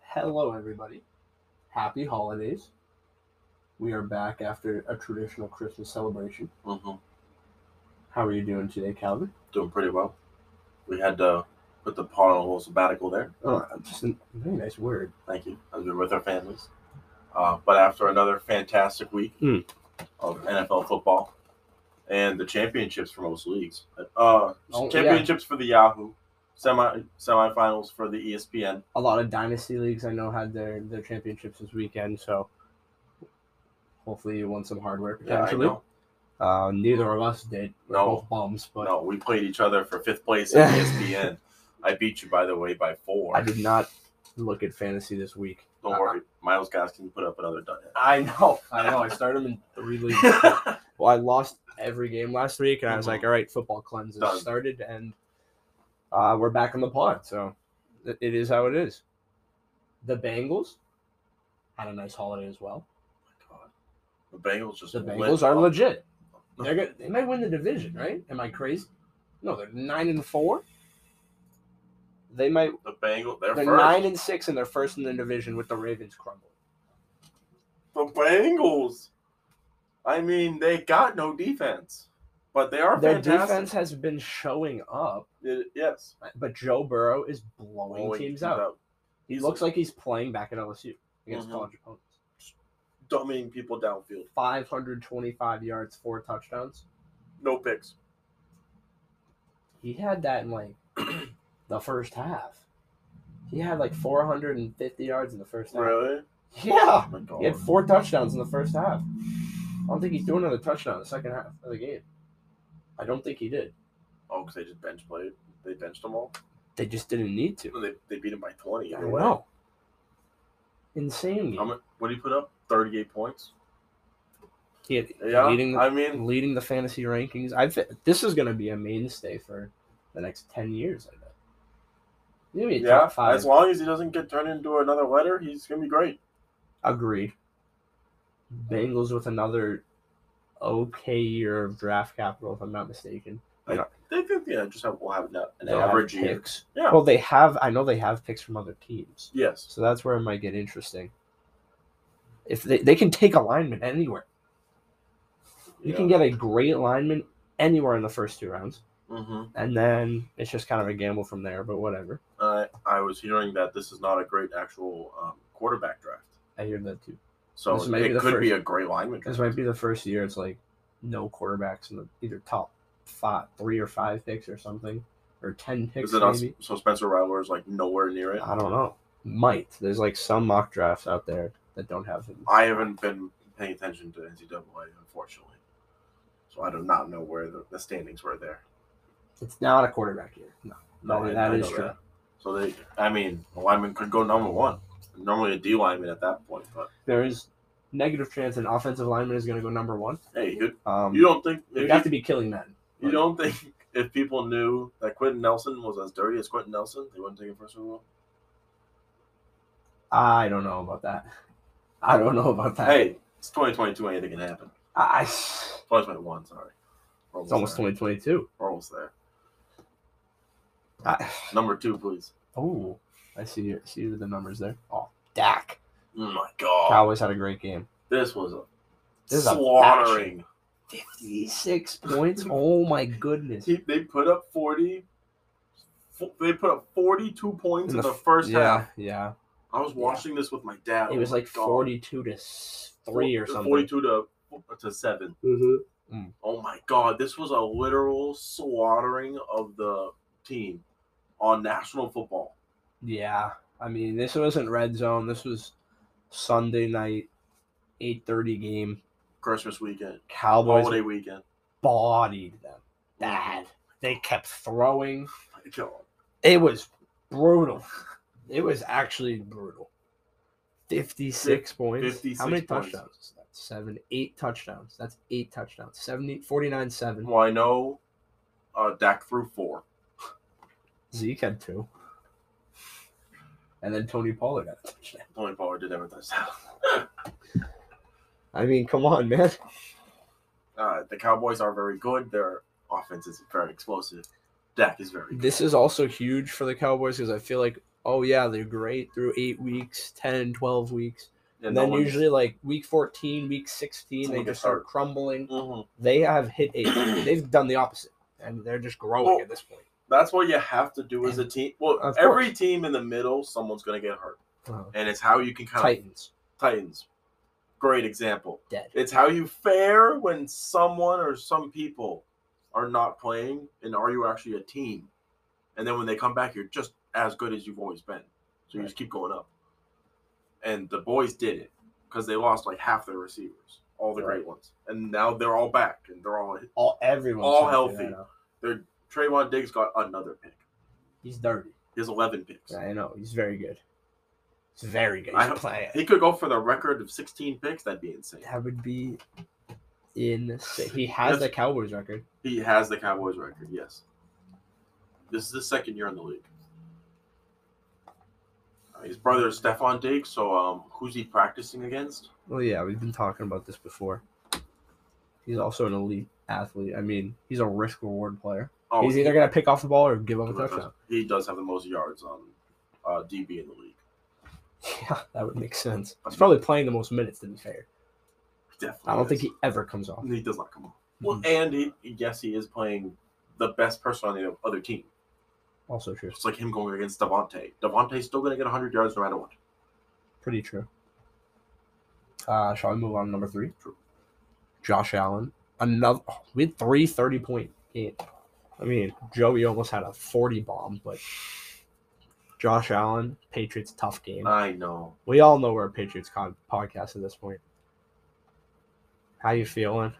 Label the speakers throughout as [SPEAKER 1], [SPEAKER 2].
[SPEAKER 1] Hello, everybody. Happy holidays. We are back after a traditional Christmas celebration.
[SPEAKER 2] Mm-hmm.
[SPEAKER 1] How are you doing today, Calvin?
[SPEAKER 2] Doing pretty well. We had to put the pawn on a little sabbatical there.
[SPEAKER 1] Oh, just a very nice word.
[SPEAKER 2] Thank you. As we were with our families. Uh, but after another fantastic week
[SPEAKER 1] Hmm.
[SPEAKER 2] of NFL football and the championships for most leagues, uh,
[SPEAKER 1] Oh,
[SPEAKER 2] championships for the Yahoo, semi semifinals for the E ESPN.
[SPEAKER 1] A lot of dynasty leagues I know had their, their championships this weekend, so hopefully you won some hardware
[SPEAKER 2] Yeah, I
[SPEAKER 1] potentially.
[SPEAKER 2] know.
[SPEAKER 1] uh, neither of us did. We're
[SPEAKER 2] No.
[SPEAKER 1] both bums, but
[SPEAKER 2] No, we played each other for fifth place in E ESPN. I beat you, by the way, by four.
[SPEAKER 1] I did not look at fantasy this week.
[SPEAKER 2] Don't worry, Miles Gaskin put up another dud.
[SPEAKER 1] I know. I know. I started him in three leagues. Well, I lost every game last week, and I was like, all right, football cleanse
[SPEAKER 2] Mm-hmm. Done.
[SPEAKER 1] is started, and uh, we're back on the pod. So it- it is how it is. The Bengals had a nice holiday as well.
[SPEAKER 2] The Bengals just
[SPEAKER 1] The
[SPEAKER 2] lit
[SPEAKER 1] Bengals are
[SPEAKER 2] up.
[SPEAKER 1] legit. They're gonna, they might win the division, right? Am I crazy? No, they're nine and four. They might.
[SPEAKER 2] The Bengals, they're,
[SPEAKER 1] They're
[SPEAKER 2] first.
[SPEAKER 1] nine and six, and they're first in the division with the Ravens crumbling.
[SPEAKER 2] the Bengals. I mean, they got no defense, but they are
[SPEAKER 1] Their
[SPEAKER 2] fantastic.
[SPEAKER 1] defense has been showing up,
[SPEAKER 2] It- yes,
[SPEAKER 1] but Joe Burrow is blowing
[SPEAKER 2] Blowing
[SPEAKER 1] teams out. He looks like he's playing back at LSU against
[SPEAKER 2] Mhm.
[SPEAKER 1] college opponents.
[SPEAKER 2] dumbing people downfield.
[SPEAKER 1] 525 yards, four touchdowns.
[SPEAKER 2] No picks.
[SPEAKER 1] He had that in like the first half. He had like 450 yards in the first half.
[SPEAKER 2] Really?
[SPEAKER 1] Yeah.
[SPEAKER 2] My
[SPEAKER 1] He had
[SPEAKER 2] God.
[SPEAKER 1] four touchdowns in the first half. I don't think he's doing another touchdown in the second half of the game. I don't think he did.
[SPEAKER 2] Oh, because they just bench played. They benched them all.
[SPEAKER 1] They just didn't need to.
[SPEAKER 2] They, they beat him by twenty.
[SPEAKER 1] I
[SPEAKER 2] Either way.
[SPEAKER 1] know. Insane.
[SPEAKER 2] How
[SPEAKER 1] Game.
[SPEAKER 2] much? What did he put up? Thirty-eight points.
[SPEAKER 1] He had
[SPEAKER 2] Yeah.
[SPEAKER 1] leading the
[SPEAKER 2] I mean,
[SPEAKER 1] leading the fantasy rankings. I thi- this is going to be a mainstay for the next ten years. I bet. He's gonna be a
[SPEAKER 2] yeah.
[SPEAKER 1] top five.
[SPEAKER 2] As long as he doesn't get turned into another letter, he's gonna be great.
[SPEAKER 1] Agreed. Bengals with another okay year of draft capital, if I'm not mistaken.
[SPEAKER 2] They think yeah, just have we'll have an, an
[SPEAKER 1] They'll have
[SPEAKER 2] average year.
[SPEAKER 1] picks.
[SPEAKER 2] Yeah.
[SPEAKER 1] Well, they have. I know they have picks from other teams,
[SPEAKER 2] yes.
[SPEAKER 1] so that's where it might get interesting. If they, they can take alignment anywhere, you can get a great alignment anywhere in the first two rounds,
[SPEAKER 2] Mm-hmm.
[SPEAKER 1] and then it's just kind of a gamble from there. But whatever.
[SPEAKER 2] I I was hearing that this is not a great actual um, quarterback draft.
[SPEAKER 1] I hear that too.
[SPEAKER 2] So
[SPEAKER 1] This
[SPEAKER 2] it
[SPEAKER 1] might be
[SPEAKER 2] could
[SPEAKER 1] the
[SPEAKER 2] be a great lineman
[SPEAKER 1] This
[SPEAKER 2] draft.
[SPEAKER 1] might be the first year it's like no quarterbacks in the either top five, three or five picks or something, or ten picks
[SPEAKER 2] Is it us?
[SPEAKER 1] maybe.
[SPEAKER 2] So Spencer Rattler is like nowhere near it.
[SPEAKER 1] I don't know. Might there's like some mock drafts out there that don't have him.
[SPEAKER 2] I haven't been paying attention to NCAA, unfortunately. So I do not know where the, the standings were there.
[SPEAKER 1] It's not a quarterback year. No, no,
[SPEAKER 2] I-
[SPEAKER 1] that
[SPEAKER 2] I
[SPEAKER 1] is
[SPEAKER 2] know
[SPEAKER 1] true.
[SPEAKER 2] So they, I mean, a lineman could go number one. Normally a D lineman at that point, but
[SPEAKER 1] There is negative chance an offensive lineman is going to go number one.
[SPEAKER 2] hey, you,
[SPEAKER 1] Um,
[SPEAKER 2] you don't think
[SPEAKER 1] you
[SPEAKER 2] if
[SPEAKER 1] have
[SPEAKER 2] you,
[SPEAKER 1] to be killing men.
[SPEAKER 2] you don't think if people knew that Quentin Nelson was as dirty as Quentin Nelson, they wouldn't take him first overall?
[SPEAKER 1] I don't know about that. I don't know about that.
[SPEAKER 2] Hey, it's 2022. Anything can happen.
[SPEAKER 1] I, it's
[SPEAKER 2] 2021, sorry. We're
[SPEAKER 1] almost
[SPEAKER 2] there.
[SPEAKER 1] 2022.
[SPEAKER 2] We're almost there.
[SPEAKER 1] I,
[SPEAKER 2] Number two, please.
[SPEAKER 1] oh, I see. See the numbers there. Oh, Dak.
[SPEAKER 2] Oh my god.
[SPEAKER 1] Cowboys had a great game.
[SPEAKER 2] This was a
[SPEAKER 1] This is a
[SPEAKER 2] slaughtering.
[SPEAKER 1] 56 points. Oh my goodness.
[SPEAKER 2] He- they put up 40. fo- They put up 42 points in the,
[SPEAKER 1] f-
[SPEAKER 2] first
[SPEAKER 1] yeah,
[SPEAKER 2] half.
[SPEAKER 1] Yeah.
[SPEAKER 2] I was watching this with my dad.
[SPEAKER 1] It was like 42 to s- 3 or something.
[SPEAKER 2] 42 to, to 7. Oh my god, this was a literal slaughtering of the team on national football.
[SPEAKER 1] Yeah. I mean, this wasn't red zone. This was Sunday night 8:30 game.
[SPEAKER 2] Christmas weekend,
[SPEAKER 1] Cowboys
[SPEAKER 2] holiday weekend.
[SPEAKER 1] bodied them. Bad. They kept throwing.
[SPEAKER 2] My God.
[SPEAKER 1] It was brutal. It was actually brutal. 56 points.
[SPEAKER 2] 56
[SPEAKER 1] How many
[SPEAKER 2] points.
[SPEAKER 1] touchdowns? is that? Seven, eight touchdowns. That's eight touchdowns. 70, 49 7.
[SPEAKER 2] Well, I know uh, Dak threw four.
[SPEAKER 1] Zeke had two. And then Tony Pollard had a touchdown.
[SPEAKER 2] Tony Pollard did have a touchdown.
[SPEAKER 1] I mean, come on, man.
[SPEAKER 2] Uh, the Cowboys are very good. Their offense is very explosive. Dak is very good.
[SPEAKER 1] This is also huge for the Cowboys because I feel like oh yeah, they're great through eight weeks, 10, 12 weeks.
[SPEAKER 2] Yeah,
[SPEAKER 1] And
[SPEAKER 2] no
[SPEAKER 1] then
[SPEAKER 2] one's-
[SPEAKER 1] usually like week 14, week 16, they
[SPEAKER 2] Someone
[SPEAKER 1] just
[SPEAKER 2] gets
[SPEAKER 1] start
[SPEAKER 2] hurt.
[SPEAKER 1] crumbling.
[SPEAKER 2] Mhm.
[SPEAKER 1] They have hit eight. They've done the opposite. And they're just growing
[SPEAKER 2] Well,
[SPEAKER 1] at this point.
[SPEAKER 2] That's what you have to do as a team. Well,
[SPEAKER 1] Of
[SPEAKER 2] every
[SPEAKER 1] course.
[SPEAKER 2] team in the middle, someone's going to get hurt,
[SPEAKER 1] Oh.
[SPEAKER 2] and it's how you can kind
[SPEAKER 1] Uh, Titans.
[SPEAKER 2] of Titans. Great example.
[SPEAKER 1] Dead.
[SPEAKER 2] It's how you fare when someone or some people are not playing, and are you actually a team? And then when they come back, you're just as good as you've always been. So you just keep going up. And the boys did it because they lost like half their receivers, all the great ones, and now they're all back and they're all.
[SPEAKER 1] All everyone.
[SPEAKER 2] All healthy. They're Trayvon Diggs got another pick.
[SPEAKER 1] He's dirty.
[SPEAKER 2] He has 11 picks.
[SPEAKER 1] I know. He's very good. He's very good.
[SPEAKER 2] I
[SPEAKER 1] He's
[SPEAKER 2] don't-
[SPEAKER 1] playing.
[SPEAKER 2] He could go for the record of 16 picks. That'd be insane.
[SPEAKER 1] That would be insane. He has the Cowboys record.
[SPEAKER 2] He has the Cowboys record. Yes. This is the second year in the league. Uh, his brother is Stefan Diggs. So, um, who's he practicing against?
[SPEAKER 1] Well, yeah, we've been talking about this before. He's also an elite athlete. I mean, he's a risk reward player.
[SPEAKER 2] Oh,
[SPEAKER 1] he's
[SPEAKER 2] he,
[SPEAKER 1] either going to pick off the ball or give up a touchdown.
[SPEAKER 2] he does have the most yards on uh, DB in the league.
[SPEAKER 1] Yeah, that would make sense. He's probably playing the most minutes, to be fair.
[SPEAKER 2] Definitely.
[SPEAKER 1] I don't think
[SPEAKER 2] is.
[SPEAKER 1] he ever comes off.
[SPEAKER 2] He does not come off. Well, and he, yes, he is playing the best person on the other team.
[SPEAKER 1] Also true.
[SPEAKER 2] It's like him going against Devontae. Devontae's still going to get 100 yards no matter what.
[SPEAKER 1] Pretty true. Uh, shall we move on to number three?
[SPEAKER 2] True.
[SPEAKER 1] Josh Allen. Another oh, we had three 30 point game. I mean, Joey almost had a 40 bomb, but Josh Allen, Patriots tough game.
[SPEAKER 2] I know.
[SPEAKER 1] we all know we're a Patriots con- podcast at this point. How you feeling?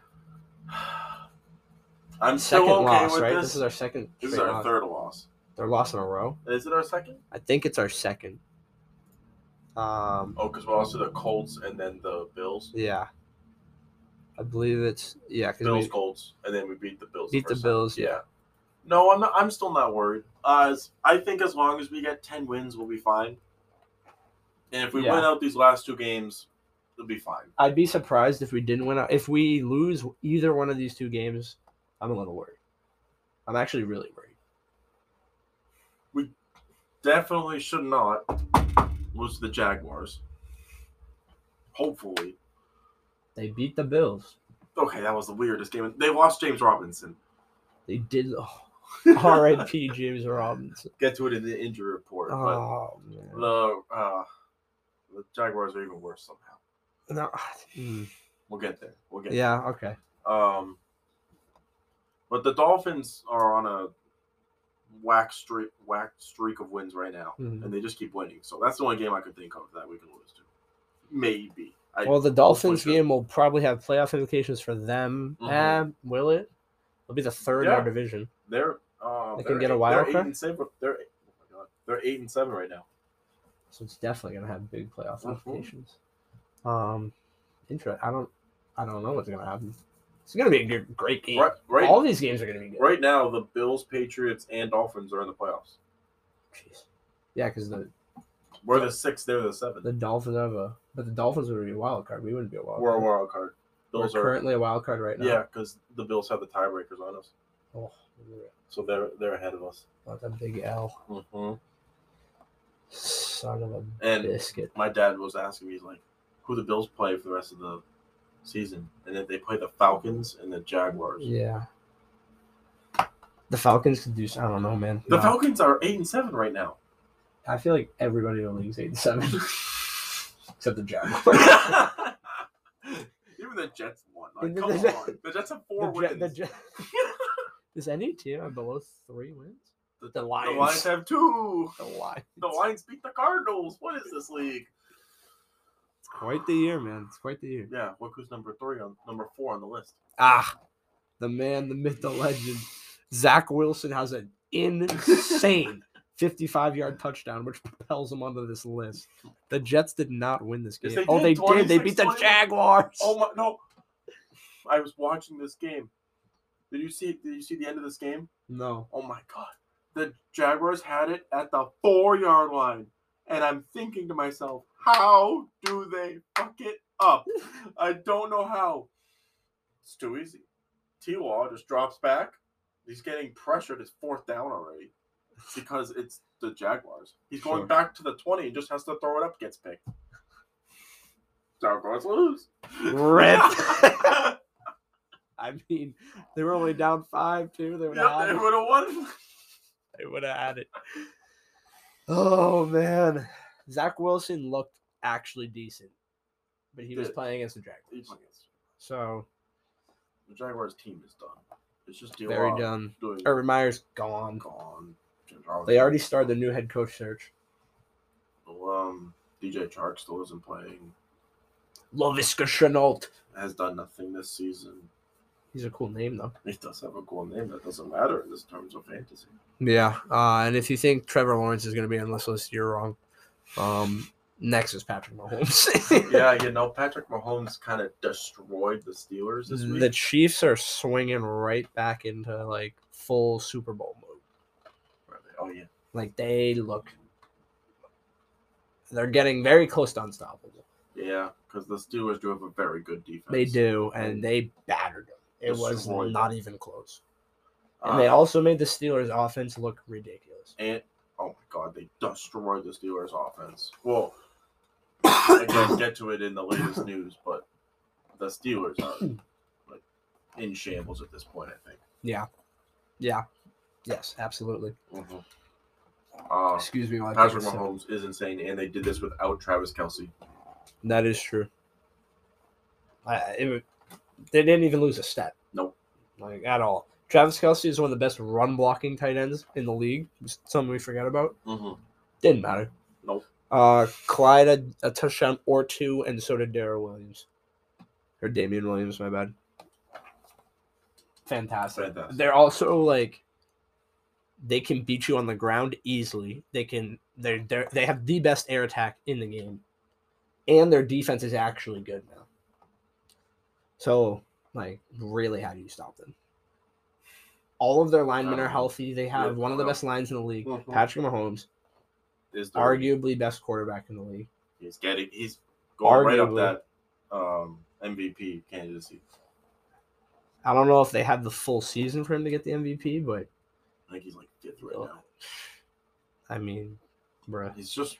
[SPEAKER 2] I'm still
[SPEAKER 1] Second
[SPEAKER 2] okay
[SPEAKER 1] loss,
[SPEAKER 2] with
[SPEAKER 1] right?
[SPEAKER 2] this.
[SPEAKER 1] This is our second.
[SPEAKER 2] This is
[SPEAKER 1] straight
[SPEAKER 2] our
[SPEAKER 1] loss.
[SPEAKER 2] third loss.
[SPEAKER 1] They're lost in a row.
[SPEAKER 2] Is it our second?
[SPEAKER 1] I think it's our second. Um,
[SPEAKER 2] Oh, because we lost to the Colts and then the Bills.
[SPEAKER 1] yeah, I believe it's yeah
[SPEAKER 2] Bills,
[SPEAKER 1] because we
[SPEAKER 2] Colts, and then we beat the Bills.
[SPEAKER 1] beat the
[SPEAKER 2] first time.
[SPEAKER 1] Bills. Yeah,
[SPEAKER 2] No, I'm not, I'm still not worried. Uh, as, I think as long as we get ten wins, we'll be fine. And if we
[SPEAKER 1] Yeah.
[SPEAKER 2] win out these last two games, it'll be fine.
[SPEAKER 1] I'd be surprised if we didn't win. out- If we lose either one of these two games, I'm a little worried. I'm actually really worried.
[SPEAKER 2] Definitely should not lose to the Jaguars. Hopefully,
[SPEAKER 1] They beat the Bills.
[SPEAKER 2] okay, that was the weirdest game. They lost James Robinson.
[SPEAKER 1] They did. Oh, R.I.P. James Robinson.
[SPEAKER 2] Get to it in the injury report. but-
[SPEAKER 1] Oh man.
[SPEAKER 2] The uh, the Jaguars are even worse somehow.
[SPEAKER 1] No, mm,
[SPEAKER 2] We'll get there. We'll get
[SPEAKER 1] yeah. Okay.
[SPEAKER 2] there. Um, but the Dolphins are on a whack streak, whack streak of wins right now,
[SPEAKER 1] Mhm.
[SPEAKER 2] and they just keep winning. So that's the only game I could think of that we can lose to. Maybe. I,
[SPEAKER 1] Well, the Dolphins
[SPEAKER 2] sure.
[SPEAKER 1] game will probably have playoff implications for them.
[SPEAKER 2] Mhm.
[SPEAKER 1] Um, will it? It'll be the third in our
[SPEAKER 2] Yeah.
[SPEAKER 1] division.
[SPEAKER 2] they're uh,
[SPEAKER 1] They
[SPEAKER 2] they're
[SPEAKER 1] can get a
[SPEAKER 2] eight-
[SPEAKER 1] wild
[SPEAKER 2] they're eight
[SPEAKER 1] card?
[SPEAKER 2] and seven. They're eight- oh my God. they're eight and seven right now.
[SPEAKER 1] So it's definitely gonna have big playoff
[SPEAKER 2] Mhm.
[SPEAKER 1] implications. Um, intro. I don't. I don't know what's gonna happen. It's gonna be a good, great game.
[SPEAKER 2] Right, right,
[SPEAKER 1] All these games are gonna be good.
[SPEAKER 2] right now, the Bills, Patriots, and Dolphins are in the playoffs.
[SPEAKER 1] Jeez. Yeah, because the
[SPEAKER 2] We're the sixth. They're the seventh.
[SPEAKER 1] the Dolphins have a, but the Dolphins would be a wild card. We wouldn't be a wild.
[SPEAKER 2] We're a
[SPEAKER 1] card.
[SPEAKER 2] wild card.
[SPEAKER 1] We're
[SPEAKER 2] Bills are
[SPEAKER 1] currently a wild card right now.
[SPEAKER 2] Yeah, because the Bills have the tiebreakers on us,
[SPEAKER 1] Oh,
[SPEAKER 2] so they're they're ahead of us.
[SPEAKER 1] that's a big L.
[SPEAKER 2] Mm-hmm.
[SPEAKER 1] Son of a
[SPEAKER 2] And-
[SPEAKER 1] biscuit.
[SPEAKER 2] My dad was asking me like, who the Bills play for the rest of the season, and then they play the Falcons and the Jaguars.
[SPEAKER 1] Yeah. The Falcons could do. s- I don't know, man.
[SPEAKER 2] The
[SPEAKER 1] Nah.
[SPEAKER 2] Falcons are eight and seven right now.
[SPEAKER 1] I feel like everybody in the league's eight and seven, except the Jaguars.
[SPEAKER 2] Even the Jets won. Like,
[SPEAKER 1] The-
[SPEAKER 2] come
[SPEAKER 1] the-
[SPEAKER 2] on, the Jets have
[SPEAKER 1] The
[SPEAKER 2] four
[SPEAKER 1] Ja-
[SPEAKER 2] wins.
[SPEAKER 1] the Ja- Does any team have below three wins? The
[SPEAKER 2] the Lions have two.
[SPEAKER 1] The Lions.
[SPEAKER 2] The Lions beat the Cardinals. What is this league?
[SPEAKER 1] It's quite the year, man. It's quite the year.
[SPEAKER 2] Yeah, look who's number three on number four on the list.
[SPEAKER 1] Ah, the man, the myth, the legend. Zach Wilson has an insane 55 yard touchdown, which propels him onto this list. The Jets did not win this
[SPEAKER 2] Yes,
[SPEAKER 1] game.
[SPEAKER 2] they
[SPEAKER 1] oh,
[SPEAKER 2] did,
[SPEAKER 1] they did. They beat the
[SPEAKER 2] 26-21.
[SPEAKER 1] Jaguars.
[SPEAKER 2] Oh my no! I was watching this game. Did you see? Did you see the end of this game?
[SPEAKER 1] No.
[SPEAKER 2] Oh my god! The Jaguars had it at the four-yard line, and I'm thinking to myself, how do they fuck it up? I don't know how. It's too easy. T. Law just drops back. He's getting pressured. It's fourth down already. because it's the Jaguars. He's going
[SPEAKER 1] Sure.
[SPEAKER 2] back to the 20 and just has to throw it up, gets picked. Jaguars lose.
[SPEAKER 1] Rip.
[SPEAKER 2] yep,
[SPEAKER 1] I mean, they were only down five too. They would
[SPEAKER 2] they would
[SPEAKER 1] have had it.
[SPEAKER 2] have won.
[SPEAKER 1] They would have had it. Oh man, Zach Wilson looked actually decent, but he was
[SPEAKER 2] Did.
[SPEAKER 1] playing against the Jaguars. So
[SPEAKER 2] The Jaguars team is done. It's just D.
[SPEAKER 1] very
[SPEAKER 2] Lob
[SPEAKER 1] done.
[SPEAKER 2] Doing
[SPEAKER 1] Urban Meyer's gone.
[SPEAKER 2] gone. James Robinson.
[SPEAKER 1] They already started the new head coach search.
[SPEAKER 2] Um, DJ Chark still isn't playing.
[SPEAKER 1] Lovisca Chenault.
[SPEAKER 2] Has done nothing this season.
[SPEAKER 1] He's a cool name though.
[SPEAKER 2] He does have a cool name. That doesn't matter in this terms of fantasy.
[SPEAKER 1] Yeah, uh, and if you think Trevor Lawrence is going to be on this list, you're wrong. Um, next is Patrick Mahomes.
[SPEAKER 2] yeah, you know, Patrick Mahomes kind of destroyed the Steelers this week.
[SPEAKER 1] the Chiefs are swinging right back into like full Super Bowl mode.
[SPEAKER 2] oh yeah,
[SPEAKER 1] Like they look, they're getting very close to unstoppable.
[SPEAKER 2] yeah, because the Steelers do have a very good defense.
[SPEAKER 1] They do, and they battered them. It was
[SPEAKER 2] Destroyed
[SPEAKER 1] not even close.
[SPEAKER 2] Uh,
[SPEAKER 1] And they also made the Steelers' offense look ridiculous.
[SPEAKER 2] and- oh my god, they destroyed the Steelers offense. Well, I guess get to it in the latest news, but the Steelers are like in shambles at this point. I think.
[SPEAKER 1] Yeah. Yes, absolutely.
[SPEAKER 2] Mm-hmm. Uh,
[SPEAKER 1] Excuse me. While I take a
[SPEAKER 2] Patrick
[SPEAKER 1] sip.
[SPEAKER 2] Mahomes is insane, and they did this without Travis Kelsey.
[SPEAKER 1] That is true. I it, would- they didn't even lose a step.
[SPEAKER 2] Nope.
[SPEAKER 1] Like at all. Travis Kelsey is one of the best run blocking tight ends in the league. Something we forgot about.
[SPEAKER 2] Mm-hmm.
[SPEAKER 1] Didn't matter.
[SPEAKER 2] Nope.
[SPEAKER 1] Uh, Clyde had a touchdown or two, and so did Darrell Williams. Or Damian Williams, my bad. Fantastic.
[SPEAKER 2] Fantastic.
[SPEAKER 1] They're also like they can beat you on the ground easily. They can they're, they're they have the best air attack in the game. And their defense is actually good now. So, like, really how do you stop them? All of their linemen are
[SPEAKER 2] Um,
[SPEAKER 1] healthy. They have
[SPEAKER 2] yeah,
[SPEAKER 1] one of the
[SPEAKER 2] well.
[SPEAKER 1] best lines in the league.
[SPEAKER 2] Mhm.
[SPEAKER 1] Patrick Mahomes
[SPEAKER 2] Is there-
[SPEAKER 1] arguably best quarterback in the league.
[SPEAKER 2] He's getting he's going right
[SPEAKER 1] Arguably.
[SPEAKER 2] up that um, MVP candidacy.
[SPEAKER 1] I don't know if they have the full season for him to get the MVP, but
[SPEAKER 2] I think he's like fifth right
[SPEAKER 1] Oh.
[SPEAKER 2] now.
[SPEAKER 1] I mean, bruh,
[SPEAKER 2] He's just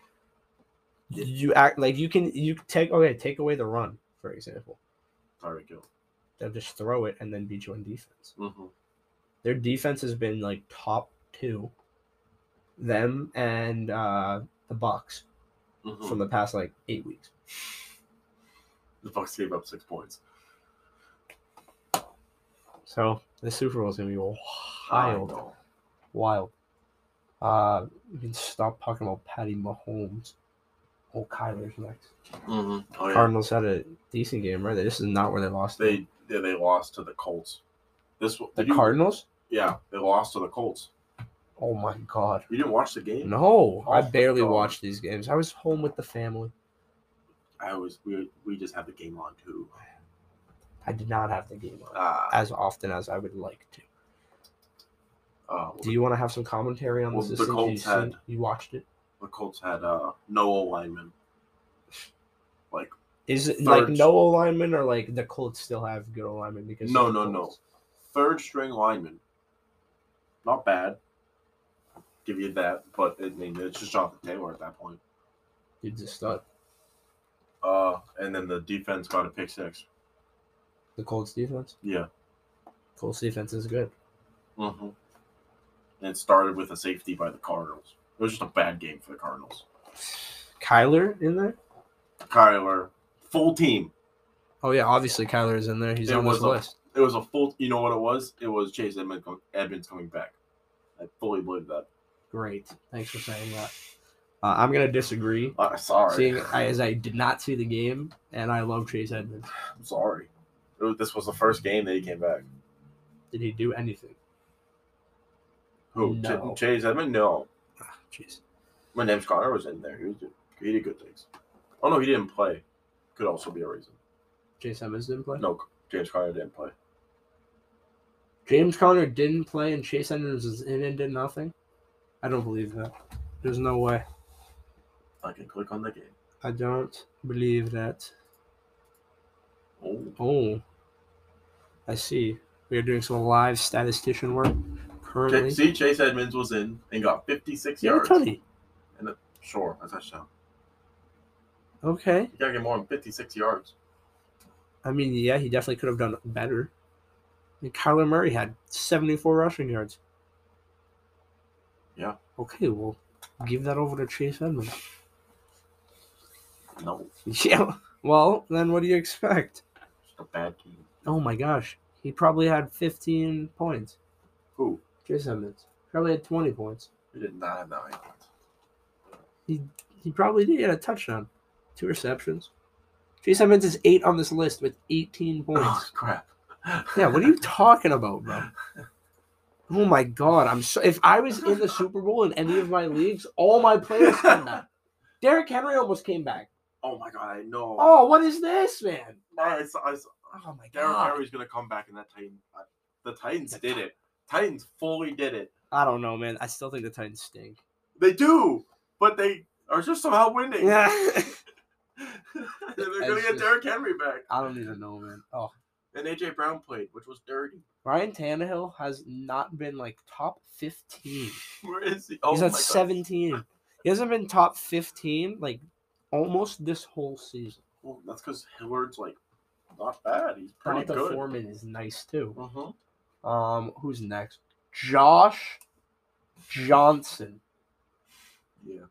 [SPEAKER 2] Yeah.
[SPEAKER 1] you act like you can you take okay take away the run for example.
[SPEAKER 2] Tyreek Hill.
[SPEAKER 1] They'll just throw it and then beat you on defense.
[SPEAKER 2] Mm-hmm.
[SPEAKER 1] Their defense has been like top two, them and uh the Bucks
[SPEAKER 2] Mm-hmm.
[SPEAKER 1] from the past like eight weeks.
[SPEAKER 2] The Bucks gave up six points.
[SPEAKER 1] So the Super Bowl is gonna be
[SPEAKER 2] I
[SPEAKER 1] wild,
[SPEAKER 2] know.
[SPEAKER 1] wild. Uh, we can stop talking about Patty Mahomes. Oh, Kyler's next.
[SPEAKER 2] Mm-hmm. Oh, yeah.
[SPEAKER 1] Cardinals had a decent game, right? This is not where they lost.
[SPEAKER 2] They yeah, they lost to the Colts. This w-
[SPEAKER 1] the
[SPEAKER 2] did you-
[SPEAKER 1] Cardinals?
[SPEAKER 2] Yeah, they lost to the Colts.
[SPEAKER 1] Oh my god.
[SPEAKER 2] You didn't watch the game.
[SPEAKER 1] No, I
[SPEAKER 2] Oh my
[SPEAKER 1] barely
[SPEAKER 2] God.
[SPEAKER 1] watched these games. I was home with the family.
[SPEAKER 2] I was we we just had the game on too.
[SPEAKER 1] I did not have the game on
[SPEAKER 2] Uh,
[SPEAKER 1] as often as I would like to.
[SPEAKER 2] uh,
[SPEAKER 1] Do you want to have some commentary on
[SPEAKER 2] Well,
[SPEAKER 1] this?
[SPEAKER 2] the
[SPEAKER 1] this thing? you,
[SPEAKER 2] Colts had-
[SPEAKER 1] you watched it.
[SPEAKER 2] the Colts had uh, no lineman.
[SPEAKER 1] Is it
[SPEAKER 2] Third-
[SPEAKER 1] like no alignment or like the Colts still have good alignment because
[SPEAKER 2] No,
[SPEAKER 1] of the
[SPEAKER 2] no, no.
[SPEAKER 1] Colts?
[SPEAKER 2] third string lineman. Not bad. Give you that, but I mean it's just Jonathan Taylor at that point.
[SPEAKER 1] Dude's a stud.
[SPEAKER 2] Uh, and then the defense got a pick six.
[SPEAKER 1] The Colts defense.
[SPEAKER 2] Yeah.
[SPEAKER 1] Colts defense is good.
[SPEAKER 2] Mm-hmm. And it started with a safety by the Cardinals. It was just a bad game for the Cardinals.
[SPEAKER 1] Kyler in there?
[SPEAKER 2] Kyler, full team.
[SPEAKER 1] Oh yeah, obviously Kyler is in there. He's
[SPEAKER 2] It
[SPEAKER 1] on this
[SPEAKER 2] was a-
[SPEAKER 1] list.
[SPEAKER 2] It was a full. You know what it was? It was Chase Edmonds, com- Edmonds coming back. I fully believe that.
[SPEAKER 1] Great. Thanks for saying that. Uh, I'm gonna disagree.
[SPEAKER 2] Uh, sorry.
[SPEAKER 1] Seeing I, as I did not see the game, and I love Chase Edmonds.
[SPEAKER 2] I'm sorry. It was- this was the first game that he came back.
[SPEAKER 1] Did he do anything?
[SPEAKER 2] Who?
[SPEAKER 1] No.
[SPEAKER 2] Ch- Chase Edmonds? No.
[SPEAKER 1] Ah, Jeez.
[SPEAKER 2] when James Conner was in there, he was doing, he did good things. Oh no, he didn't play. Could also be a reason.
[SPEAKER 1] Chase Edmonds didn't play?
[SPEAKER 2] No, James Conner didn't play.
[SPEAKER 1] James Conner didn't play, and Chase Edmonds was in and did nothing? I don't believe that. There's no way.
[SPEAKER 2] I can click on the game.
[SPEAKER 1] I don't believe that.
[SPEAKER 2] Oh,
[SPEAKER 1] Oh. I see. We are doing some live statistician work. currently.
[SPEAKER 2] Ch- See, Chase Edmonds was in and got 56
[SPEAKER 1] Yeah,
[SPEAKER 2] yards.
[SPEAKER 1] Tony.
[SPEAKER 2] Sure, a touchdown.
[SPEAKER 1] Okay.
[SPEAKER 2] You gotta get more than 56 yards.
[SPEAKER 1] I mean, yeah, he definitely could have done better. I mean, Kyler Murray had 74 rushing yards.
[SPEAKER 2] Yeah.
[SPEAKER 1] Okay, well, give that over to Chase Edmonds.
[SPEAKER 2] No,
[SPEAKER 1] Yeah. Well, then what do you expect?
[SPEAKER 2] just a bad team.
[SPEAKER 1] Oh my gosh. He probably had 15 points.
[SPEAKER 2] Who?
[SPEAKER 1] Chase Edmonds. Probably had 20 points.
[SPEAKER 2] We did not have nine yards.
[SPEAKER 1] He probably did get a touchdown, two receptions. Chase Edmonds is eight on this list with 18 points.
[SPEAKER 2] Oh, crap.
[SPEAKER 1] Yeah, what are you talking about, bro? Oh my god, I'm so if I was in the Super Bowl in any of my leagues, all my players came back. Derrick Henry almost came back.
[SPEAKER 2] Oh my god, I know.
[SPEAKER 1] Oh, what is this, man?
[SPEAKER 2] I, saw- I, saw-
[SPEAKER 1] Oh my
[SPEAKER 2] Derrick
[SPEAKER 1] god.
[SPEAKER 2] Henry's gonna come back in that Titan. The Titans
[SPEAKER 1] The
[SPEAKER 2] did
[SPEAKER 1] Ti-
[SPEAKER 2] it. Titans fully did it.
[SPEAKER 1] I don't know, man. I still think the Titans stink.
[SPEAKER 2] They do, but they are just somehow winning.
[SPEAKER 1] Yeah.
[SPEAKER 2] They're gonna
[SPEAKER 1] It's
[SPEAKER 2] get
[SPEAKER 1] just-
[SPEAKER 2] Derrick Henry back.
[SPEAKER 1] I don't even know, man. Oh.
[SPEAKER 2] And AJ Brown played, which was dirty.
[SPEAKER 1] Ryan Tannehill has not been like top 15.
[SPEAKER 2] Where is he? Oh
[SPEAKER 1] He's
[SPEAKER 2] my
[SPEAKER 1] at
[SPEAKER 2] god.
[SPEAKER 1] 17. He hasn't been top 15 like almost this whole season.
[SPEAKER 2] Well, that's because Hillard's like not bad. He's pretty
[SPEAKER 1] Donta
[SPEAKER 2] good.
[SPEAKER 1] Foreman is nice too.
[SPEAKER 2] Mhm.
[SPEAKER 1] Um, who's next? Josh Johnson.
[SPEAKER 2] Yeah.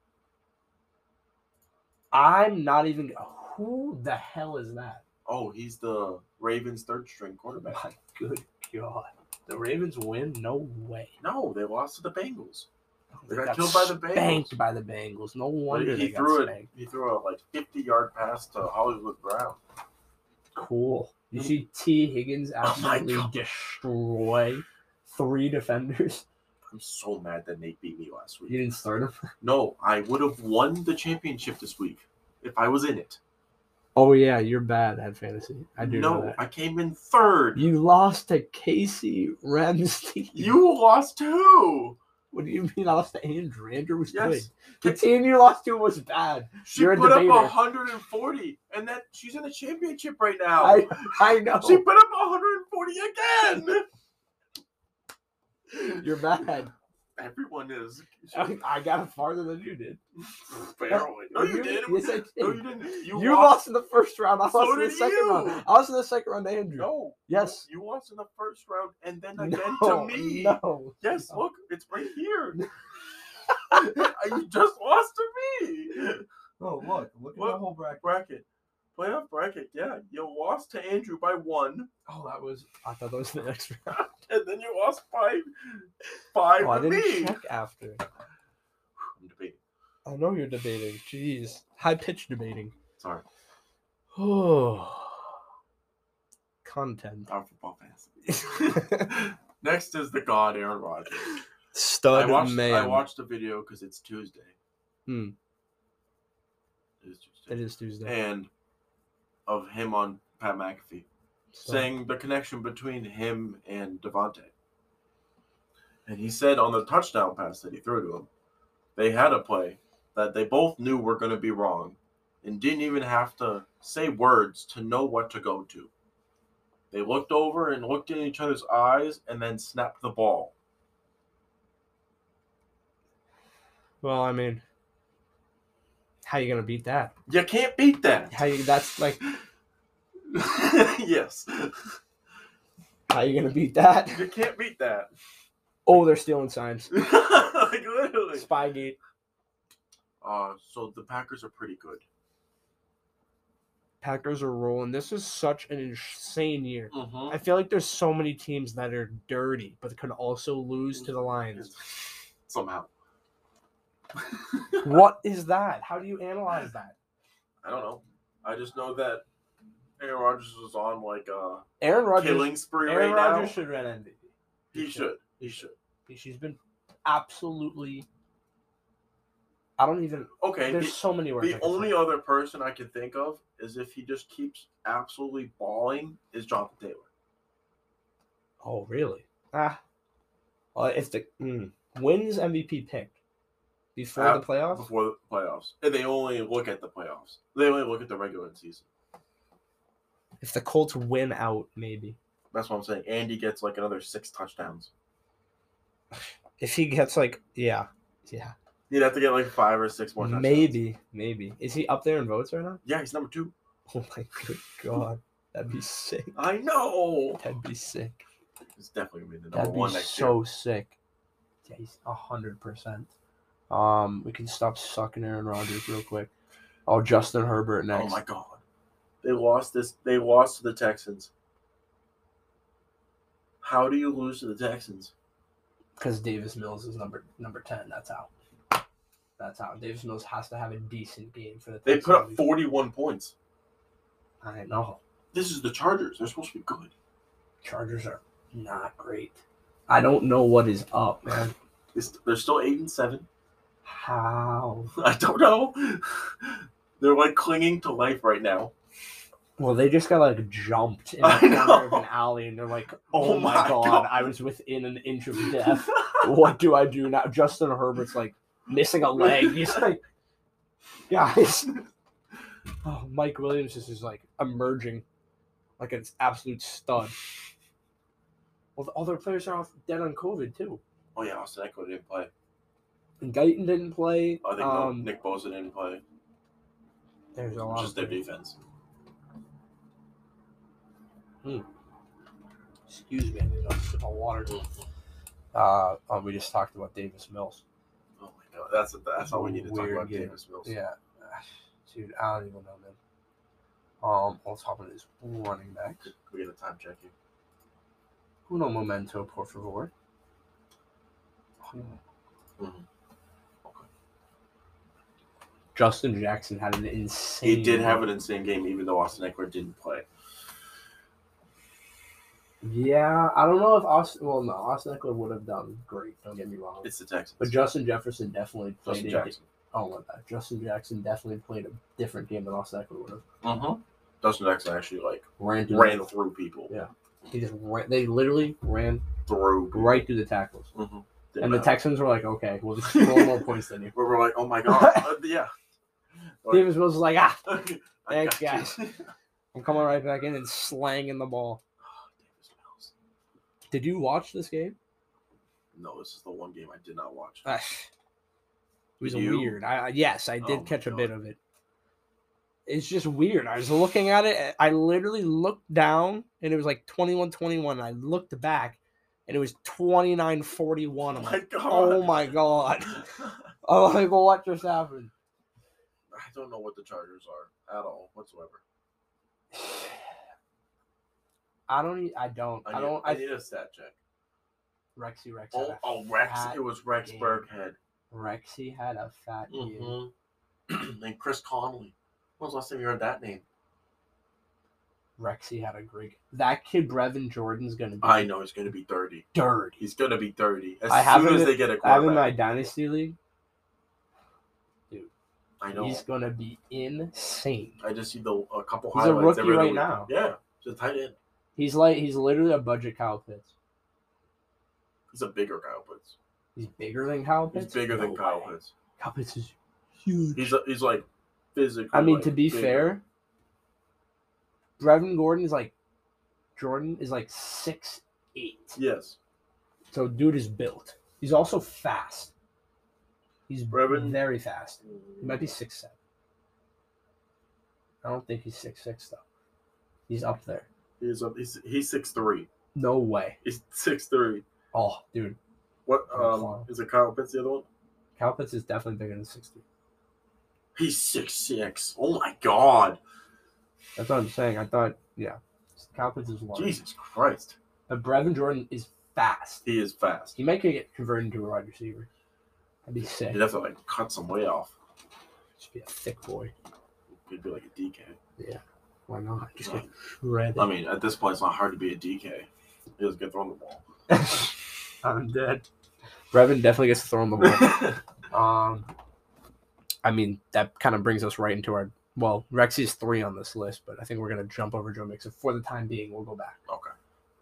[SPEAKER 1] I'm not even. Who the hell is that?
[SPEAKER 2] Oh, he's the Ravens' third string quarterback.
[SPEAKER 1] My good God. The Ravens win? No way.
[SPEAKER 2] No, they lost to the Bengals. They got
[SPEAKER 1] got
[SPEAKER 2] killed by the Bengals.
[SPEAKER 1] Spanked by the Bengals. No wonder
[SPEAKER 2] he
[SPEAKER 1] they
[SPEAKER 2] threw
[SPEAKER 1] got
[SPEAKER 2] it.
[SPEAKER 1] spanked.
[SPEAKER 2] He threw a like 50-yard pass to Hollywood Brown.
[SPEAKER 1] Cool. You see T. Higgins
[SPEAKER 2] my
[SPEAKER 1] absolutely
[SPEAKER 2] God.
[SPEAKER 1] destroy three defenders.
[SPEAKER 2] I'm so mad that Nate beat me last week.
[SPEAKER 1] You didn't start him.
[SPEAKER 2] No, I would have won the championship this week if I was in it.
[SPEAKER 1] Oh yeah, you're bad at fantasy. I do know
[SPEAKER 2] No,
[SPEAKER 1] that.
[SPEAKER 2] I came in third.
[SPEAKER 1] You lost to Casey Ramstein.
[SPEAKER 2] You lost too.
[SPEAKER 1] What do you mean I lost to Andrew? Andrew was
[SPEAKER 2] Yes.
[SPEAKER 1] good. The team you lost to was bad.
[SPEAKER 2] She
[SPEAKER 1] You're a
[SPEAKER 2] put up
[SPEAKER 1] debater.
[SPEAKER 2] 140, and that she's in the championship right now.
[SPEAKER 1] I I know.
[SPEAKER 2] She put up 140 again.
[SPEAKER 1] You're bad.
[SPEAKER 2] Everyone is.
[SPEAKER 1] I, I got farther than you did.
[SPEAKER 2] Barely. No, you
[SPEAKER 1] You-
[SPEAKER 2] didn't.
[SPEAKER 1] yes, I did.
[SPEAKER 2] No, you didn't. You,
[SPEAKER 1] You, lost. in the first round. I
[SPEAKER 2] So
[SPEAKER 1] lost in the
[SPEAKER 2] did
[SPEAKER 1] second
[SPEAKER 2] you.
[SPEAKER 1] round. I lost in the second round to Andrew.
[SPEAKER 2] No.
[SPEAKER 1] Yes.
[SPEAKER 2] You lost in the first round, and then again
[SPEAKER 1] No,
[SPEAKER 2] to me.
[SPEAKER 1] No.
[SPEAKER 2] Yes, look, it's right here. you just lost to me.
[SPEAKER 1] Oh look! Look
[SPEAKER 2] What?
[SPEAKER 1] whole bracket.
[SPEAKER 2] Bracket. Playoff bracket, yeah. You lost to Andrew by one,
[SPEAKER 1] Oh, that was. I thought that was the next round.
[SPEAKER 2] and then you lost by five
[SPEAKER 1] Oh, I
[SPEAKER 2] to
[SPEAKER 1] didn't
[SPEAKER 2] me.
[SPEAKER 1] check after.
[SPEAKER 2] I'm debating.
[SPEAKER 1] I know you're debating. Jeez, high pitch debating.
[SPEAKER 2] Sorry.
[SPEAKER 1] Oh. Content.
[SPEAKER 2] I'm a football fans. Next is the god Aaron Rodgers. I
[SPEAKER 1] Stud
[SPEAKER 2] watched
[SPEAKER 1] man.
[SPEAKER 2] I watched the video because it's Tuesday.
[SPEAKER 1] Hmm.
[SPEAKER 2] It is Tuesday.
[SPEAKER 1] It is Tuesday.
[SPEAKER 2] And of him on Pat McAfee.
[SPEAKER 1] So-
[SPEAKER 2] saying the connection between him and Devontae. And he said on the touchdown pass that he threw to him, they had a play that they both knew were going to be wrong and didn't even have to say words to know what to go to. They looked over and looked in each other's eyes and then snapped the ball.
[SPEAKER 1] Well, I mean, how you gonna beat that?
[SPEAKER 2] You can't beat that.
[SPEAKER 1] How you? That's like
[SPEAKER 2] yes.
[SPEAKER 1] how you gonna beat that?
[SPEAKER 2] You can't beat that.
[SPEAKER 1] Oh, they're stealing signs.
[SPEAKER 2] like literally.
[SPEAKER 1] Spygate.
[SPEAKER 2] Uh, so the Packers are pretty good.
[SPEAKER 1] Packers are rolling. This is such an insane year.
[SPEAKER 2] Mm-hmm.
[SPEAKER 1] I feel like there's so many teams that are dirty, but could also lose to the Lions.
[SPEAKER 2] Somehow.
[SPEAKER 1] What is that? How do you analyze that?
[SPEAKER 2] I don't know. I just know that Aaron Rodgers was on like a
[SPEAKER 1] Aaron Rodgers.
[SPEAKER 2] killing spree
[SPEAKER 1] Aaron
[SPEAKER 2] right
[SPEAKER 1] Rodgers
[SPEAKER 2] now.
[SPEAKER 1] should run MVP.
[SPEAKER 2] He should. He should.
[SPEAKER 1] She's been absolutely. I don't even.
[SPEAKER 2] Okay.
[SPEAKER 1] There's
[SPEAKER 2] The,
[SPEAKER 1] so many words. I
[SPEAKER 2] the
[SPEAKER 1] could say.
[SPEAKER 2] only other person I can think of is if he just keeps absolutely balling is Jonathan Taylor.
[SPEAKER 1] Oh, really? Ah. Uh, if the mm, wins MVP picked before
[SPEAKER 2] Uh,
[SPEAKER 1] the playoffs,
[SPEAKER 2] Before the playoffs, and they only look at the playoffs. They only look at the regular season.
[SPEAKER 1] if the Colts win out, maybe.
[SPEAKER 2] That's what I'm saying. Andy gets like another six touchdowns.
[SPEAKER 1] If he gets like, yeah, yeah,
[SPEAKER 2] You'd have to get like five or six more touchdowns.
[SPEAKER 1] maybe, maybe. Is he up there in votes right now?
[SPEAKER 2] Yeah, he's number two.
[SPEAKER 1] Oh my good god, that'd be sick.
[SPEAKER 2] I know.
[SPEAKER 1] That'd be sick.
[SPEAKER 2] He's definitely gonna be the number
[SPEAKER 1] That'd be
[SPEAKER 2] one next year.
[SPEAKER 1] so sick. Yeah, he's a hundred percent. Um, we can stop sucking Aaron Rodgers real quick. Oh, Justin Herbert next.
[SPEAKER 2] Oh my god. They lost this they lost to the Texans. How do you lose to the Texans?
[SPEAKER 1] because Davis Mills is number number ten. That's how. That's how Davis Mills has to have a decent game for the.
[SPEAKER 2] They put up
[SPEAKER 1] Texans.
[SPEAKER 2] forty one points.
[SPEAKER 1] I know
[SPEAKER 2] This is the Chargers. They're supposed to be good.
[SPEAKER 1] Chargers are not great. I don't know what is up, man.
[SPEAKER 2] It's, they're still eight and seven.
[SPEAKER 1] How?
[SPEAKER 2] I don't know. They're like clinging to life right now.
[SPEAKER 1] Well, they just got like jumped in the
[SPEAKER 2] I
[SPEAKER 1] corner of
[SPEAKER 2] know.
[SPEAKER 1] an alley, and they're like, "Oh,
[SPEAKER 2] Oh
[SPEAKER 1] my
[SPEAKER 2] my
[SPEAKER 1] god,
[SPEAKER 2] God."
[SPEAKER 1] I was within an inch of death. what do I do now?" Justin Herbert's like missing a leg. He's like, "Guys." Oh, Mike Williams just is like emerging like an absolute stud. Well, all their players are off dead on COVID too.
[SPEAKER 2] oh yeah, Austin Eckler didn't play.
[SPEAKER 1] And Guyton didn't play.
[SPEAKER 2] Oh, I think no,
[SPEAKER 1] um,
[SPEAKER 2] Nick Bosa didn't play.
[SPEAKER 1] there's a lot.
[SPEAKER 2] Just their
[SPEAKER 1] of players.
[SPEAKER 2] defense.
[SPEAKER 1] Excuse me, I need a sip of water. Uh, oh, we just talked about Davis Mills.
[SPEAKER 2] Oh my god, that's that's all we need to talk
[SPEAKER 1] Weird
[SPEAKER 2] about.
[SPEAKER 1] game.
[SPEAKER 2] Davis Mills.
[SPEAKER 1] Yeah, dude, I don't even know, man. Um, on top of this, running back.
[SPEAKER 2] We get a time check here.
[SPEAKER 1] Uno momento, por favor.
[SPEAKER 2] Mhm. Okay.
[SPEAKER 1] Justin Jackson had an insane.
[SPEAKER 2] He did have an insane game, even though Austin Eckler didn't play.
[SPEAKER 1] Yeah, I don't know if Austin. Well, no, Austin Eckler would have done great. Don't get me wrong.
[SPEAKER 2] It's the Texans.
[SPEAKER 1] But Justin Jefferson definitely played.
[SPEAKER 2] Justin
[SPEAKER 1] a-
[SPEAKER 2] Jackson.
[SPEAKER 1] Oh my God, Justin Jackson definitely played a different game than Austin Eckler would have.
[SPEAKER 2] Mm-hmm. Justin Jackson actually like
[SPEAKER 1] Ran, through
[SPEAKER 2] ran through people,
[SPEAKER 1] Yeah. He just ran, they literally ran
[SPEAKER 2] through. People.
[SPEAKER 1] right through the tackles.
[SPEAKER 2] Mm-hmm.
[SPEAKER 1] And the Texans were like, okay, we'll just score more points than you.
[SPEAKER 2] we were like, oh my god, Uh, yeah.
[SPEAKER 1] Davis Mills was like, ah,
[SPEAKER 2] Okay, I
[SPEAKER 1] Thanks,
[SPEAKER 2] got
[SPEAKER 1] guys.
[SPEAKER 2] you.
[SPEAKER 1] I'm coming right back in and slanging the ball.
[SPEAKER 2] Davis Mills.
[SPEAKER 1] Did you watch this game?
[SPEAKER 2] No, this is the one game I did not watch.
[SPEAKER 1] Ah, it was
[SPEAKER 2] You?
[SPEAKER 1] weird. I, I- yes, I
[SPEAKER 2] Oh
[SPEAKER 1] did
[SPEAKER 2] my
[SPEAKER 1] catch a
[SPEAKER 2] God.
[SPEAKER 1] bit of it. It's just weird. I was looking at it. I literally looked down and it was like 21 21. I looked back and it was 29 41.
[SPEAKER 2] Oh
[SPEAKER 1] I'm
[SPEAKER 2] my
[SPEAKER 1] like,
[SPEAKER 2] god.
[SPEAKER 1] oh my God. I'm like, what just happened?
[SPEAKER 2] I don't know what the Chargers are at all whatsoever.
[SPEAKER 1] I don't. e- I don't.
[SPEAKER 2] I,
[SPEAKER 1] I,
[SPEAKER 2] need,
[SPEAKER 1] don't.
[SPEAKER 2] I,
[SPEAKER 1] I,
[SPEAKER 2] need a stat check.
[SPEAKER 1] Rexy Rex.
[SPEAKER 2] Oh,
[SPEAKER 1] had a
[SPEAKER 2] oh Rex.
[SPEAKER 1] fat-
[SPEAKER 2] It was Rex
[SPEAKER 1] game.
[SPEAKER 2] Burkhead.
[SPEAKER 1] Rexy had a fat game.
[SPEAKER 2] Mm-hmm. and Chris Conley. When was the last time you heard that name?
[SPEAKER 1] Rexy had a great. That kid Brevin Jordan's gonna be
[SPEAKER 2] I know he's going to be dirty.
[SPEAKER 1] dirty.
[SPEAKER 2] He's going to be dirty as
[SPEAKER 1] I have
[SPEAKER 2] soon
[SPEAKER 1] him
[SPEAKER 2] as
[SPEAKER 1] in-
[SPEAKER 2] they get a
[SPEAKER 1] I have him in
[SPEAKER 2] quarterback.
[SPEAKER 1] my dynasty league.
[SPEAKER 2] I know.
[SPEAKER 1] He's gonna be insane.
[SPEAKER 2] I just see the a couple
[SPEAKER 1] He's a rookie
[SPEAKER 2] highlights every other
[SPEAKER 1] right
[SPEAKER 2] week.
[SPEAKER 1] now.
[SPEAKER 2] Yeah, he's a tight end.
[SPEAKER 1] He's like he's literally a budget Kyle Pitts.
[SPEAKER 2] He's a bigger Kyle Pitts.
[SPEAKER 1] He's bigger than Kyle
[SPEAKER 2] He's
[SPEAKER 1] Pitts.
[SPEAKER 2] bigger
[SPEAKER 1] No
[SPEAKER 2] than Kyle
[SPEAKER 1] way.
[SPEAKER 2] Pitts.
[SPEAKER 1] Kyle Pitts is huge.
[SPEAKER 2] He's a, he's like physically.
[SPEAKER 1] I mean,
[SPEAKER 2] like,
[SPEAKER 1] to be
[SPEAKER 2] bigger.
[SPEAKER 1] fair, Brevin Gordon is like Jordan is like six eight.
[SPEAKER 2] Yes,
[SPEAKER 1] So dude is built. He's also fast. He's
[SPEAKER 2] Brevin-
[SPEAKER 1] very fast. He might be six seven. I don't think he's six six though. He's up there.
[SPEAKER 2] He's a, he's he's six three.
[SPEAKER 1] No way.
[SPEAKER 2] He's six three.
[SPEAKER 1] Oh, dude,
[SPEAKER 2] What
[SPEAKER 1] Oh,
[SPEAKER 2] um
[SPEAKER 1] wow.
[SPEAKER 2] is it? Kyle Pitts the other one?
[SPEAKER 1] Kyle Pitts is definitely bigger than sixty.
[SPEAKER 2] He's six six. Oh my god!
[SPEAKER 1] That's what I'm saying. I thought, yeah, Kyle Pitts is large.
[SPEAKER 2] Jesus Christ!
[SPEAKER 1] But Brevin Jordan is fast.
[SPEAKER 2] He is fast.
[SPEAKER 1] He might get converted into a wide receiver. That'd be sick.
[SPEAKER 2] He'd have to like cut some weight off.
[SPEAKER 1] Just be a thick boy.
[SPEAKER 2] He'd be like a DK.
[SPEAKER 1] Why not? Just get shredded.
[SPEAKER 2] I mean, at this point, it's not hard to be a DK. He doesn't get thrown the ball.
[SPEAKER 1] I'm dead. Brevin definitely gets thrown the ball. Um, I mean, that kind of brings us right into our well, Rexy's three on this list, but I think we're gonna jump over Joe Mixon for the time being. We'll go back.
[SPEAKER 2] Okay.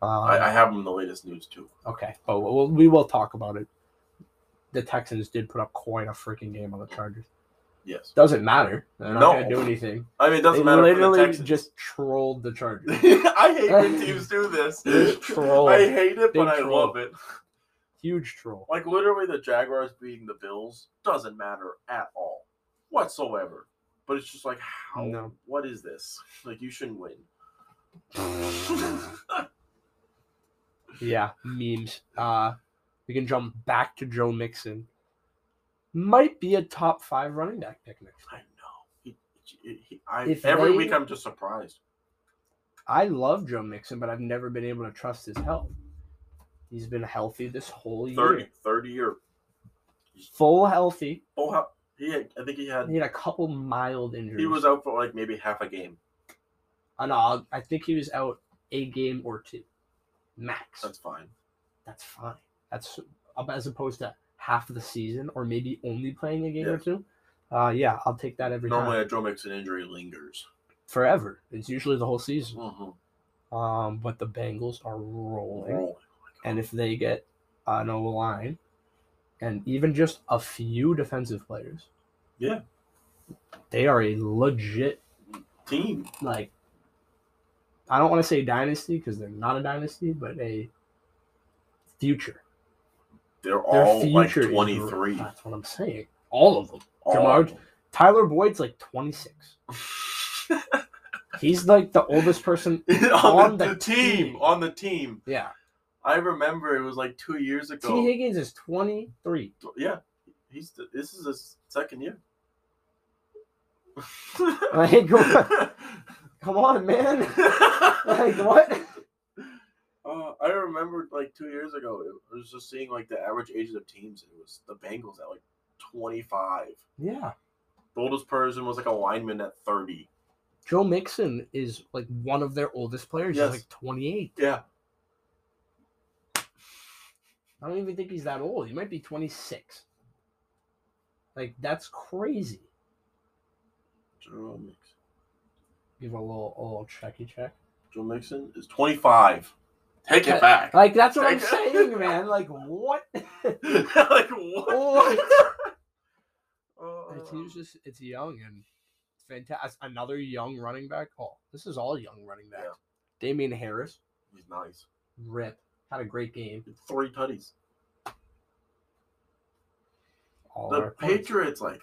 [SPEAKER 1] Um,
[SPEAKER 2] I, I have him in the latest news too.
[SPEAKER 1] okay, but we'll, we'll- we will talk about it. The Texans did put up quite a freaking game on the Chargers.
[SPEAKER 2] Yes.
[SPEAKER 1] Doesn't matter. They're not
[SPEAKER 2] No.
[SPEAKER 1] gonna do anything.
[SPEAKER 2] I mean, it doesn't
[SPEAKER 1] they
[SPEAKER 2] matter.
[SPEAKER 1] literally
[SPEAKER 2] for the Texans.
[SPEAKER 1] just trolled the Chargers.
[SPEAKER 2] I hate when teams do this.
[SPEAKER 1] They troll.
[SPEAKER 2] I hate it,
[SPEAKER 1] They
[SPEAKER 2] but I
[SPEAKER 1] troll.
[SPEAKER 2] love it.
[SPEAKER 1] Huge troll.
[SPEAKER 2] Like literally, the Jaguars beating the Bills doesn't matter at all, whatsoever. But it's just like, how?
[SPEAKER 1] No.
[SPEAKER 2] What is this? Like you shouldn't win.
[SPEAKER 1] Yeah, memes. Uh, we can jump back to Joe Mixon. Might be a top five running back pick next.
[SPEAKER 2] I know. He, he, he- I,
[SPEAKER 1] If
[SPEAKER 2] every
[SPEAKER 1] they-
[SPEAKER 2] week, I'm just surprised.
[SPEAKER 1] I love Joe Mixon, but I've never been able to trust his health. He's been healthy this whole year,
[SPEAKER 2] 30, 30 year.
[SPEAKER 1] full healthy.
[SPEAKER 2] Oh, how, he had, I think he had.
[SPEAKER 1] He had a couple mild injuries.
[SPEAKER 2] He was out for like maybe half a game.
[SPEAKER 1] Uh, no, I think he was out a game or two, max.
[SPEAKER 2] That's fine.
[SPEAKER 1] That's fine. That's up as opposed to half of the season or maybe only playing a game or
[SPEAKER 2] Yeah.
[SPEAKER 1] two. Uh, yeah, I'll take that every
[SPEAKER 2] Normally,
[SPEAKER 1] time.
[SPEAKER 2] a Joe Mixon injury lingers.
[SPEAKER 1] Forever. It's usually the whole season.
[SPEAKER 2] Mhm.
[SPEAKER 1] Um, but the Bengals are rolling.
[SPEAKER 2] Rolling.
[SPEAKER 1] And if they get an O line and even just a few defensive players,
[SPEAKER 2] Yeah.
[SPEAKER 1] they are a legit,
[SPEAKER 2] Team.
[SPEAKER 1] like, I don't want to say dynasty because they're not a dynasty, but a future.
[SPEAKER 2] They're
[SPEAKER 1] Their
[SPEAKER 2] all like
[SPEAKER 1] future is-
[SPEAKER 2] 23.
[SPEAKER 1] That's what I'm saying. All of them.
[SPEAKER 2] All
[SPEAKER 1] Jamar-
[SPEAKER 2] of them.
[SPEAKER 1] Tyler Boyd's like 26. He's like the oldest person.
[SPEAKER 2] on,
[SPEAKER 1] On
[SPEAKER 2] the,
[SPEAKER 1] the
[SPEAKER 2] the team,
[SPEAKER 1] team.
[SPEAKER 2] on the team.
[SPEAKER 1] Yeah.
[SPEAKER 2] I remember it was like two years
[SPEAKER 1] T.
[SPEAKER 2] ago.
[SPEAKER 1] Higgins is 23.
[SPEAKER 2] yeah, he's the, this is his second year.
[SPEAKER 1] Like, come on, man. Like, what?
[SPEAKER 2] Uh, I remember like two years ago, it was just seeing like the average ages of teams. It was the Bengals at like 25.
[SPEAKER 1] Yeah.
[SPEAKER 2] The oldest person was like a lineman at 30.
[SPEAKER 1] Joe Mixon is like one of their oldest players.
[SPEAKER 2] Yes.
[SPEAKER 1] He's like 28.
[SPEAKER 2] Yeah,
[SPEAKER 1] I don't even think he's that old. He might be 26. Like, that's crazy.
[SPEAKER 2] Joe Mixon.
[SPEAKER 1] Give a little, a little checky check.
[SPEAKER 2] Joe Mixon is 25. Take it back.
[SPEAKER 1] Like, that's what I'm
[SPEAKER 2] Like-
[SPEAKER 1] saying, man. Like, what?
[SPEAKER 2] like what?
[SPEAKER 1] What?
[SPEAKER 2] Uh,
[SPEAKER 1] It's he's just it's young and it's fantastic. Another young running back. Oh, this is all young running backs.
[SPEAKER 2] Yeah.
[SPEAKER 1] Damien Harris,
[SPEAKER 2] he's nice.
[SPEAKER 1] rip, had a great game.
[SPEAKER 2] Three tutties.
[SPEAKER 1] All
[SPEAKER 2] The
[SPEAKER 1] our points.
[SPEAKER 2] Patriots, like,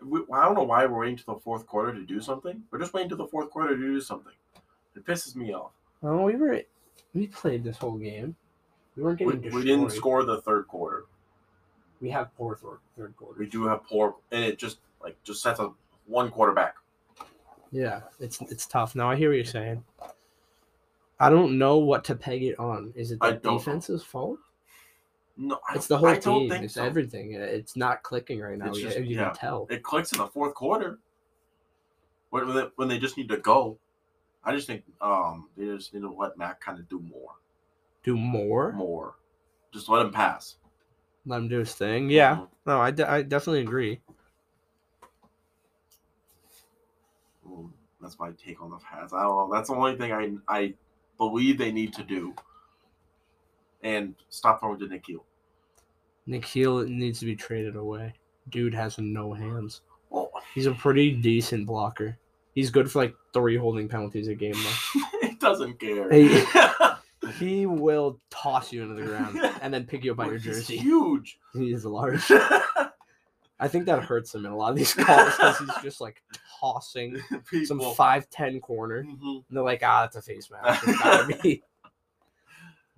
[SPEAKER 2] we, I don't know why we're waiting to the fourth quarter to do something. We're just waiting to the fourth quarter to do something. It pisses me off.
[SPEAKER 1] Oh, we were we played this whole game. We weren't
[SPEAKER 2] We,
[SPEAKER 1] getting
[SPEAKER 2] we didn't
[SPEAKER 1] destroyed.
[SPEAKER 2] score the third quarter.
[SPEAKER 1] We have poor third third quarter.
[SPEAKER 2] We do have poor, and it just like just sets up one quarterback.
[SPEAKER 1] Yeah, it's it's tough. Now I hear what you're saying. I don't know what to peg it on. Is it
[SPEAKER 2] I
[SPEAKER 1] the
[SPEAKER 2] don't know.
[SPEAKER 1] defense's fault?
[SPEAKER 2] No, I,
[SPEAKER 1] It's the whole
[SPEAKER 2] I don't
[SPEAKER 1] team.
[SPEAKER 2] think
[SPEAKER 1] It's
[SPEAKER 2] so.
[SPEAKER 1] everything. It's not clicking right now.
[SPEAKER 2] It's
[SPEAKER 1] You-
[SPEAKER 2] just-
[SPEAKER 1] you
[SPEAKER 2] yeah.
[SPEAKER 1] can tell.
[SPEAKER 2] It clicks in the fourth quarter. When when they, when they just need to go, I just think um they just need to let Mac kind of do more,
[SPEAKER 1] Do more.
[SPEAKER 2] more, just let him pass.
[SPEAKER 1] Let him do his thing. Yeah. No, I, de- I definitely agree.
[SPEAKER 2] Mm, that's my take on the Pats. I don't know. That's the only thing I I believe they need to do. And stop throwing to Nikhil.
[SPEAKER 1] Nikhil needs to be traded away. Dude has no hands.
[SPEAKER 2] Well,
[SPEAKER 1] He's a pretty decent blocker. He's good for like three holding penalties a game though.
[SPEAKER 2] he doesn't care.
[SPEAKER 1] Hey. He will toss you into the ground and then pick you up by your
[SPEAKER 2] He's
[SPEAKER 1] jersey.
[SPEAKER 2] huge.
[SPEAKER 1] He is large. I think that hurts him in a lot of these calls because he's just like tossing some
[SPEAKER 2] People.
[SPEAKER 1] five ten corner. And
[SPEAKER 2] Mhm.
[SPEAKER 1] they're like, ah, that's a face mask. It's gotta be.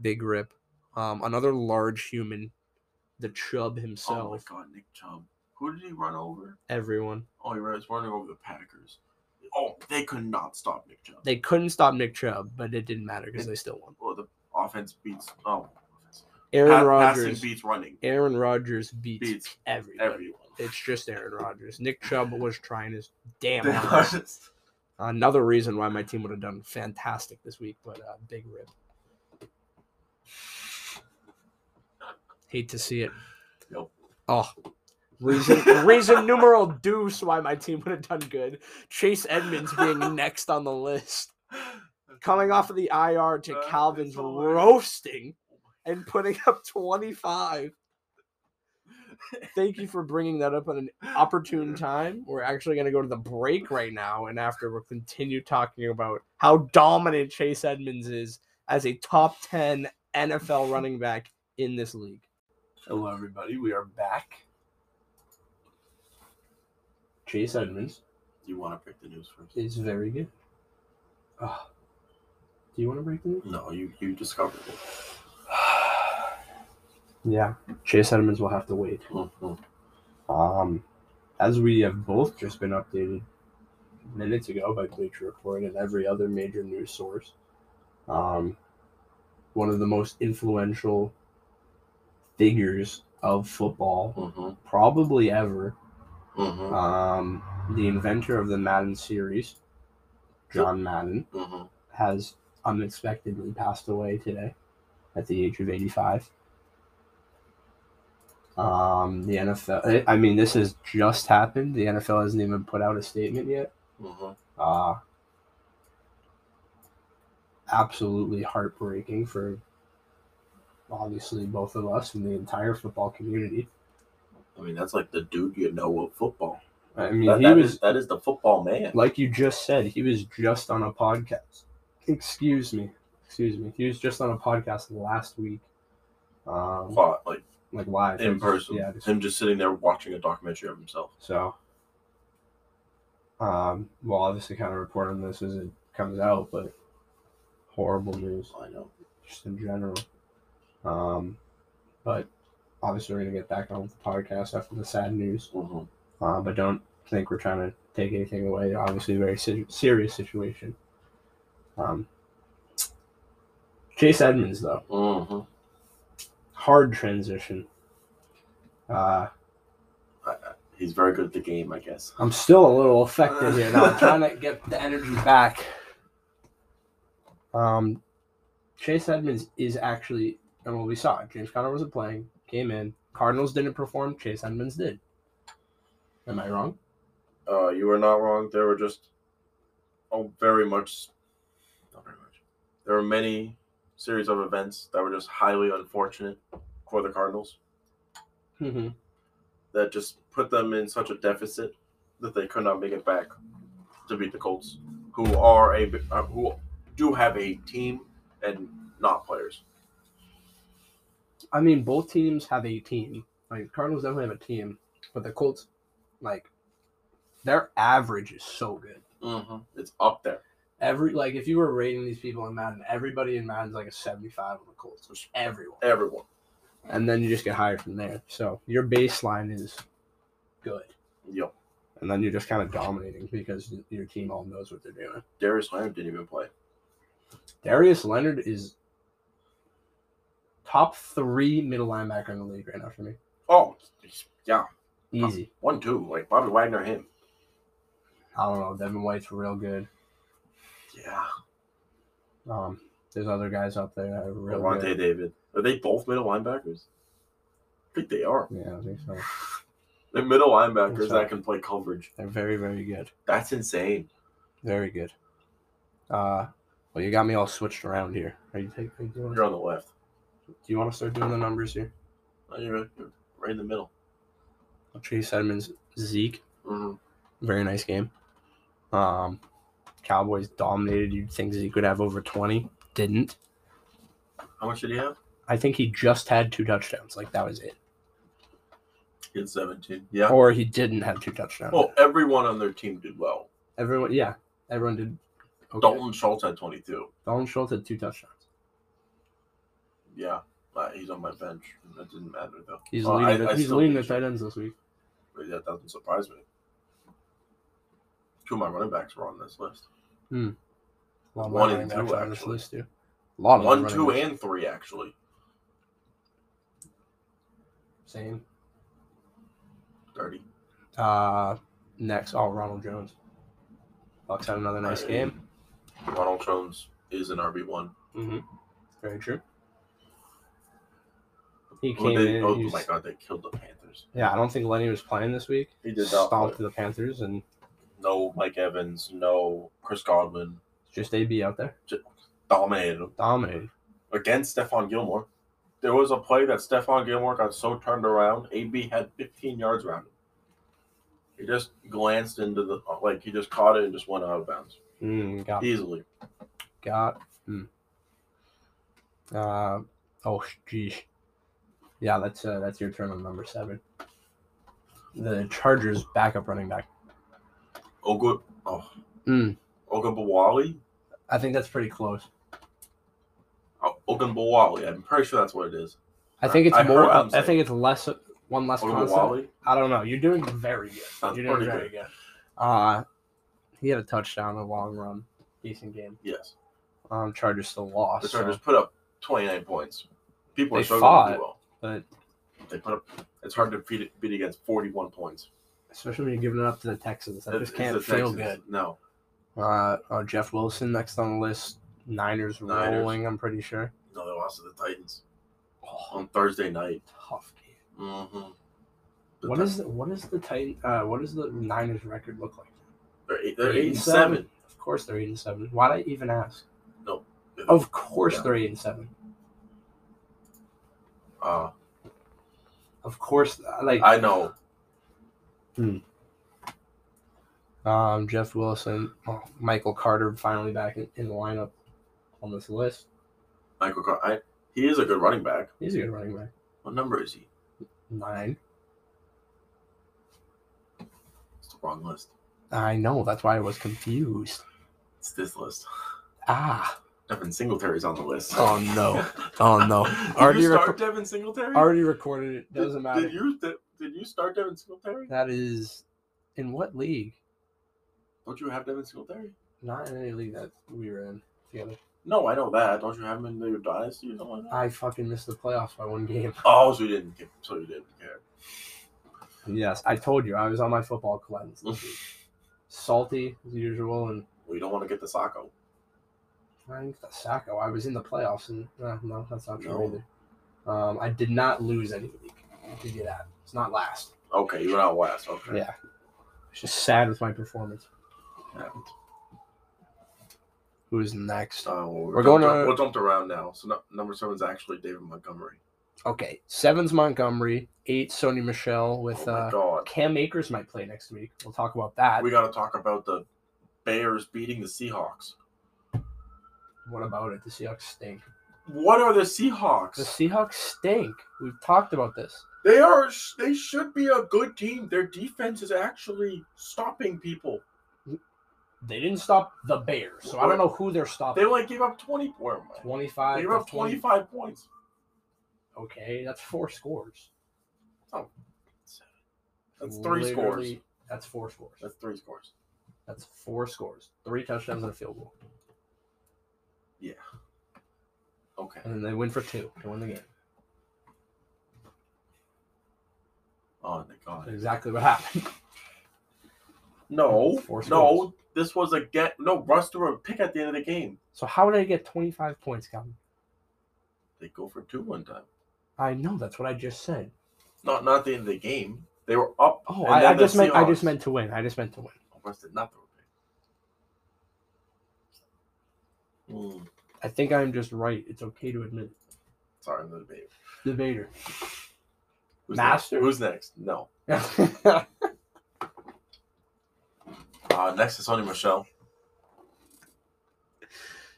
[SPEAKER 1] Big rip. Um, another large human, the Chubb
[SPEAKER 2] Oh my
[SPEAKER 1] himself.
[SPEAKER 2] god, Nick Chubb. Who did he run over?
[SPEAKER 1] Everyone.
[SPEAKER 2] Oh, he was running over the Packers. Oh, they could not stop Nick Chubb.
[SPEAKER 1] they couldn't stop Nick Chubb, but it didn't matter because they still won.
[SPEAKER 2] Oh, the offense beats. Oh,
[SPEAKER 1] Aaron
[SPEAKER 2] pa-
[SPEAKER 1] Rodgers.
[SPEAKER 2] passing beats running.
[SPEAKER 1] Aaron Rodgers beats,
[SPEAKER 2] Beats
[SPEAKER 1] everybody.
[SPEAKER 2] everyone.
[SPEAKER 1] It's just Aaron Rodgers. Nick Chubb was trying his damn
[SPEAKER 2] They are
[SPEAKER 1] hardest.
[SPEAKER 2] just-
[SPEAKER 1] Another reason why my team would have done fantastic this week, but uh, big rip. Hate to see it.
[SPEAKER 2] Yep.
[SPEAKER 1] Oh, reason reason numeral deuce why my team would have done good. Chase Edmonds being next on the list. coming off of the IR to
[SPEAKER 2] Uh, it's
[SPEAKER 1] Calvin's
[SPEAKER 2] all right.
[SPEAKER 1] roasting and putting up 25. Thank you for bringing that up at an opportune time. We're actually going to go to the break right now, and after we'll continue talking about how dominant Chase Edmonds is as a top 10 NFL running back in this league.
[SPEAKER 2] Hello, everybody. We are back.
[SPEAKER 1] Chase Edmonds
[SPEAKER 2] You want to pick the news first?
[SPEAKER 1] is very good. Ah. do you want to break the news?
[SPEAKER 2] No, you you discovered it.
[SPEAKER 1] yeah, Chase Edmonds will have to wait.
[SPEAKER 2] Mhm.
[SPEAKER 1] Um, as we have both just been updated minutes ago by Bleacher Report and every other major news source, um, one of the most influential figures of football,
[SPEAKER 2] Mhm.
[SPEAKER 1] probably ever,
[SPEAKER 2] Mhm.
[SPEAKER 1] um, the inventor of the Madden series, John Madden,
[SPEAKER 2] Mhm.
[SPEAKER 1] has unexpectedly passed away today at the age of 85. Um, the NFL, I I mean, this has just happened. The NFL hasn't even put out a statement yet.
[SPEAKER 2] Mhm.
[SPEAKER 1] Uh, absolutely heartbreaking for obviously both of us and the entire football community.
[SPEAKER 2] I mean, that's like the dude you know of football.
[SPEAKER 1] I mean,
[SPEAKER 2] That-
[SPEAKER 1] he
[SPEAKER 2] that
[SPEAKER 1] was
[SPEAKER 2] is- that is the football man.
[SPEAKER 1] like you just said, he was just on a podcast. Excuse me. Excuse me. He was just on a podcast last week. Um,
[SPEAKER 2] Fought, like
[SPEAKER 1] like live.
[SPEAKER 2] in person.
[SPEAKER 1] Yeah. just-
[SPEAKER 2] Him just sitting there watching a documentary of himself.
[SPEAKER 1] so, um, we'll obviously kind of report on this as it comes out, but horrible news
[SPEAKER 2] I know.
[SPEAKER 1] just in general. Um, but obviously we're going to get back on with the podcast after the sad news.
[SPEAKER 2] hmm
[SPEAKER 1] Uh, but don't think we're trying to take anything away. Obviously, a very se- serious situation. Um, Chase Edmonds, though,
[SPEAKER 2] hmm
[SPEAKER 1] hard transition. Uh,
[SPEAKER 2] He's very good at the game, I guess.
[SPEAKER 1] I'm still a little affected here now. I'm trying to get the energy back. Um, Chase Edmonds is actually, and well, we saw it. James Conner wasn't playing, came in. Cardinals didn't perform. Chase Edmonds did. Am I wrong?
[SPEAKER 2] Uh, you are not wrong. There were just oh, very much, not very much. There were many series of events that were just highly unfortunate for the Cardinals
[SPEAKER 1] Mm-hmm.
[SPEAKER 2] that just put them in such a deficit that they could not make it back to beat the Colts, who are a uh, who do have a team and not players.
[SPEAKER 1] I mean, both teams have a team. Like Cardinals definitely have a team, but the Colts, like, their average is so good.
[SPEAKER 2] Mm-hmm. It's up there.
[SPEAKER 1] Every like, if you were rating these people in Madden, everybody in Madden's like a seventy-five on the Colts. Just everyone,
[SPEAKER 2] Everyone.
[SPEAKER 1] and then you just get higher from there. So your baseline is good,
[SPEAKER 2] Yep.
[SPEAKER 1] and then you're just kind of dominating because your team all knows what they're doing.
[SPEAKER 2] Darius Lamb didn't even play.
[SPEAKER 1] Darius Leonard is top three middle linebacker in the league right now for me.
[SPEAKER 2] Oh, yeah,
[SPEAKER 1] Easy.
[SPEAKER 2] one two. Like Bobby Wagner, him.
[SPEAKER 1] I don't know. Devin White's real good.
[SPEAKER 2] Yeah.
[SPEAKER 1] Um, there's other guys out there that are real
[SPEAKER 2] Ronte
[SPEAKER 1] good.
[SPEAKER 2] David. Are they both middle linebackers? I think they are.
[SPEAKER 1] Yeah, I think so.
[SPEAKER 2] They're middle linebackers
[SPEAKER 1] That's
[SPEAKER 2] that
[SPEAKER 1] right.
[SPEAKER 2] can play coverage.
[SPEAKER 1] They're very, very good.
[SPEAKER 2] That's insane.
[SPEAKER 1] Very good. Uh, well, you got me all switched around here. Are you taking? Do you want
[SPEAKER 2] You're on the left.
[SPEAKER 1] to, do you want to start doing the numbers here?
[SPEAKER 2] Oh, You're right, you're right in the middle.
[SPEAKER 1] Chase Edmonds, Zeke,
[SPEAKER 2] hmm
[SPEAKER 1] very nice game. Um, Cowboys dominated. You'd think Zeke would have over twenty. Didn't.
[SPEAKER 2] How much did he have?
[SPEAKER 1] I think he just had two touchdowns. Like that was it.
[SPEAKER 2] He had 17. Yeah. Oh.
[SPEAKER 1] Or he didn't have two touchdowns.
[SPEAKER 2] Well, everyone on their team did well.
[SPEAKER 1] everyone, yeah, everyone did. Okay.
[SPEAKER 2] Dalton Schultz had 22.
[SPEAKER 1] Dalton Schultz had two touchdowns.
[SPEAKER 2] Yeah. Uh, he's on my bench. That didn't matter, though.
[SPEAKER 1] He's
[SPEAKER 2] Well,
[SPEAKER 1] leading.
[SPEAKER 2] I-
[SPEAKER 1] the,
[SPEAKER 2] I
[SPEAKER 1] he's
[SPEAKER 2] still
[SPEAKER 1] leading the
[SPEAKER 2] think so.
[SPEAKER 1] tight ends this week.
[SPEAKER 2] But that doesn't surprise me. Two of my running backs were on this list.
[SPEAKER 1] A lot of
[SPEAKER 2] One
[SPEAKER 1] running
[SPEAKER 2] and
[SPEAKER 1] backs
[SPEAKER 2] two,
[SPEAKER 1] on this
[SPEAKER 2] actually.
[SPEAKER 1] list, too. A lot of
[SPEAKER 2] One,
[SPEAKER 1] running
[SPEAKER 2] two,
[SPEAKER 1] backs.
[SPEAKER 2] and three, actually.
[SPEAKER 1] same.
[SPEAKER 2] 30.
[SPEAKER 1] Uh, next, oh Ronald Jones. Bucks had another nice
[SPEAKER 2] Right.
[SPEAKER 1] game.
[SPEAKER 2] Ronald Jones is an RB1.
[SPEAKER 1] Mm-hmm. Very true. He
[SPEAKER 2] Oh,
[SPEAKER 1] came
[SPEAKER 2] they,
[SPEAKER 1] in.
[SPEAKER 2] oh
[SPEAKER 1] he was-
[SPEAKER 2] my god, they killed the Panthers.
[SPEAKER 1] yeah, I don't think Lenny was playing this week.
[SPEAKER 2] He did not.
[SPEAKER 1] Stomped
[SPEAKER 2] play.
[SPEAKER 1] the Panthers and
[SPEAKER 2] No Mike Evans, no Chris Godwin.
[SPEAKER 1] just AB out there
[SPEAKER 2] Dominated him.
[SPEAKER 1] dominated.
[SPEAKER 2] Against Stephon Gilmore. There was a play that Stephon Gilmore got so turned around, AB had 15 yards around him. He just glanced into the, uh, like, he just caught it and just went out of bounds.
[SPEAKER 1] Mm, got
[SPEAKER 2] Easily.
[SPEAKER 1] got. mm. Uh, oh, geez. Yeah, that's uh, that's your turn on number seven. The Chargers backup running back.
[SPEAKER 2] Ogun, oh,
[SPEAKER 1] Mm.
[SPEAKER 2] Ogunbowale?
[SPEAKER 1] I think that's pretty close.
[SPEAKER 2] Oh, Ogunbowale. I'm pretty sure that's what it is.
[SPEAKER 1] I think it's
[SPEAKER 2] I heard
[SPEAKER 1] more.
[SPEAKER 2] them
[SPEAKER 1] I
[SPEAKER 2] say-
[SPEAKER 1] think it's less. One less constant.
[SPEAKER 2] Ogunbowale?
[SPEAKER 1] I don't know. You're doing very good.
[SPEAKER 2] Sounds
[SPEAKER 1] You're doing
[SPEAKER 2] pretty
[SPEAKER 1] very
[SPEAKER 2] good.
[SPEAKER 1] good. Uh, he had a touchdown, a long run, decent game.
[SPEAKER 2] Yes.
[SPEAKER 1] Um, Chargers still lost.
[SPEAKER 2] The
[SPEAKER 1] so-
[SPEAKER 2] Chargers put up 29 points. People
[SPEAKER 1] They
[SPEAKER 2] are struggling to
[SPEAKER 1] fought.
[SPEAKER 2] do well.
[SPEAKER 1] but
[SPEAKER 2] They put up. It's hard to beat, beat against 41 points.
[SPEAKER 1] especially when you're giving it up to the Texans, that
[SPEAKER 2] It-
[SPEAKER 1] just
[SPEAKER 2] it's
[SPEAKER 1] can't
[SPEAKER 2] the
[SPEAKER 1] feel
[SPEAKER 2] Texans.
[SPEAKER 1] good.
[SPEAKER 2] No,
[SPEAKER 1] Uh, uh, Jeff Wilson next on the list. Niners,
[SPEAKER 2] Niners.
[SPEAKER 1] rolling. I'm pretty sure.
[SPEAKER 2] no, they lost to the Titans
[SPEAKER 1] Oh,
[SPEAKER 2] on Thursday night.
[SPEAKER 1] tough game.
[SPEAKER 2] Mm-hmm.
[SPEAKER 1] What is the, what is the Titan? Uh, what does the Niners record look like?
[SPEAKER 2] They're eight, they're
[SPEAKER 1] Eight
[SPEAKER 2] eight
[SPEAKER 1] and
[SPEAKER 2] and seven.
[SPEAKER 1] Of course they're eight and seven. Why'd I even ask?
[SPEAKER 2] No.
[SPEAKER 1] Of course
[SPEAKER 2] Yeah.
[SPEAKER 1] they're eight and seven.
[SPEAKER 2] Uh,
[SPEAKER 1] Of course, uh, like
[SPEAKER 2] I know.
[SPEAKER 1] um, Jeff Wilson, oh, Michael Carter finally back in, in the lineup on this list.
[SPEAKER 2] Michael Car- I, he is a good running back.
[SPEAKER 1] He's a good running back.
[SPEAKER 2] What number is he?
[SPEAKER 1] Nine.
[SPEAKER 2] It's the wrong list.
[SPEAKER 1] I know. That's why I was confused.
[SPEAKER 2] It's this list.
[SPEAKER 1] Ah.
[SPEAKER 2] Devin Singletary's on the list.
[SPEAKER 1] Oh no. Oh no.
[SPEAKER 2] did
[SPEAKER 1] Already
[SPEAKER 2] you start
[SPEAKER 1] reco-
[SPEAKER 2] Devin Singletary?
[SPEAKER 1] Already recorded it.
[SPEAKER 2] Did-
[SPEAKER 1] Doesn't matter.
[SPEAKER 2] Did you did, did you start Devin Singletary?
[SPEAKER 1] That is in what league?
[SPEAKER 2] Don't you have Devin Singletary?
[SPEAKER 1] Not in any league that we were in together.
[SPEAKER 2] No, I know that. Don't you have him in your dynasty or something like that?
[SPEAKER 1] I fucking missed the playoffs by one game.
[SPEAKER 2] Oh, so you didn't. care- So you didn't care.
[SPEAKER 1] Yes, I told you I was on my football cleanse. this week. Salty as usual, and
[SPEAKER 2] We don't want to get the Sacco.
[SPEAKER 1] I think the Sacco. I was in the playoffs, and no, no, that's not true
[SPEAKER 2] No.
[SPEAKER 1] either. Um, I did not lose any league. I did you that? It's not last.
[SPEAKER 2] Okay, you went out west. Okay.
[SPEAKER 1] Yeah, it's just sad with my performance.
[SPEAKER 2] Yeah. Uh,
[SPEAKER 1] Who's next?
[SPEAKER 2] So we're,
[SPEAKER 1] We're
[SPEAKER 2] jumped
[SPEAKER 1] going
[SPEAKER 2] ar-
[SPEAKER 1] to-
[SPEAKER 2] we're jumped around now. So no, number seven's actually David Montgomery.
[SPEAKER 1] Okay, seven's Montgomery, eight Sony Michelle with
[SPEAKER 2] oh my
[SPEAKER 1] uh,
[SPEAKER 2] god.
[SPEAKER 1] Cam Akers might play next week. We'll talk about that.
[SPEAKER 2] We got to talk about the Bears beating the Seahawks.
[SPEAKER 1] What about it? The Seahawks stink.
[SPEAKER 2] What are the
[SPEAKER 1] The
[SPEAKER 2] Seahawks?
[SPEAKER 1] Seahawks stink. We've talked about this.
[SPEAKER 2] They are. sh- They should be a good team. Their defense is actually stopping people.
[SPEAKER 1] They didn't stop the Bears, so I don't know who they're stopping.
[SPEAKER 2] They like gave up twenty. Where am I?
[SPEAKER 1] 25
[SPEAKER 2] They gave
[SPEAKER 1] to
[SPEAKER 2] up
[SPEAKER 1] 20.
[SPEAKER 2] twenty-five points.
[SPEAKER 1] Okay, that's four scores.
[SPEAKER 2] That's three
[SPEAKER 1] Literally,
[SPEAKER 2] scores.
[SPEAKER 1] That's four scores.
[SPEAKER 2] That's three scores.
[SPEAKER 1] That's four scores. Three touchdowns and a field goal.
[SPEAKER 2] Okay.
[SPEAKER 1] And then they win for two to win the game.
[SPEAKER 2] Oh my
[SPEAKER 1] That's
[SPEAKER 2] god.
[SPEAKER 1] exactly what happened.
[SPEAKER 2] No.
[SPEAKER 1] Four scores.
[SPEAKER 2] No. This was a get. No. Russ threw a pick at the end of the game.
[SPEAKER 1] So how did I get 25 points, Calvin?
[SPEAKER 2] They go for two one time.
[SPEAKER 1] I know that's what I just said.
[SPEAKER 2] Not not the end of the game. They were up.
[SPEAKER 1] Oh,
[SPEAKER 2] and
[SPEAKER 1] I, I
[SPEAKER 2] then the
[SPEAKER 1] just meant I just
[SPEAKER 2] Seahawks-
[SPEAKER 1] meant to win. I just meant to win.
[SPEAKER 2] Oh, Russ did not throw a pick. Mm,
[SPEAKER 1] I think I'm just right. It's okay to admit it.
[SPEAKER 2] sorry, I'm the debate.
[SPEAKER 1] Debater.
[SPEAKER 2] Who's
[SPEAKER 1] Master?
[SPEAKER 2] Next? Who's next? No.
[SPEAKER 1] That's
[SPEAKER 2] Uh, next is Sonny Michelle.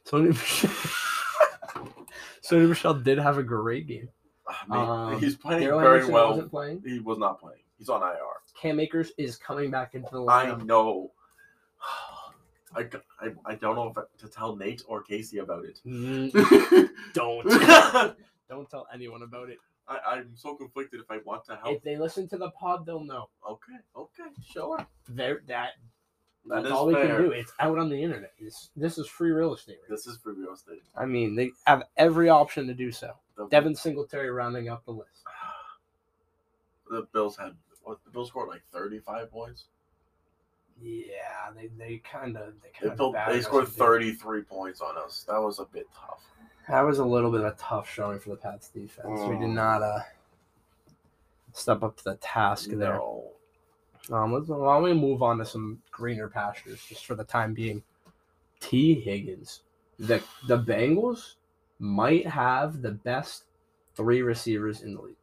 [SPEAKER 1] Sony Michelle. Sony Michelle did have a great game.
[SPEAKER 2] Ah, man,
[SPEAKER 1] Um,
[SPEAKER 2] he's playing
[SPEAKER 1] Daryl
[SPEAKER 2] very
[SPEAKER 1] Henderson
[SPEAKER 2] well.
[SPEAKER 1] wasn't playing.
[SPEAKER 2] He was not playing. He's on IR.
[SPEAKER 1] Cam Akers is coming back into the
[SPEAKER 2] I
[SPEAKER 1] lineup.
[SPEAKER 2] know. I, g- I, I don't know if to tell Nate or Casey about it.
[SPEAKER 1] Mm, Don't
[SPEAKER 2] I,
[SPEAKER 1] don't tell anyone about it.
[SPEAKER 2] I'm so conflicted if I want to help.
[SPEAKER 1] If they listen to the pod, they'll know.
[SPEAKER 2] Okay, okay, sure.
[SPEAKER 1] There, that
[SPEAKER 2] That
[SPEAKER 1] that's
[SPEAKER 2] is
[SPEAKER 1] all we
[SPEAKER 2] fair.
[SPEAKER 1] can do. It's out on the internet. This this is free real estate. right?
[SPEAKER 2] This is for real estate.
[SPEAKER 1] I mean, they have every option to do so.
[SPEAKER 2] The,
[SPEAKER 1] Devin Singletary rounding up the list.
[SPEAKER 2] the Bills had what, the Bills scored like 35 points.
[SPEAKER 1] Yeah, they they kind of they
[SPEAKER 2] They,
[SPEAKER 1] kind
[SPEAKER 2] built-
[SPEAKER 1] of
[SPEAKER 2] they scored 33 points on us. That was a bit tough.
[SPEAKER 1] That was a little bit of a tough showing for the Pats defense. We did
[SPEAKER 2] Mm.
[SPEAKER 1] not uh step up to the task there.
[SPEAKER 2] No.
[SPEAKER 1] Um, let's why don't we move on to some greener pastures just for the time being. T. Higgins, the the Bengals might have the best three receivers in the league,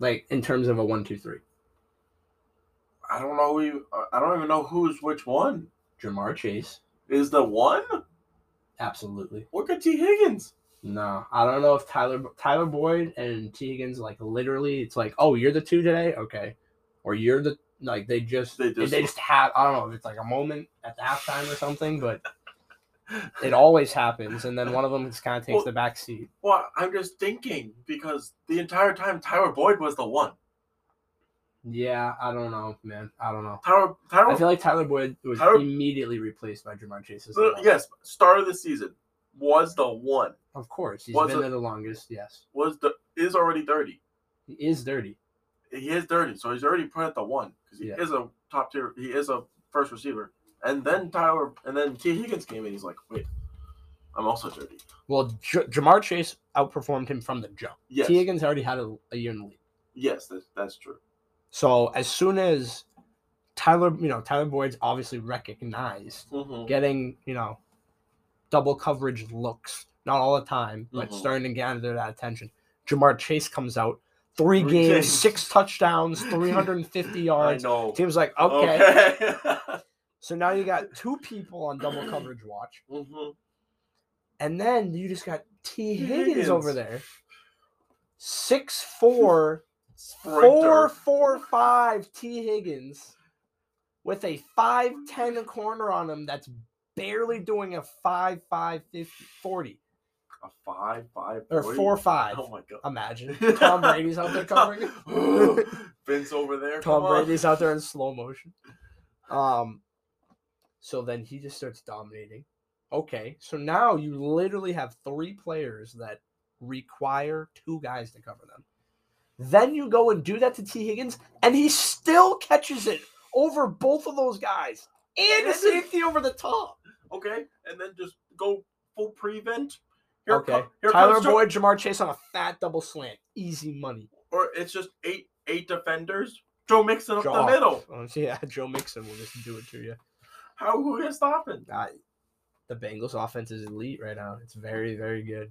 [SPEAKER 1] like in terms of a one, two, three.
[SPEAKER 2] I don't know. who- I don't even know who's which one.
[SPEAKER 1] Jamar Chase,
[SPEAKER 2] Is the one?
[SPEAKER 1] absolutely.
[SPEAKER 2] Look at T. Higgins.
[SPEAKER 1] No, I don't know if Tyler Tyler Boyd and Teagan's like literally, it's like, oh, you're the two today, okay, or you're the like they just
[SPEAKER 2] They
[SPEAKER 1] they
[SPEAKER 2] just-
[SPEAKER 1] just, have I don't know if it's like a moment at the halftime or something, but it always happens, and then one of them just kind of takes
[SPEAKER 2] Well-
[SPEAKER 1] the back seat.
[SPEAKER 2] Well, I'm just thinking because the entire time Tyler Boyd was the one.
[SPEAKER 1] Yeah, I don't know, man, I don't know.
[SPEAKER 2] Tyler,
[SPEAKER 1] I
[SPEAKER 2] Tyler,
[SPEAKER 1] feel like Tyler Boyd was
[SPEAKER 2] Tyler-
[SPEAKER 1] immediately replaced by Jamar Chase. as the
[SPEAKER 2] the-
[SPEAKER 1] one.
[SPEAKER 2] yes, start of the season was the one.
[SPEAKER 1] of course, he's
[SPEAKER 2] Was
[SPEAKER 1] been
[SPEAKER 2] it-
[SPEAKER 1] there the longest. Yes,
[SPEAKER 2] Was the is already dirty.
[SPEAKER 1] he is dirty.
[SPEAKER 2] He is dirty, so he's already put at the one because he
[SPEAKER 1] Yeah.
[SPEAKER 2] is a top tier. He is a first receiver, and then Tyler, and then T Higgins came in. He's like, wait, I'm also dirty.
[SPEAKER 1] Well, J- Jamar Chase outperformed him from the jump.
[SPEAKER 2] Yes,
[SPEAKER 1] Teagan's already had a, a year in the league.
[SPEAKER 2] yes, that, that's true.
[SPEAKER 1] So as soon as Tyler, you know, Tyler Boyd's obviously recognized
[SPEAKER 2] Mhm.
[SPEAKER 1] getting, you know, double coverage looks, not all the time, but
[SPEAKER 2] Mhm.
[SPEAKER 1] starting to gather that attention. Jamar Chase comes out, three,
[SPEAKER 2] Three
[SPEAKER 1] games,
[SPEAKER 2] games.
[SPEAKER 1] six touchdowns, 350
[SPEAKER 2] I
[SPEAKER 1] yards.
[SPEAKER 2] know.
[SPEAKER 1] Team's like, okay.
[SPEAKER 2] Okay.
[SPEAKER 1] So now you got two people on double coverage watch,
[SPEAKER 2] Mhm.
[SPEAKER 1] and then you just got T.
[SPEAKER 2] T.
[SPEAKER 1] Higgins,
[SPEAKER 2] Higgins.
[SPEAKER 1] over there. Six four.
[SPEAKER 2] Sprinter.
[SPEAKER 1] four four five T Higgins with a five ten corner on him that's barely doing a five five fifty forty
[SPEAKER 2] A five, five,
[SPEAKER 1] or
[SPEAKER 2] forty?
[SPEAKER 1] four five.
[SPEAKER 2] Oh my god.
[SPEAKER 1] Imagine Tom Brady's out there covering him.
[SPEAKER 2] Vince over there.
[SPEAKER 1] Tom
[SPEAKER 2] come on.
[SPEAKER 1] Brady's out there in slow motion. Um, so then he just starts dominating. Okay, so now you literally have three players that require two guys to cover them. Then you go and do that to T. Higgins, and he still catches it over both of those guys and a safety over the top.
[SPEAKER 2] Okay, and then just go full prevent. Here
[SPEAKER 1] Okay,
[SPEAKER 2] co- here
[SPEAKER 1] Tyler
[SPEAKER 2] comes Jo-
[SPEAKER 1] Boyd, Jamar Chase on a fat double slant, easy money.
[SPEAKER 2] or it's just eight, eight defenders. Joe Mixon up
[SPEAKER 1] Joe-
[SPEAKER 2] the middle.
[SPEAKER 1] Oh, yeah, Joe Mixon will just do it to you.
[SPEAKER 2] How who gonna stop him?
[SPEAKER 1] I, the Bengals offense is elite right now. It's very, very good.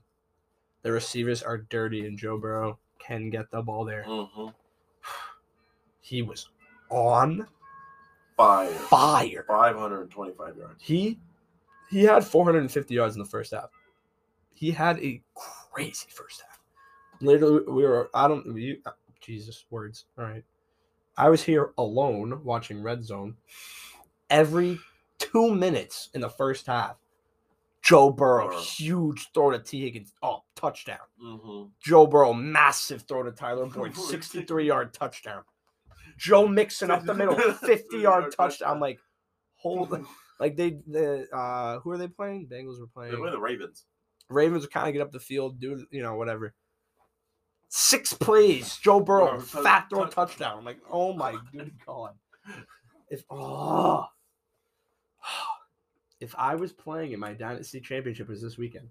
[SPEAKER 1] The receivers are dirty, and Joe Burrow can get the ball there.
[SPEAKER 2] Mm-hmm.
[SPEAKER 1] He was on
[SPEAKER 2] Fire.
[SPEAKER 1] fire.
[SPEAKER 2] Five hundred and twenty-five yards.
[SPEAKER 1] He he had 450 yards in the first half. He had a crazy first half. Literally, we were I don't we, Jesus words. All right, I was here alone watching Red Zone. Every two minutes in the first half, Joe Burrow
[SPEAKER 2] Burrow.
[SPEAKER 1] huge throw to T Higgins, oh touchdown.
[SPEAKER 2] Mm-hmm.
[SPEAKER 1] Joe Burrow massive throw to Tyler Boyd, 63 yard touchdown. Joe Mixon up the middle, 50 yard touchdown. I'm like, hold like they the uh who are they playing? Bengals were
[SPEAKER 2] They
[SPEAKER 1] playing.
[SPEAKER 2] play the Ravens.
[SPEAKER 1] Ravens would kind of get up the field, do you know whatever. Six plays, Joe Burrow,
[SPEAKER 2] Burrow, tou-
[SPEAKER 1] fat throw
[SPEAKER 2] tou-
[SPEAKER 1] touchdown. I'm like, oh my good god. If oh, if I was playing in my dynasty championship was this weekend,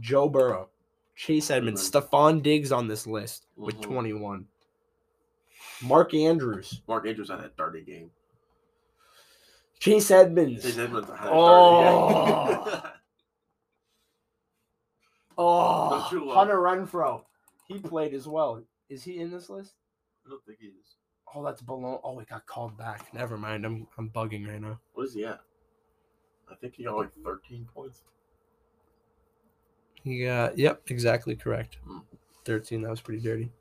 [SPEAKER 1] Joe Burrow, Chase Edmonds, Stephon Diggs on this list with
[SPEAKER 2] Mhm.
[SPEAKER 1] 21. Mark Andrews,
[SPEAKER 2] Mark Andrews had that dirty game.
[SPEAKER 1] Chase Edmonds.
[SPEAKER 2] Chase Edmonds had that dirty game.
[SPEAKER 1] Oh. Oh,
[SPEAKER 2] Don't you love-
[SPEAKER 1] Hunter Renfro. He played as well. Is he in this list?
[SPEAKER 2] I don't think he is.
[SPEAKER 1] Oh, that's below. Oh, he got called back. Never mind. I'm I'm bugging right now.
[SPEAKER 2] What is he at? I think he got like 13 points.
[SPEAKER 1] Yeah. Yep. Exactly correct.
[SPEAKER 2] Hmm.
[SPEAKER 1] Thirteen. That was pretty dirty.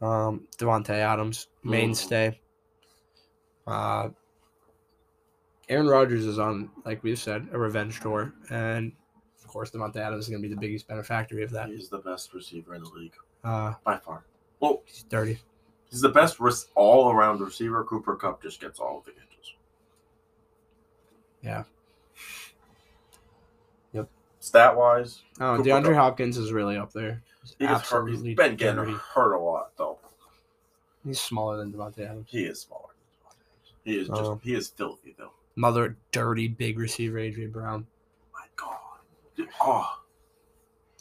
[SPEAKER 1] Um, Devonte Adams, mainstay. Uh, Aaron Rodgers is on, like we've said, a revenge tour, and of course, Devonte Adams is going to be the biggest benefactory of that.
[SPEAKER 2] He's the best receiver in the league
[SPEAKER 1] Uh,
[SPEAKER 2] by far.
[SPEAKER 1] he's dirty.
[SPEAKER 2] He's the best res- all around receiver. Cooper Cup just gets all of the catches.
[SPEAKER 1] Yeah. Yep.
[SPEAKER 2] Stat wise,
[SPEAKER 1] Oh,
[SPEAKER 2] Cooper
[SPEAKER 1] DeAndre
[SPEAKER 2] Cup.
[SPEAKER 1] Hopkins is really up there. He's
[SPEAKER 2] he gets hurt. He's
[SPEAKER 1] absolutely
[SPEAKER 2] been getting
[SPEAKER 1] dirty.
[SPEAKER 2] hurt a lot though.
[SPEAKER 1] He's smaller than Devontae Adams.
[SPEAKER 2] He is smaller. He is just.
[SPEAKER 1] Oh.
[SPEAKER 2] He is filthy though.
[SPEAKER 1] Another dirty big receiver, Adrian Brown.
[SPEAKER 2] My God. Oh,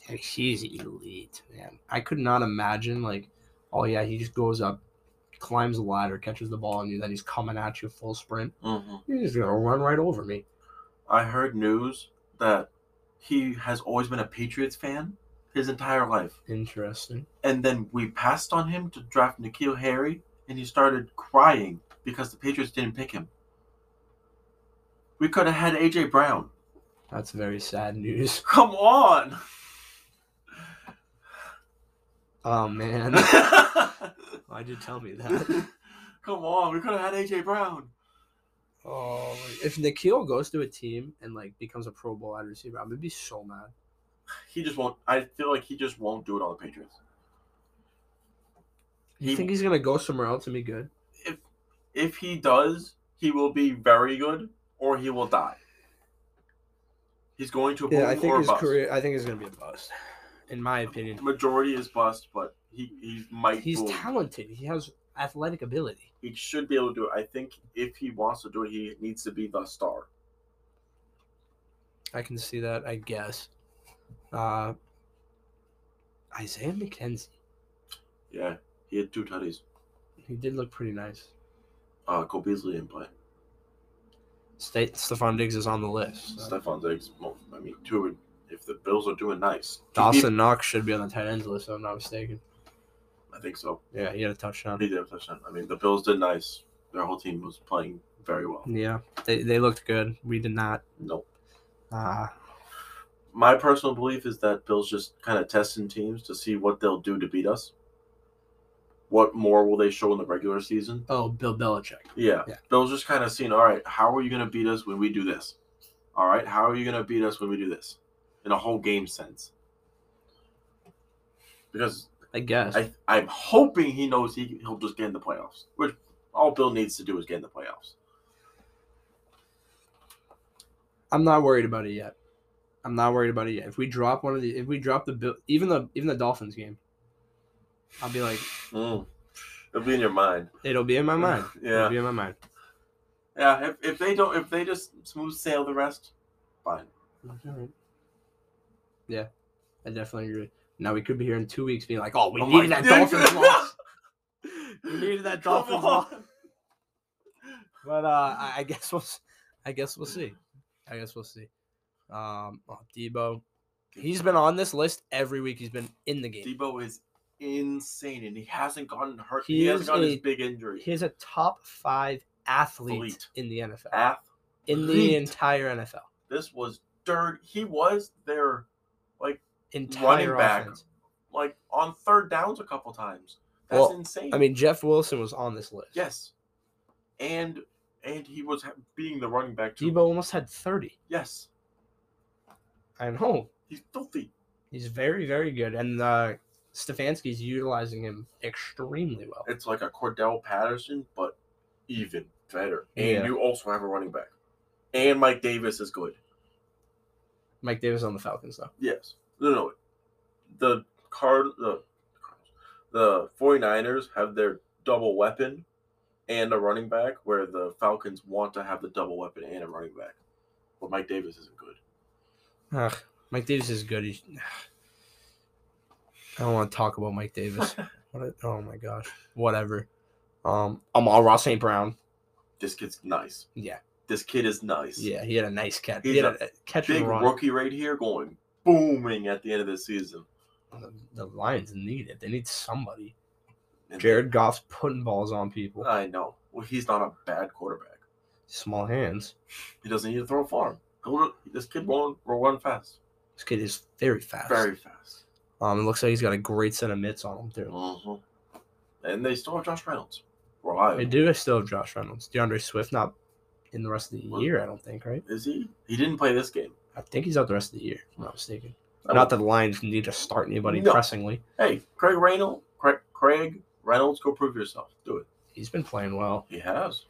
[SPEAKER 1] And he's elite, man. I could not imagine like, oh yeah, he just goes up, climbs the ladder, catches the ball on you, then he's coming at you full sprint.
[SPEAKER 2] mhm.
[SPEAKER 1] He's gonna run right over me.
[SPEAKER 2] I heard news that he has always been a Patriots fan his entire life.
[SPEAKER 1] Interesting.
[SPEAKER 2] and then we passed on him to draft Nikhil Harry, and he started crying because the Patriots didn't pick him. We could have had AJ Brown.
[SPEAKER 1] That's very sad news.
[SPEAKER 2] Come on,
[SPEAKER 1] Oh man,
[SPEAKER 2] Come
[SPEAKER 1] why'd you tell me that?
[SPEAKER 2] on, we could have had AJ Brown.
[SPEAKER 1] Oh, like, if Nikhil goes to a team and like becomes a Pro Bowl wide receiver, I'm gonna be so mad.
[SPEAKER 2] He just won't. I feel like he just won't do it on the Patriots.
[SPEAKER 1] You
[SPEAKER 2] He-
[SPEAKER 1] think he's gonna go somewhere else and be good?
[SPEAKER 2] If if he does, he will be very good, or he will die. He's going to boom
[SPEAKER 1] Yeah, I think
[SPEAKER 2] or
[SPEAKER 1] his
[SPEAKER 2] bust.
[SPEAKER 1] career. I think he's gonna be a bust, in my opinion.
[SPEAKER 2] Majority is bust, but he he might.
[SPEAKER 1] He's
[SPEAKER 2] boom.
[SPEAKER 1] talented. He has athletic ability.
[SPEAKER 2] He should be able to do it. I think if he wants to do it, he needs to be the star.
[SPEAKER 1] I can see that. I guess. Uh, Isaiah McKenzie.
[SPEAKER 2] Yeah, he had two tutties.
[SPEAKER 1] He did look pretty nice.
[SPEAKER 2] Uh, Cole Beasley didn't play.
[SPEAKER 1] State Stephon Diggs is on the list. so.
[SPEAKER 2] Stephon Diggs. Well, I mean, two. would- If the Bills are doing nice,
[SPEAKER 1] Dawson Knox should be on the tight ends list, if I'm not mistaken.
[SPEAKER 2] I think so.
[SPEAKER 1] Yeah, he had a touchdown.
[SPEAKER 2] He did have a touchdown. I mean, the Bills did nice. Their whole team was playing very well.
[SPEAKER 1] Yeah, they, they looked good. We did not.
[SPEAKER 2] No,
[SPEAKER 1] Uh,
[SPEAKER 2] my personal belief is that Bills just kind of testing teams to see what they'll do to beat us. What more will they show in the regular season?
[SPEAKER 1] oh, Bill Belichick.
[SPEAKER 2] Yeah,
[SPEAKER 1] Yeah.
[SPEAKER 2] Bills just kind of seeing. All right, how are you going to beat us when we do this? All right, how are you going to beat us when we do this? In a whole game sense, because
[SPEAKER 1] I guess.
[SPEAKER 2] I, I'm hoping he knows he, he'll just get in the playoffs. Which all Bill needs to do is get in the playoffs.
[SPEAKER 1] I'm not worried about it yet. I'm not worried about it yet. If we drop one of the, if we drop the Bill, even the even the Dolphins game, I'll be like,
[SPEAKER 2] Mm. It'll be in your mind.
[SPEAKER 1] it'll be in my mind. It'll
[SPEAKER 2] Yeah,
[SPEAKER 1] be in my mind.
[SPEAKER 2] yeah. If, if they don't, if they just smooth sail the rest, fine.
[SPEAKER 1] Yeah, I definitely agree. Now we could be here in two weeks being like, oh, we
[SPEAKER 2] Oh my
[SPEAKER 1] needed that Dolphins
[SPEAKER 2] goodness.
[SPEAKER 1] loss. We needed that
[SPEAKER 2] Come
[SPEAKER 1] Dolphins loss.
[SPEAKER 2] on.
[SPEAKER 1] But uh, I, I guess we'll, s- I guess we'll see. I guess we'll see. Um, oh, Debo, he's been on this list every week. He's been in the game.
[SPEAKER 2] Debo is insane, and he hasn't gotten hurt.
[SPEAKER 1] He
[SPEAKER 2] He,
[SPEAKER 1] is
[SPEAKER 2] hasn't gotten
[SPEAKER 1] a-
[SPEAKER 2] his big injury.
[SPEAKER 1] He's a top five athlete
[SPEAKER 2] Elite.
[SPEAKER 1] in the NFL.
[SPEAKER 2] Ath-
[SPEAKER 1] in the
[SPEAKER 2] elite.
[SPEAKER 1] entire NFL.
[SPEAKER 2] this was dirt. He was their
[SPEAKER 1] Entire
[SPEAKER 2] back.
[SPEAKER 1] offense.
[SPEAKER 2] like on third downs a couple times. That's
[SPEAKER 1] Well,
[SPEAKER 2] insane.
[SPEAKER 1] I mean, Jeff Wilson was on this list.
[SPEAKER 2] yes, and and he was ha- being the running back too.
[SPEAKER 1] Debo almost had 30.
[SPEAKER 2] Yes,
[SPEAKER 1] I know.
[SPEAKER 2] he's filthy.
[SPEAKER 1] He's very, very good. And uh, Stefanski's utilizing him extremely well.
[SPEAKER 2] It's like a Cordell Patterson, but even better. And
[SPEAKER 1] Yeah.
[SPEAKER 2] you also have a running back, and Mike Davis is good.
[SPEAKER 1] Mike Davis on the Falcons, though.
[SPEAKER 2] Yes. No, no. The card the the 49ers have their double weapon and a running back where the Falcons want to have the double weapon and a running back. But Mike Davis isn't good.
[SPEAKER 1] Ugh, Mike Davis is good. He's, I don't want to talk about Mike Davis. what a, oh, my gosh. Whatever. Um, Amal Ross St. Brown.
[SPEAKER 2] This kid's nice.
[SPEAKER 1] Yeah.
[SPEAKER 2] This kid is nice.
[SPEAKER 1] Yeah, he had a nice catch. He
[SPEAKER 2] He's
[SPEAKER 1] had a, catch
[SPEAKER 2] Big
[SPEAKER 1] and run.
[SPEAKER 2] rookie right here going booming at the end of the season.
[SPEAKER 1] The- The Lions need it. They need somebody.
[SPEAKER 2] And-
[SPEAKER 1] Jared Goff's putting balls on people.
[SPEAKER 2] I know. Well, he's not a bad quarterback.
[SPEAKER 1] Small hands.
[SPEAKER 2] He doesn't need to throw far. He'll run- This kid will, will run fast.
[SPEAKER 1] This kid is very fast.
[SPEAKER 2] Very fast.
[SPEAKER 1] Um, it looks like he's got a great set of mitts on him too.
[SPEAKER 2] Mhm. And they still have Josh Reynolds. Reliable.
[SPEAKER 1] They do still have Josh Reynolds, DeAndre Swift not in the rest of the
[SPEAKER 2] Well-
[SPEAKER 1] year. I don't think, right?
[SPEAKER 2] Is he? He didn't play this game.
[SPEAKER 1] I think he's out the rest of the year. If I'm not mistaken.
[SPEAKER 2] I
[SPEAKER 1] Not that the Lions need to start anybody
[SPEAKER 2] No.
[SPEAKER 1] pressingly.
[SPEAKER 2] Hey, Craig Reynolds, Craig, Craig Reynolds, go prove yourself. Do it.
[SPEAKER 1] He's been playing well.
[SPEAKER 2] He has.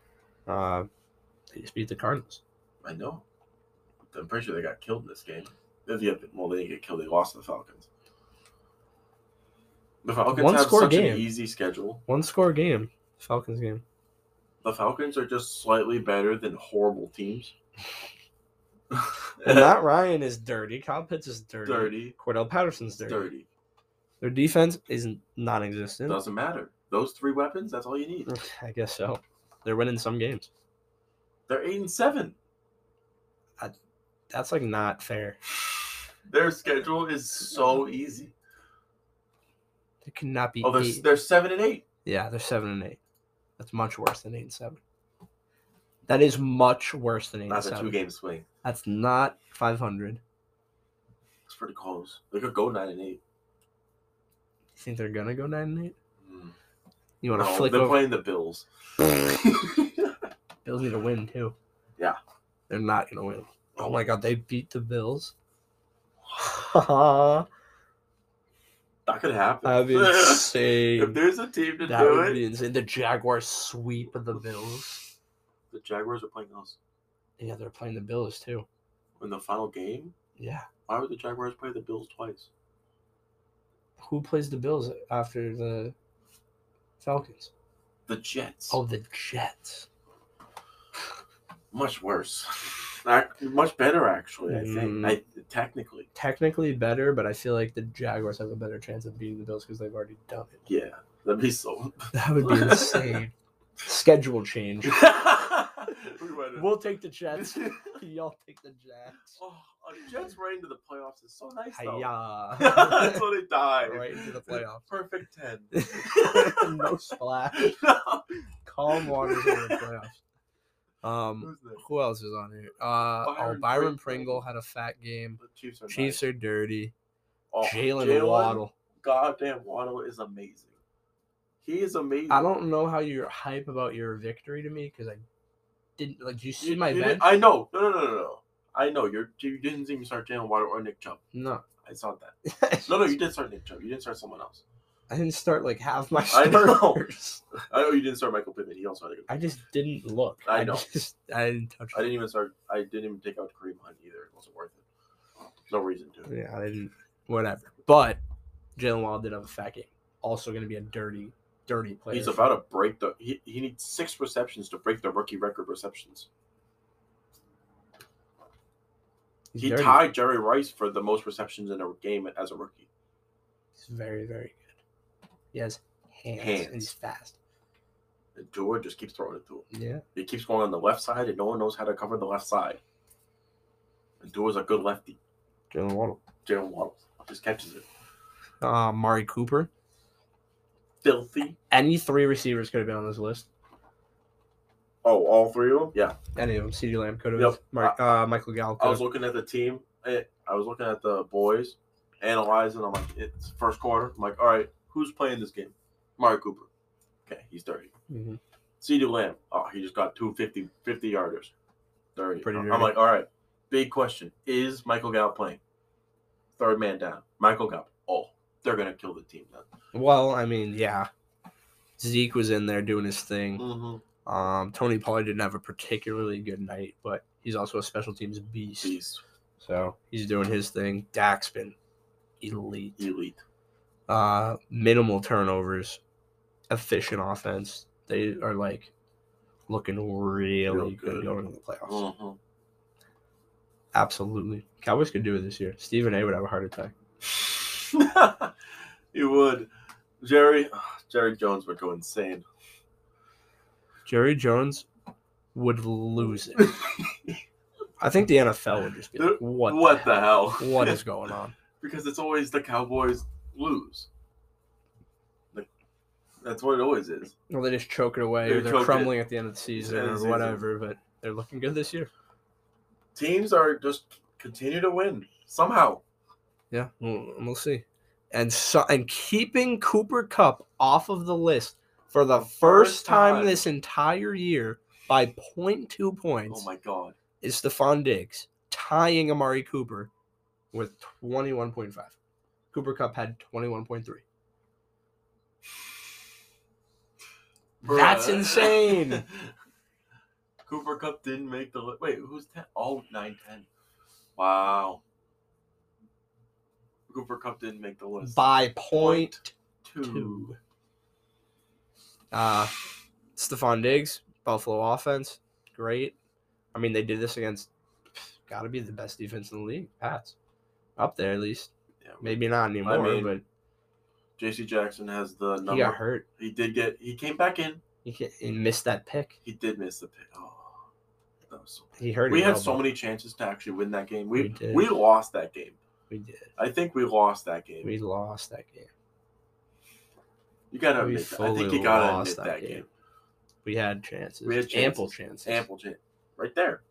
[SPEAKER 1] Uh, they just beat the Cardinals.
[SPEAKER 2] I know. I'm pretty sure they got killed in this game. If you have, well, they didn't get killed. They lost to the Falcons. The Falcons
[SPEAKER 1] One
[SPEAKER 2] have
[SPEAKER 1] score
[SPEAKER 2] such
[SPEAKER 1] game.
[SPEAKER 2] an easy schedule.
[SPEAKER 1] One score game, Falcons game.
[SPEAKER 2] The Falcons are just slightly better than horrible teams.
[SPEAKER 1] Well, Matt Ryan is dirty. Kyle Pitts is dirty.
[SPEAKER 2] dirty,
[SPEAKER 1] Cordell Patterson's dirty.
[SPEAKER 2] dirty.
[SPEAKER 1] Their defense isn't non-existent.
[SPEAKER 2] Doesn't matter. Those three weapons. That's all you need.
[SPEAKER 1] I guess so. They're winning some games.
[SPEAKER 2] They're eight and seven.
[SPEAKER 1] That's like not fair.
[SPEAKER 2] Their schedule is so easy.
[SPEAKER 1] They cannot be.
[SPEAKER 2] Oh, they're,
[SPEAKER 1] eight.
[SPEAKER 2] they're seven and eight.
[SPEAKER 1] Yeah, they're seven and eight. That's much worse than eight and seven. That is much worse than eight
[SPEAKER 2] That's
[SPEAKER 1] and
[SPEAKER 2] a
[SPEAKER 1] seven.
[SPEAKER 2] two game swing.
[SPEAKER 1] That's not five hundred.
[SPEAKER 2] It's pretty close. They could go nine and eight.
[SPEAKER 1] You think they're gonna go nine and eight?
[SPEAKER 2] Mm.
[SPEAKER 1] You want to
[SPEAKER 2] No,
[SPEAKER 1] flick
[SPEAKER 2] they're
[SPEAKER 1] over?
[SPEAKER 2] playing the Bills.
[SPEAKER 1] Bills need to win too.
[SPEAKER 2] Yeah.
[SPEAKER 1] They're not gonna win. Oh my god, they beat the Bills. that
[SPEAKER 2] that could happen.
[SPEAKER 1] would be
[SPEAKER 2] if
[SPEAKER 1] insane.
[SPEAKER 2] there's a team to
[SPEAKER 1] That
[SPEAKER 2] do
[SPEAKER 1] would
[SPEAKER 2] it,
[SPEAKER 1] be insane. The Jaguars sweep of the Bills.
[SPEAKER 2] the Jaguars are playing us
[SPEAKER 1] Yeah, they're playing the Bills too.
[SPEAKER 2] in the final game.
[SPEAKER 1] Yeah.
[SPEAKER 2] Why would the Jaguars play the Bills twice?
[SPEAKER 1] Who plays the Bills after the Falcons?
[SPEAKER 2] The Jets.
[SPEAKER 1] Oh, the Jets.
[SPEAKER 2] much worse. Ac- much better, actually. I think.
[SPEAKER 1] Mm.
[SPEAKER 2] I technically,
[SPEAKER 1] Technically better, but I feel like the Jaguars have a better chance of beating the Bills because they've already done it.
[SPEAKER 2] yeah, that'd be so.
[SPEAKER 1] That would be insane. Schedule change.
[SPEAKER 2] we went.
[SPEAKER 1] We'll take the Jets. Y'all take the Jets.
[SPEAKER 2] oh, a Jets right into the playoffs is so nice. Though. That's
[SPEAKER 1] Hiya.
[SPEAKER 2] when they die.
[SPEAKER 1] right into the playoffs.
[SPEAKER 2] Perfect ten.
[SPEAKER 1] no splash.
[SPEAKER 2] No.
[SPEAKER 1] Calm waters over the playoffs. Um,
[SPEAKER 2] Who's next?
[SPEAKER 1] who else is on here? Uh,
[SPEAKER 2] Byron
[SPEAKER 1] oh, Byron
[SPEAKER 2] Pringle.
[SPEAKER 1] Pringle had a fat game.
[SPEAKER 2] The Chiefs are.
[SPEAKER 1] Chiefs are dirty.
[SPEAKER 2] nice. Oh,
[SPEAKER 1] Jalen Waddle.
[SPEAKER 2] Goddamn Waddle is amazing. He is amazing.
[SPEAKER 1] I don't know how you're hype about your victory to me because I didn't like. Do you see
[SPEAKER 2] You-
[SPEAKER 1] my
[SPEAKER 2] you
[SPEAKER 1] bench?
[SPEAKER 2] didn't- I know. No, no, no, no, no. I know. You're, you didn't even start Jalen Waddle or Nick Chubb.
[SPEAKER 1] no,
[SPEAKER 2] I saw that. No, no, you did start Nick Chubb. You didn't start someone else.
[SPEAKER 1] I didn't start like half my
[SPEAKER 2] I know.
[SPEAKER 1] starters.
[SPEAKER 2] I know you didn't start Michael Pittman. He also had a good.
[SPEAKER 1] I just didn't look.
[SPEAKER 2] I know.
[SPEAKER 1] just, I didn't touch.
[SPEAKER 2] I didn't even start. I didn't even take out Kareem Hunt either. It wasn't worth it. No reason to.
[SPEAKER 1] Yeah, I didn't. Whatever. But Jalen Wild did have a fat game. Also going to be a dirty, dirty player.
[SPEAKER 2] He's about to break the. He, he needs six receptions to break the rookie record receptions.
[SPEAKER 1] He's
[SPEAKER 2] he
[SPEAKER 1] dirty.
[SPEAKER 2] tied Jerry Rice for the most receptions in a game as a rookie.
[SPEAKER 1] He's very, very good. He has hands,
[SPEAKER 2] Hands.
[SPEAKER 1] and he's fast.
[SPEAKER 2] And Tua just keeps throwing it to him.
[SPEAKER 1] Yeah.
[SPEAKER 2] He keeps going on the left side, and no one knows how to cover the left side. And Dua's a good lefty.
[SPEAKER 1] Jalen Waddle.
[SPEAKER 2] Jalen Waddle just catches it.
[SPEAKER 1] Uh, Mari Cooper.
[SPEAKER 2] Filthy.
[SPEAKER 1] Any three receivers could have been on this list.
[SPEAKER 2] Oh, all three of them. Yeah.
[SPEAKER 1] Any of them. CeeDee Lamb could have.
[SPEAKER 2] Yep.
[SPEAKER 1] Mar- uh, Michael Gallup.
[SPEAKER 2] I
[SPEAKER 1] could
[SPEAKER 2] was
[SPEAKER 1] have.
[SPEAKER 2] looking at the team. eh, I was looking at the boys, analyzing. I'm like, it's first quarter. I'm like, all right, who's playing this game? Mario Cooper. Okay, he's 30.
[SPEAKER 1] Mhm.
[SPEAKER 2] CeeDee Lamb. Oh, he just got two 50, 50 yarders. 30.
[SPEAKER 1] Pretty
[SPEAKER 2] I'm
[SPEAKER 1] dirty.
[SPEAKER 2] like, all right, big question. Is Michael Gallup playing? Third man down. Michael Gallup. Oh, they're going to kill the team now.
[SPEAKER 1] Well, I mean, yeah. Zeke was in there doing his thing. Um, Tony Pollard didn't have a particularly good night, but he's also a special teams beast.
[SPEAKER 2] He's
[SPEAKER 1] So he's doing his thing. Dak's been elite.
[SPEAKER 2] elite.
[SPEAKER 1] Uh, minimal turnovers, efficient offense. They are like looking really
[SPEAKER 2] Real
[SPEAKER 1] good.
[SPEAKER 2] good.
[SPEAKER 1] going into the playoffs.
[SPEAKER 2] Mhm.
[SPEAKER 1] Absolutely, Cowboys could do it this year. Stephen A. would have a heart attack.
[SPEAKER 2] he would. Jerry, ah, Jerry Jones would go insane.
[SPEAKER 1] Jerry Jones would lose it. I think the NFL would just be like, "What? the
[SPEAKER 2] What the hell?
[SPEAKER 1] hell? What is going on?"
[SPEAKER 2] because it's always the Cowboys lose. Like, that's what it always is.
[SPEAKER 1] Well, they just choke it away,
[SPEAKER 2] They
[SPEAKER 1] or they're
[SPEAKER 2] choke it.
[SPEAKER 1] crumbling at the end of the season,
[SPEAKER 2] End of the
[SPEAKER 1] or
[SPEAKER 2] season.
[SPEAKER 1] whatever. But they're looking good this year.
[SPEAKER 2] Teams are just continue to win somehow.
[SPEAKER 1] Yeah, we'll, we'll see. And so, and keeping Cooper Cup off of the list for the first time
[SPEAKER 2] time.
[SPEAKER 1] this entire year by 0.2 points
[SPEAKER 2] Oh my god,
[SPEAKER 1] is Stephon Diggs tying Amari Cooper with 21.5. Cooper Cup had 21.3. That's
[SPEAKER 2] Bruh.
[SPEAKER 1] insane.
[SPEAKER 2] Cooper Cup didn't make the list. Wait, who's ten? Oh, nine ten. Wow. Cooper Cup didn't make the list.
[SPEAKER 1] By point
[SPEAKER 2] two.
[SPEAKER 1] two. Uh, Stephon Diggs, Buffalo offense, great. I mean, they did this against got to be the best defense in the league. Pats up there at least.
[SPEAKER 2] Yeah,
[SPEAKER 1] Maybe not anymore,
[SPEAKER 2] mean,
[SPEAKER 1] but
[SPEAKER 2] J.C. Jackson has the number.
[SPEAKER 1] he got hurt.
[SPEAKER 2] he did get. He came back in.
[SPEAKER 1] He, ca- he missed that pick.
[SPEAKER 2] He did miss the pick. Oh, that was so
[SPEAKER 1] He hurt.
[SPEAKER 2] we
[SPEAKER 1] his
[SPEAKER 2] had so
[SPEAKER 1] elbow.
[SPEAKER 2] many chances to actually win that game.
[SPEAKER 1] We
[SPEAKER 2] We we,
[SPEAKER 1] did.
[SPEAKER 2] lost that game.
[SPEAKER 1] We did.
[SPEAKER 2] I think we lost that game.
[SPEAKER 1] We lost that game.
[SPEAKER 2] you gotta
[SPEAKER 1] we
[SPEAKER 2] admit that. I think
[SPEAKER 1] fully
[SPEAKER 2] you gotta
[SPEAKER 1] lost
[SPEAKER 2] admit that,
[SPEAKER 1] that
[SPEAKER 2] game.
[SPEAKER 1] game. We had chances.
[SPEAKER 2] We had
[SPEAKER 1] ample chances.
[SPEAKER 2] Ample chance, right there.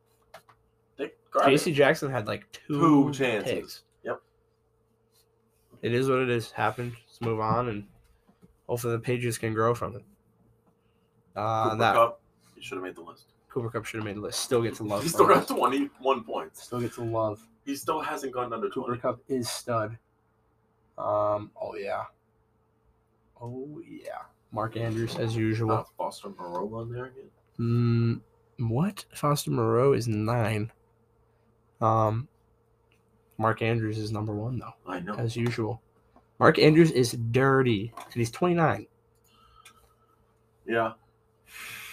[SPEAKER 2] They guarded
[SPEAKER 1] J.C. Jackson had like two,
[SPEAKER 2] Two chances.
[SPEAKER 1] picks.
[SPEAKER 2] Yep.
[SPEAKER 1] It is what it is. Happened. Let's move on and hopefully the Patriots can grow from it. Uh,
[SPEAKER 2] Cooper
[SPEAKER 1] that
[SPEAKER 2] Cup, he should have made the list.
[SPEAKER 1] Cooper Cup should have made the list. Still gets a love.
[SPEAKER 2] He
[SPEAKER 1] from
[SPEAKER 2] still got
[SPEAKER 1] us.
[SPEAKER 2] 21 points.
[SPEAKER 1] Still gets a love.
[SPEAKER 2] He still hasn't gotten under
[SPEAKER 1] Cooper
[SPEAKER 2] 20.
[SPEAKER 1] Cup is stud. Um. Oh yeah. Oh yeah. Mark Andrews as usual.
[SPEAKER 2] Not Foster Moreau on there again.
[SPEAKER 1] Mm, what? Foster Moreau is nine. Um, Mark Andrews is number one though,
[SPEAKER 2] I know.
[SPEAKER 1] as usual. Mark Andrews is dirty, and he's twenty nine.
[SPEAKER 2] Yeah.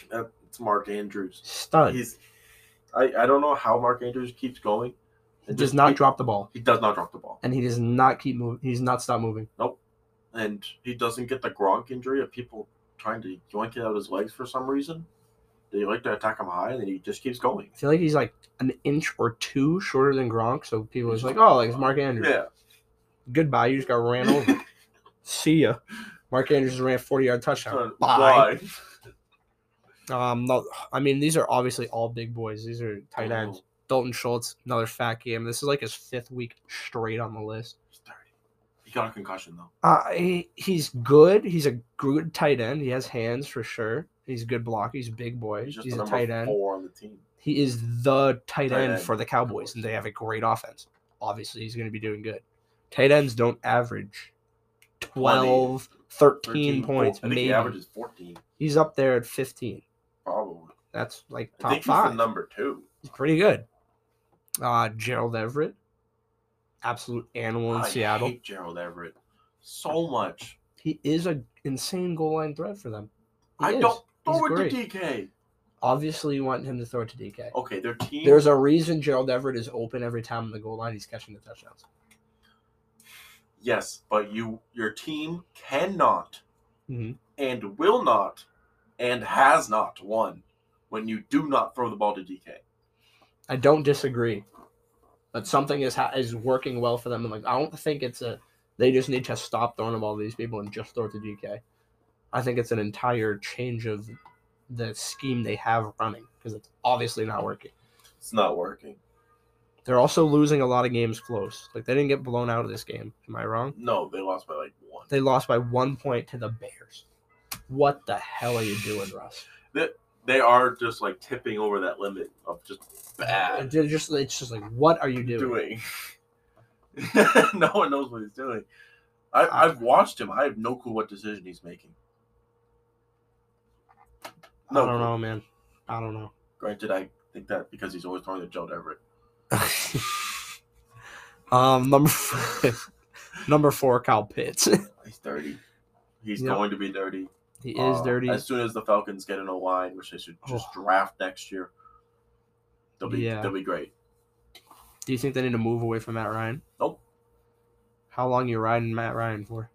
[SPEAKER 2] That- It's Mark Andrews.
[SPEAKER 1] Stud.
[SPEAKER 2] He's. I, I don't know how Mark Andrews keeps going.
[SPEAKER 1] He
[SPEAKER 2] It
[SPEAKER 1] does
[SPEAKER 2] just-
[SPEAKER 1] not
[SPEAKER 2] he-
[SPEAKER 1] drop the ball,
[SPEAKER 2] He does not drop the ball.
[SPEAKER 1] and he does not keep moving. He's not stop moving.
[SPEAKER 2] And he doesn't get the Gronk injury of people trying to yoink it out of his legs for some reason. They like to attack him high, and then he just keeps going.
[SPEAKER 1] I feel like he's like an inch or two shorter than Gronk, so people are just like, "Oh, like it's Mark Andrews."
[SPEAKER 2] Yeah.
[SPEAKER 1] Goodbye. You just got ran over. See ya. Mark Andrews ran a forty yard touchdown.
[SPEAKER 2] Turn- Why?
[SPEAKER 1] Um, no, I mean, these are obviously all big boys. These are tight
[SPEAKER 2] Oh.
[SPEAKER 1] ends. Dalton Schultz, another fat game. This is like his fifth week straight on the list.
[SPEAKER 2] He's dirty. He got a concussion though.
[SPEAKER 1] Uh, he, he's good. He's a good tight end. He has hands for sure. He's a good block. He's a big boy.
[SPEAKER 2] He's
[SPEAKER 1] He's,
[SPEAKER 2] just the
[SPEAKER 1] a
[SPEAKER 2] number
[SPEAKER 1] tight end.
[SPEAKER 2] four on the team.
[SPEAKER 1] He is the tight,
[SPEAKER 2] Tight
[SPEAKER 1] end,
[SPEAKER 2] end.
[SPEAKER 1] for the Cowboys, and they have a great offense. Obviously, he's going to be doing good. Tight ends don't average 12, 13,
[SPEAKER 2] 13
[SPEAKER 1] points.
[SPEAKER 2] I think
[SPEAKER 1] maybe.
[SPEAKER 2] he averages 14,
[SPEAKER 1] He's up there at 15.
[SPEAKER 2] probably.
[SPEAKER 1] That's like
[SPEAKER 2] I
[SPEAKER 1] top
[SPEAKER 2] think
[SPEAKER 1] five.
[SPEAKER 2] he's the number two.
[SPEAKER 1] He's pretty good. Uh, Gerald Everett, absolute animal in
[SPEAKER 2] I
[SPEAKER 1] Seattle.
[SPEAKER 2] hate Gerald Everett so much.
[SPEAKER 1] He is an insane goal line threat for them. He
[SPEAKER 2] I
[SPEAKER 1] is.
[SPEAKER 2] don't
[SPEAKER 1] He's
[SPEAKER 2] throw
[SPEAKER 1] great.
[SPEAKER 2] it to DK.
[SPEAKER 1] Obviously, you want him to throw it to DK.
[SPEAKER 2] Okay, their team.
[SPEAKER 1] There's a reason Gerald Everett is open every time on the goal line. He's catching the touchdowns.
[SPEAKER 2] yes, but you your team cannot
[SPEAKER 1] Mhm.
[SPEAKER 2] and will not and has not won when you do not throw the ball to DK.
[SPEAKER 1] I don't disagree, but something is ha- is working well for them. And like, I don't think it's a. They just need to stop throwing the ball to these people and just throw it to DK. I think it's an entire change of the scheme they have running because it's obviously not working.
[SPEAKER 2] It's not working.
[SPEAKER 1] They're also losing a lot of games close. Like they didn't get blown out of this game. Am I wrong?
[SPEAKER 2] No, they lost by like one.
[SPEAKER 1] They lost by one point to the Bears. What the hell are you doing, Russ?
[SPEAKER 2] They are just like tipping over that limit of just bad.
[SPEAKER 1] They're just it's just like what are you doing?
[SPEAKER 2] doing. no one knows what he's doing. I, I've watched him. I have no clue what decision he's making.
[SPEAKER 1] I
[SPEAKER 2] No
[SPEAKER 1] don't
[SPEAKER 2] clue.
[SPEAKER 1] know, man. I don't know.
[SPEAKER 2] Granted, I think that because he's always throwing to Gerald Everett.
[SPEAKER 1] um, number five, number four, Kyle Pitts.
[SPEAKER 2] He's dirty. He's
[SPEAKER 1] Yeah.
[SPEAKER 2] going to be dirty.
[SPEAKER 1] he is
[SPEAKER 2] Uh,
[SPEAKER 1] dirty. Oh.
[SPEAKER 2] As soon as the Falcons get an O line, which they should just draft next year, they'll be
[SPEAKER 1] Yeah.
[SPEAKER 2] they'll be great.
[SPEAKER 1] Do you think they need to move away from Matt Ryan?
[SPEAKER 2] Nope.
[SPEAKER 1] How long you riding Matt Ryan for,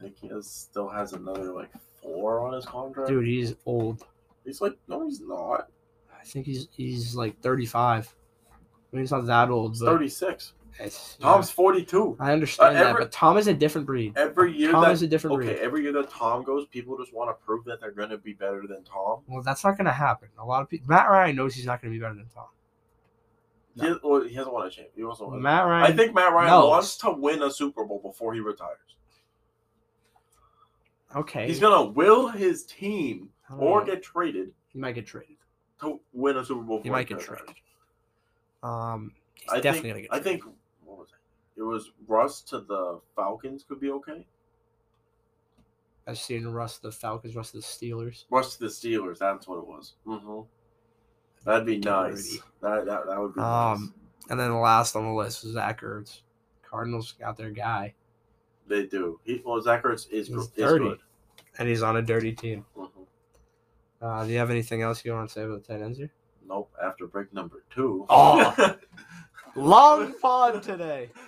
[SPEAKER 2] I think he has, still has another like four on his contract.
[SPEAKER 1] dude? He's old.
[SPEAKER 2] He's like, no, he's not.
[SPEAKER 1] I think he's he's like thirty five. I mean, he's not that old,
[SPEAKER 2] He's
[SPEAKER 1] but
[SPEAKER 2] thirty six.
[SPEAKER 1] It's-
[SPEAKER 2] Tom's forty two.
[SPEAKER 1] I understand
[SPEAKER 2] Uh,
[SPEAKER 1] that,
[SPEAKER 2] every-
[SPEAKER 1] but Tom is a different breed.
[SPEAKER 2] Every year
[SPEAKER 1] Tom
[SPEAKER 2] that
[SPEAKER 1] is a different
[SPEAKER 2] Okay,
[SPEAKER 1] breed.
[SPEAKER 2] every year that Tom goes, people just want to prove that they're going to be better than Tom.
[SPEAKER 1] Well, that's not going to happen. A lot of people. Matt Ryan knows he's not going to be better than Tom.
[SPEAKER 2] He, well, he hasn't won a champion. He wasn't won.
[SPEAKER 1] Matt Ryan.
[SPEAKER 2] I think Matt Ryan
[SPEAKER 1] knows.
[SPEAKER 2] wants to win a Super Bowl before he retires.
[SPEAKER 1] okay.
[SPEAKER 2] He's going to will his team
[SPEAKER 1] I don't
[SPEAKER 2] or
[SPEAKER 1] know.
[SPEAKER 2] get traded
[SPEAKER 1] he might get traded.
[SPEAKER 2] to win a Super Bowl.
[SPEAKER 1] He
[SPEAKER 2] before
[SPEAKER 1] might get
[SPEAKER 2] retires.
[SPEAKER 1] traded. Um, he's
[SPEAKER 2] I
[SPEAKER 1] definitely
[SPEAKER 2] think.
[SPEAKER 1] going to get
[SPEAKER 2] I
[SPEAKER 1] traded.
[SPEAKER 2] think. What was it? It was Russ to the Falcons could be okay.
[SPEAKER 1] I've seen Russ the Falcons, Russ the Steelers.
[SPEAKER 2] Russ to the Steelers. That's what it was. hmm That'd be nice.
[SPEAKER 1] Dirty.
[SPEAKER 2] That, that that would be
[SPEAKER 1] Um,
[SPEAKER 2] nice.
[SPEAKER 1] And then the last on the list is Zach Ertz. Cardinals got their guy,
[SPEAKER 2] They do. He, well, Zach Ertz is,
[SPEAKER 1] He's
[SPEAKER 2] is
[SPEAKER 1] dirty.
[SPEAKER 2] good.
[SPEAKER 1] and he's on a dirty team.
[SPEAKER 2] Mhm.
[SPEAKER 1] Uh, do you have anything else you want to say about the tight ends here?
[SPEAKER 2] Nope, after break number two.
[SPEAKER 1] Oh. Long pond today.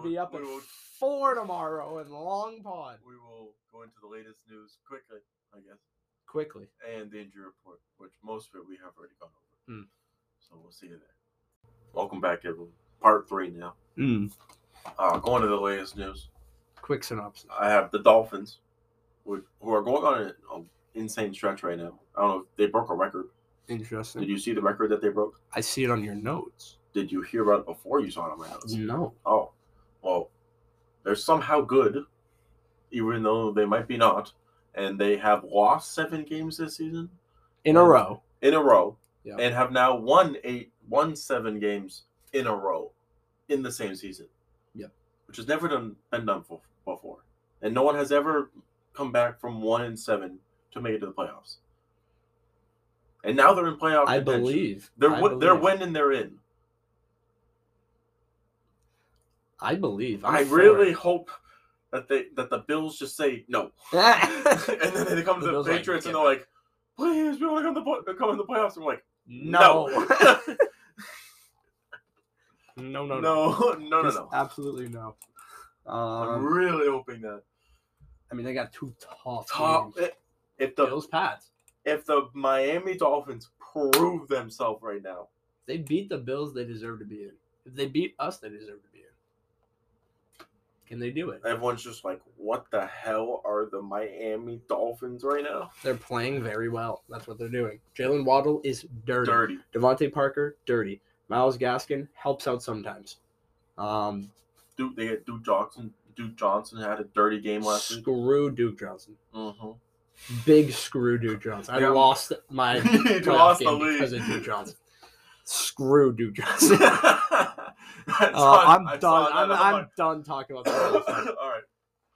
[SPEAKER 1] to
[SPEAKER 2] will-
[SPEAKER 1] be up
[SPEAKER 2] we
[SPEAKER 1] at
[SPEAKER 2] will,
[SPEAKER 1] four tomorrow in Long Pond.
[SPEAKER 2] we will go into the latest news quickly, I guess,
[SPEAKER 1] Quickly.
[SPEAKER 2] and the injury report, which most of it we have already gone over.
[SPEAKER 1] Hmm.
[SPEAKER 2] So we'll see you there. Welcome back, everyone. Part three now. Uh, going to the latest news.
[SPEAKER 1] Quick synopsis.
[SPEAKER 2] I have the Dolphins, who who are going on an um, insane stretch right now. I don't know if they broke a record. Did
[SPEAKER 1] Interesting.
[SPEAKER 2] you see the record that they broke?
[SPEAKER 1] I see it on your notes.
[SPEAKER 2] Did you hear about it before you saw it on my notes?
[SPEAKER 1] No.
[SPEAKER 2] Oh, well, they're somehow good even though they might be not, and they have lost seven games this season
[SPEAKER 1] in a row.
[SPEAKER 2] in a row,
[SPEAKER 1] Yeah.
[SPEAKER 2] and have now won eight, won seven games in a row in the same season.
[SPEAKER 1] Yep.
[SPEAKER 2] which has never done been done for, before, and no one has ever come back from one and seven to make it to the playoffs. And now they're in playoff.
[SPEAKER 1] I
[SPEAKER 2] contention.
[SPEAKER 1] believe
[SPEAKER 2] they're
[SPEAKER 1] I
[SPEAKER 2] wi- they're
[SPEAKER 1] believe.
[SPEAKER 2] winning. They're in.
[SPEAKER 1] I believe. I'm
[SPEAKER 2] I
[SPEAKER 1] for
[SPEAKER 2] really
[SPEAKER 1] it.
[SPEAKER 2] hope that they that the Bills just say no, and then they come to
[SPEAKER 1] The
[SPEAKER 2] the,
[SPEAKER 1] Bills are like,
[SPEAKER 2] Patriots and
[SPEAKER 1] "Yeah."
[SPEAKER 2] they're like, "Please, we want to come to the pl- come in the playoffs." And we're like,
[SPEAKER 1] no.
[SPEAKER 2] no.
[SPEAKER 1] no,
[SPEAKER 2] no,
[SPEAKER 1] no, no,
[SPEAKER 2] no, no, no.
[SPEAKER 1] Just absolutely no.
[SPEAKER 2] I'm
[SPEAKER 1] Um,
[SPEAKER 2] really hoping that
[SPEAKER 1] I mean, they got two tough
[SPEAKER 2] top
[SPEAKER 1] games.
[SPEAKER 2] if the
[SPEAKER 1] Bills, Pats.
[SPEAKER 2] if the Miami Dolphins prove themselves right now,
[SPEAKER 1] They beat the Bills. They deserve to be in. If they beat us, they deserve to be in. Can they do it?
[SPEAKER 2] everyone's just like, "What the hell are the Miami Dolphins right now?"
[SPEAKER 1] They're playing very well. That's what they're doing. Jalen Waddle is dirty.
[SPEAKER 2] Dirty.
[SPEAKER 1] Devontae Parker, dirty. Miles Gaskin helps out sometimes. Um,
[SPEAKER 2] Duke they had Duke Johnson. Duke Johnson had a dirty game last week.
[SPEAKER 1] screw Duke Johnson.
[SPEAKER 2] Mm-hmm.
[SPEAKER 1] Big screw Duke Johnson. I
[SPEAKER 2] Yeah.
[SPEAKER 1] lost my
[SPEAKER 2] He
[SPEAKER 1] playoff
[SPEAKER 2] lost the
[SPEAKER 1] game
[SPEAKER 2] league.
[SPEAKER 1] because of Duke Johnson. Screw Duke Johnson.
[SPEAKER 2] I
[SPEAKER 1] Uh,
[SPEAKER 2] saw-
[SPEAKER 1] I'm
[SPEAKER 2] I saw
[SPEAKER 1] done.
[SPEAKER 2] that,
[SPEAKER 1] I'm,
[SPEAKER 2] I'm
[SPEAKER 1] I'm
[SPEAKER 2] like,
[SPEAKER 1] done talking about that.
[SPEAKER 2] All right.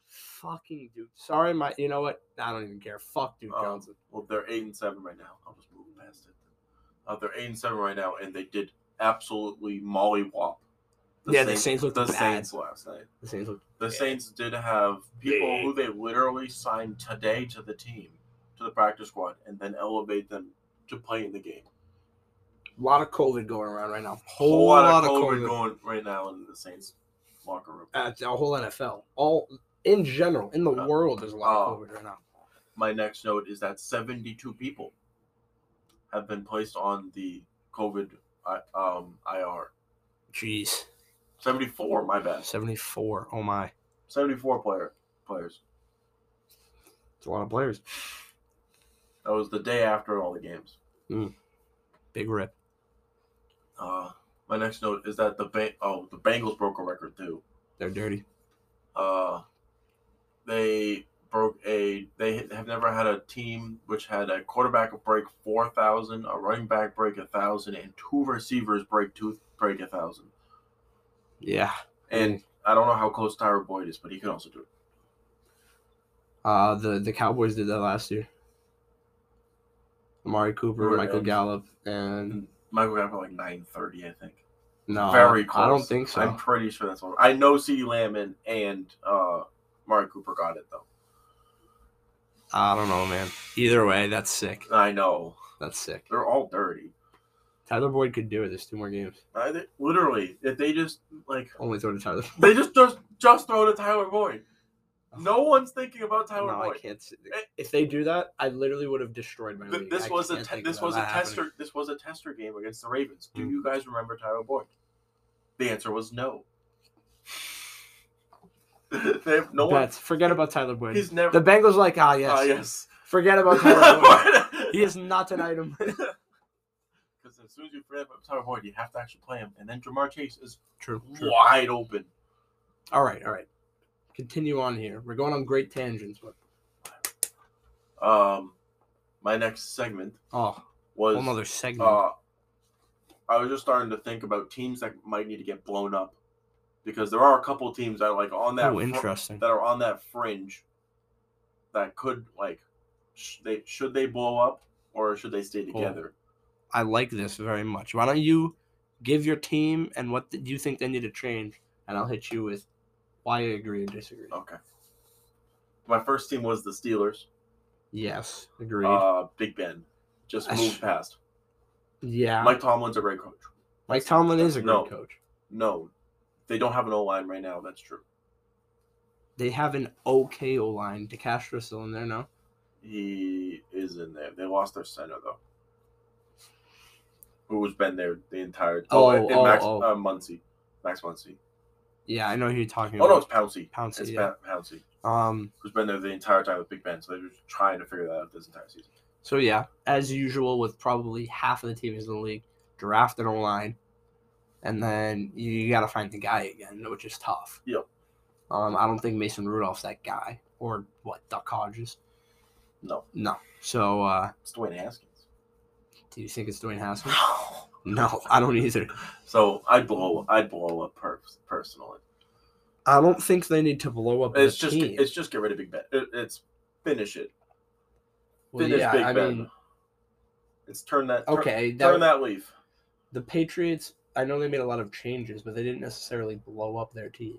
[SPEAKER 1] Fucking Duke. Sorry, my. You know what? I don't even care. Fuck Duke
[SPEAKER 2] Um,
[SPEAKER 1] Johnson.
[SPEAKER 2] Well, they're eight and seven right now. I'll just move past it. Uh, they're eight and seven right now, and they did absolutely mollywop.
[SPEAKER 1] Yeah, the Saints looked
[SPEAKER 2] the
[SPEAKER 1] bad.
[SPEAKER 2] Saints last night.
[SPEAKER 1] The Saints look
[SPEAKER 2] The Saints did have people who they literally signed today to the team, to the practice squad, and then elevate them to play in the game.
[SPEAKER 1] a lot of COVID going around right now.
[SPEAKER 2] Whole lot, of COVID, going right now in the Saints locker room.
[SPEAKER 1] at Uh, the whole NFL, all in general, in the
[SPEAKER 2] Uh,
[SPEAKER 1] world, there's a lot
[SPEAKER 2] oh.
[SPEAKER 1] of COVID right now.
[SPEAKER 2] My next note is that 72 people have been placed on the COVID I- um, IR.
[SPEAKER 1] Jeez,
[SPEAKER 2] 74, my bad.
[SPEAKER 1] seventy-four. Oh my,
[SPEAKER 2] 74 player players.
[SPEAKER 1] it's a lot of players.
[SPEAKER 2] That was the day after all the games.
[SPEAKER 1] Big rip.
[SPEAKER 2] Uh, my next note is that the ba- oh the Bengals broke a record too.
[SPEAKER 1] They're dirty.
[SPEAKER 2] Uh, they broke a they have never had a team which had a quarterback break four thousand, a running back break a thousand, and two receivers break two break a thousand.
[SPEAKER 1] Yeah.
[SPEAKER 2] And I don't know how close Tyra Boyd is, but he can also do it.
[SPEAKER 1] Uh, the the Cowboys did that last year. Amari Cooper,
[SPEAKER 2] Right.
[SPEAKER 1] Michael Gallup, and
[SPEAKER 2] Michael got for like nine thirty, I think.
[SPEAKER 1] no,
[SPEAKER 2] Very close.
[SPEAKER 1] I don't think so.
[SPEAKER 2] I'm pretty sure that's one. I know CeeDee Lamb and, and uh Mark Cooper got it though.
[SPEAKER 1] I don't know, man. Either way, that's sick.
[SPEAKER 2] I know.
[SPEAKER 1] That's sick.
[SPEAKER 2] They're all dirty.
[SPEAKER 1] Tyler Boyd could do it. There's two more games.
[SPEAKER 2] I, they- literally, if they just like
[SPEAKER 1] Only throw to Tyler.
[SPEAKER 2] they just just just throw to Tyler Boyd. No one's thinking about Tyler
[SPEAKER 1] no, I
[SPEAKER 2] Boyd.
[SPEAKER 1] can't. see- If they do that, I literally would have destroyed my
[SPEAKER 2] Th-
[SPEAKER 1] league.
[SPEAKER 2] this
[SPEAKER 1] I
[SPEAKER 2] was a
[SPEAKER 1] can't
[SPEAKER 2] te-
[SPEAKER 1] think
[SPEAKER 2] this
[SPEAKER 1] about
[SPEAKER 2] was a
[SPEAKER 1] that happening.
[SPEAKER 2] tester this was a tester game against the Ravens. Do
[SPEAKER 1] Mm.
[SPEAKER 2] you guys remember Tyler Boyd? The answer was no. they have no one.
[SPEAKER 1] Bets. Forget about Tyler Boyd.
[SPEAKER 2] He's never.
[SPEAKER 1] the Bengals like, ah, yes.
[SPEAKER 2] Ah, yes.
[SPEAKER 1] Forget about Tyler Boyd. he is
[SPEAKER 2] Because
[SPEAKER 1] not an item.
[SPEAKER 2] as soon as you forget about Tyler Boyd, you have to actually play him, and then Jamar Chase is
[SPEAKER 1] True.
[SPEAKER 2] wide open.
[SPEAKER 1] All right, all right. Continue on here. We're going on great tangents, but
[SPEAKER 2] Um, my next segment
[SPEAKER 1] oh,
[SPEAKER 2] was
[SPEAKER 1] whole nother segment.
[SPEAKER 2] Uh, I was just starting to think about teams that might need to get blown up because there are a couple teams that like on that
[SPEAKER 1] oh,
[SPEAKER 2] fr-
[SPEAKER 1] interesting.
[SPEAKER 2] that are on that fringe that could like sh- they should they blow up or should they stay together?
[SPEAKER 1] I like this very much. Why don't you give your team and what th- you think they need to change, and I'll hit you with why I agree and disagree.
[SPEAKER 2] Okay. My first team was the Steelers.
[SPEAKER 1] Yes, agreed.
[SPEAKER 2] Uh, Big Ben just
[SPEAKER 1] I sh-
[SPEAKER 2] moved past.
[SPEAKER 1] yeah, Mike,
[SPEAKER 2] Mike Tomlin's a great coach.
[SPEAKER 1] Tomlin is a good
[SPEAKER 2] No.
[SPEAKER 1] coach.
[SPEAKER 2] No, they don't have an O line right now. That's true.
[SPEAKER 1] They have an okay O line. DeCastro's still in there now.
[SPEAKER 2] He is in there. They lost their center though. Who's been there the entire time?
[SPEAKER 1] Oh,
[SPEAKER 2] and
[SPEAKER 1] oh,
[SPEAKER 2] Max
[SPEAKER 1] oh.
[SPEAKER 2] Uh, Muncy. Max Muncy.
[SPEAKER 1] Yeah, I know who you're talking
[SPEAKER 2] Oh no,
[SPEAKER 1] about.
[SPEAKER 2] it's Pouncey.
[SPEAKER 1] Pouncey,
[SPEAKER 2] It's
[SPEAKER 1] yeah.
[SPEAKER 2] Pa- Pouncey,
[SPEAKER 1] Um,
[SPEAKER 2] who's been there the entire time with Big Ben. So they're just trying to figure that out this entire season.
[SPEAKER 1] So yeah, as usual with probably half of the teams in the league, draft an O line, and then you, got to find the guy again, which is tough.
[SPEAKER 2] Yep.
[SPEAKER 1] Um, I don't think Mason Rudolph's that guy. or what the colleges.
[SPEAKER 2] No,
[SPEAKER 1] No. So uh,
[SPEAKER 2] it's Dwayne Haskins.
[SPEAKER 1] do you think it's Dwayne Haskins? No, I don't either.
[SPEAKER 2] So I'd blow I'd blow up per- personally.
[SPEAKER 1] I don't think they need to blow up.
[SPEAKER 2] It's
[SPEAKER 1] the
[SPEAKER 2] just
[SPEAKER 1] team.
[SPEAKER 2] it's just get rid of Big Ben. It, it's finish it.
[SPEAKER 1] Well,
[SPEAKER 2] Finish Big
[SPEAKER 1] I
[SPEAKER 2] Ben.
[SPEAKER 1] mean,
[SPEAKER 2] it's turn that turn-
[SPEAKER 1] okay, that,
[SPEAKER 2] turn that leaf.
[SPEAKER 1] the Patriots. I know they made a lot of changes, but they didn't necessarily blow up their team.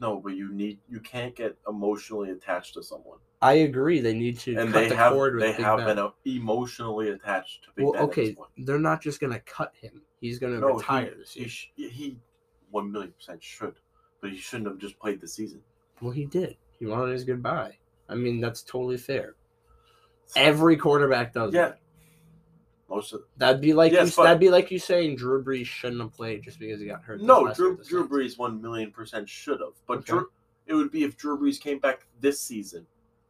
[SPEAKER 2] No, but you need you can't get emotionally attached to someone,
[SPEAKER 1] I agree. They need to
[SPEAKER 2] and
[SPEAKER 1] cut
[SPEAKER 2] they
[SPEAKER 1] the
[SPEAKER 2] have
[SPEAKER 1] cord with
[SPEAKER 2] they
[SPEAKER 1] Big
[SPEAKER 2] have
[SPEAKER 1] Ben.
[SPEAKER 2] been uh, emotionally attached to Big
[SPEAKER 1] well,
[SPEAKER 2] Ben. at this
[SPEAKER 1] okay,
[SPEAKER 2] point.
[SPEAKER 1] they're not just gonna cut him. He's gonna
[SPEAKER 2] No,
[SPEAKER 1] retire. this
[SPEAKER 2] he,
[SPEAKER 1] year.
[SPEAKER 2] sh- he one million percent should, but he shouldn't have just played the season.
[SPEAKER 1] well, he did. He wanted his goodbye. I mean, that's totally fair. Every quarterback does
[SPEAKER 2] Yeah.
[SPEAKER 1] that.
[SPEAKER 2] Most of
[SPEAKER 1] That'd be like
[SPEAKER 2] Yes,
[SPEAKER 1] you,
[SPEAKER 2] but-
[SPEAKER 1] that'd be like you saying Drew Brees shouldn't have played just because he got hurt. this
[SPEAKER 2] no,
[SPEAKER 1] last year
[SPEAKER 2] Drew,
[SPEAKER 1] with the
[SPEAKER 2] Drew
[SPEAKER 1] Saints.
[SPEAKER 2] Brees one million percent should have, but
[SPEAKER 1] Okay.
[SPEAKER 2] Drew, it would be if Drew Brees came back this season,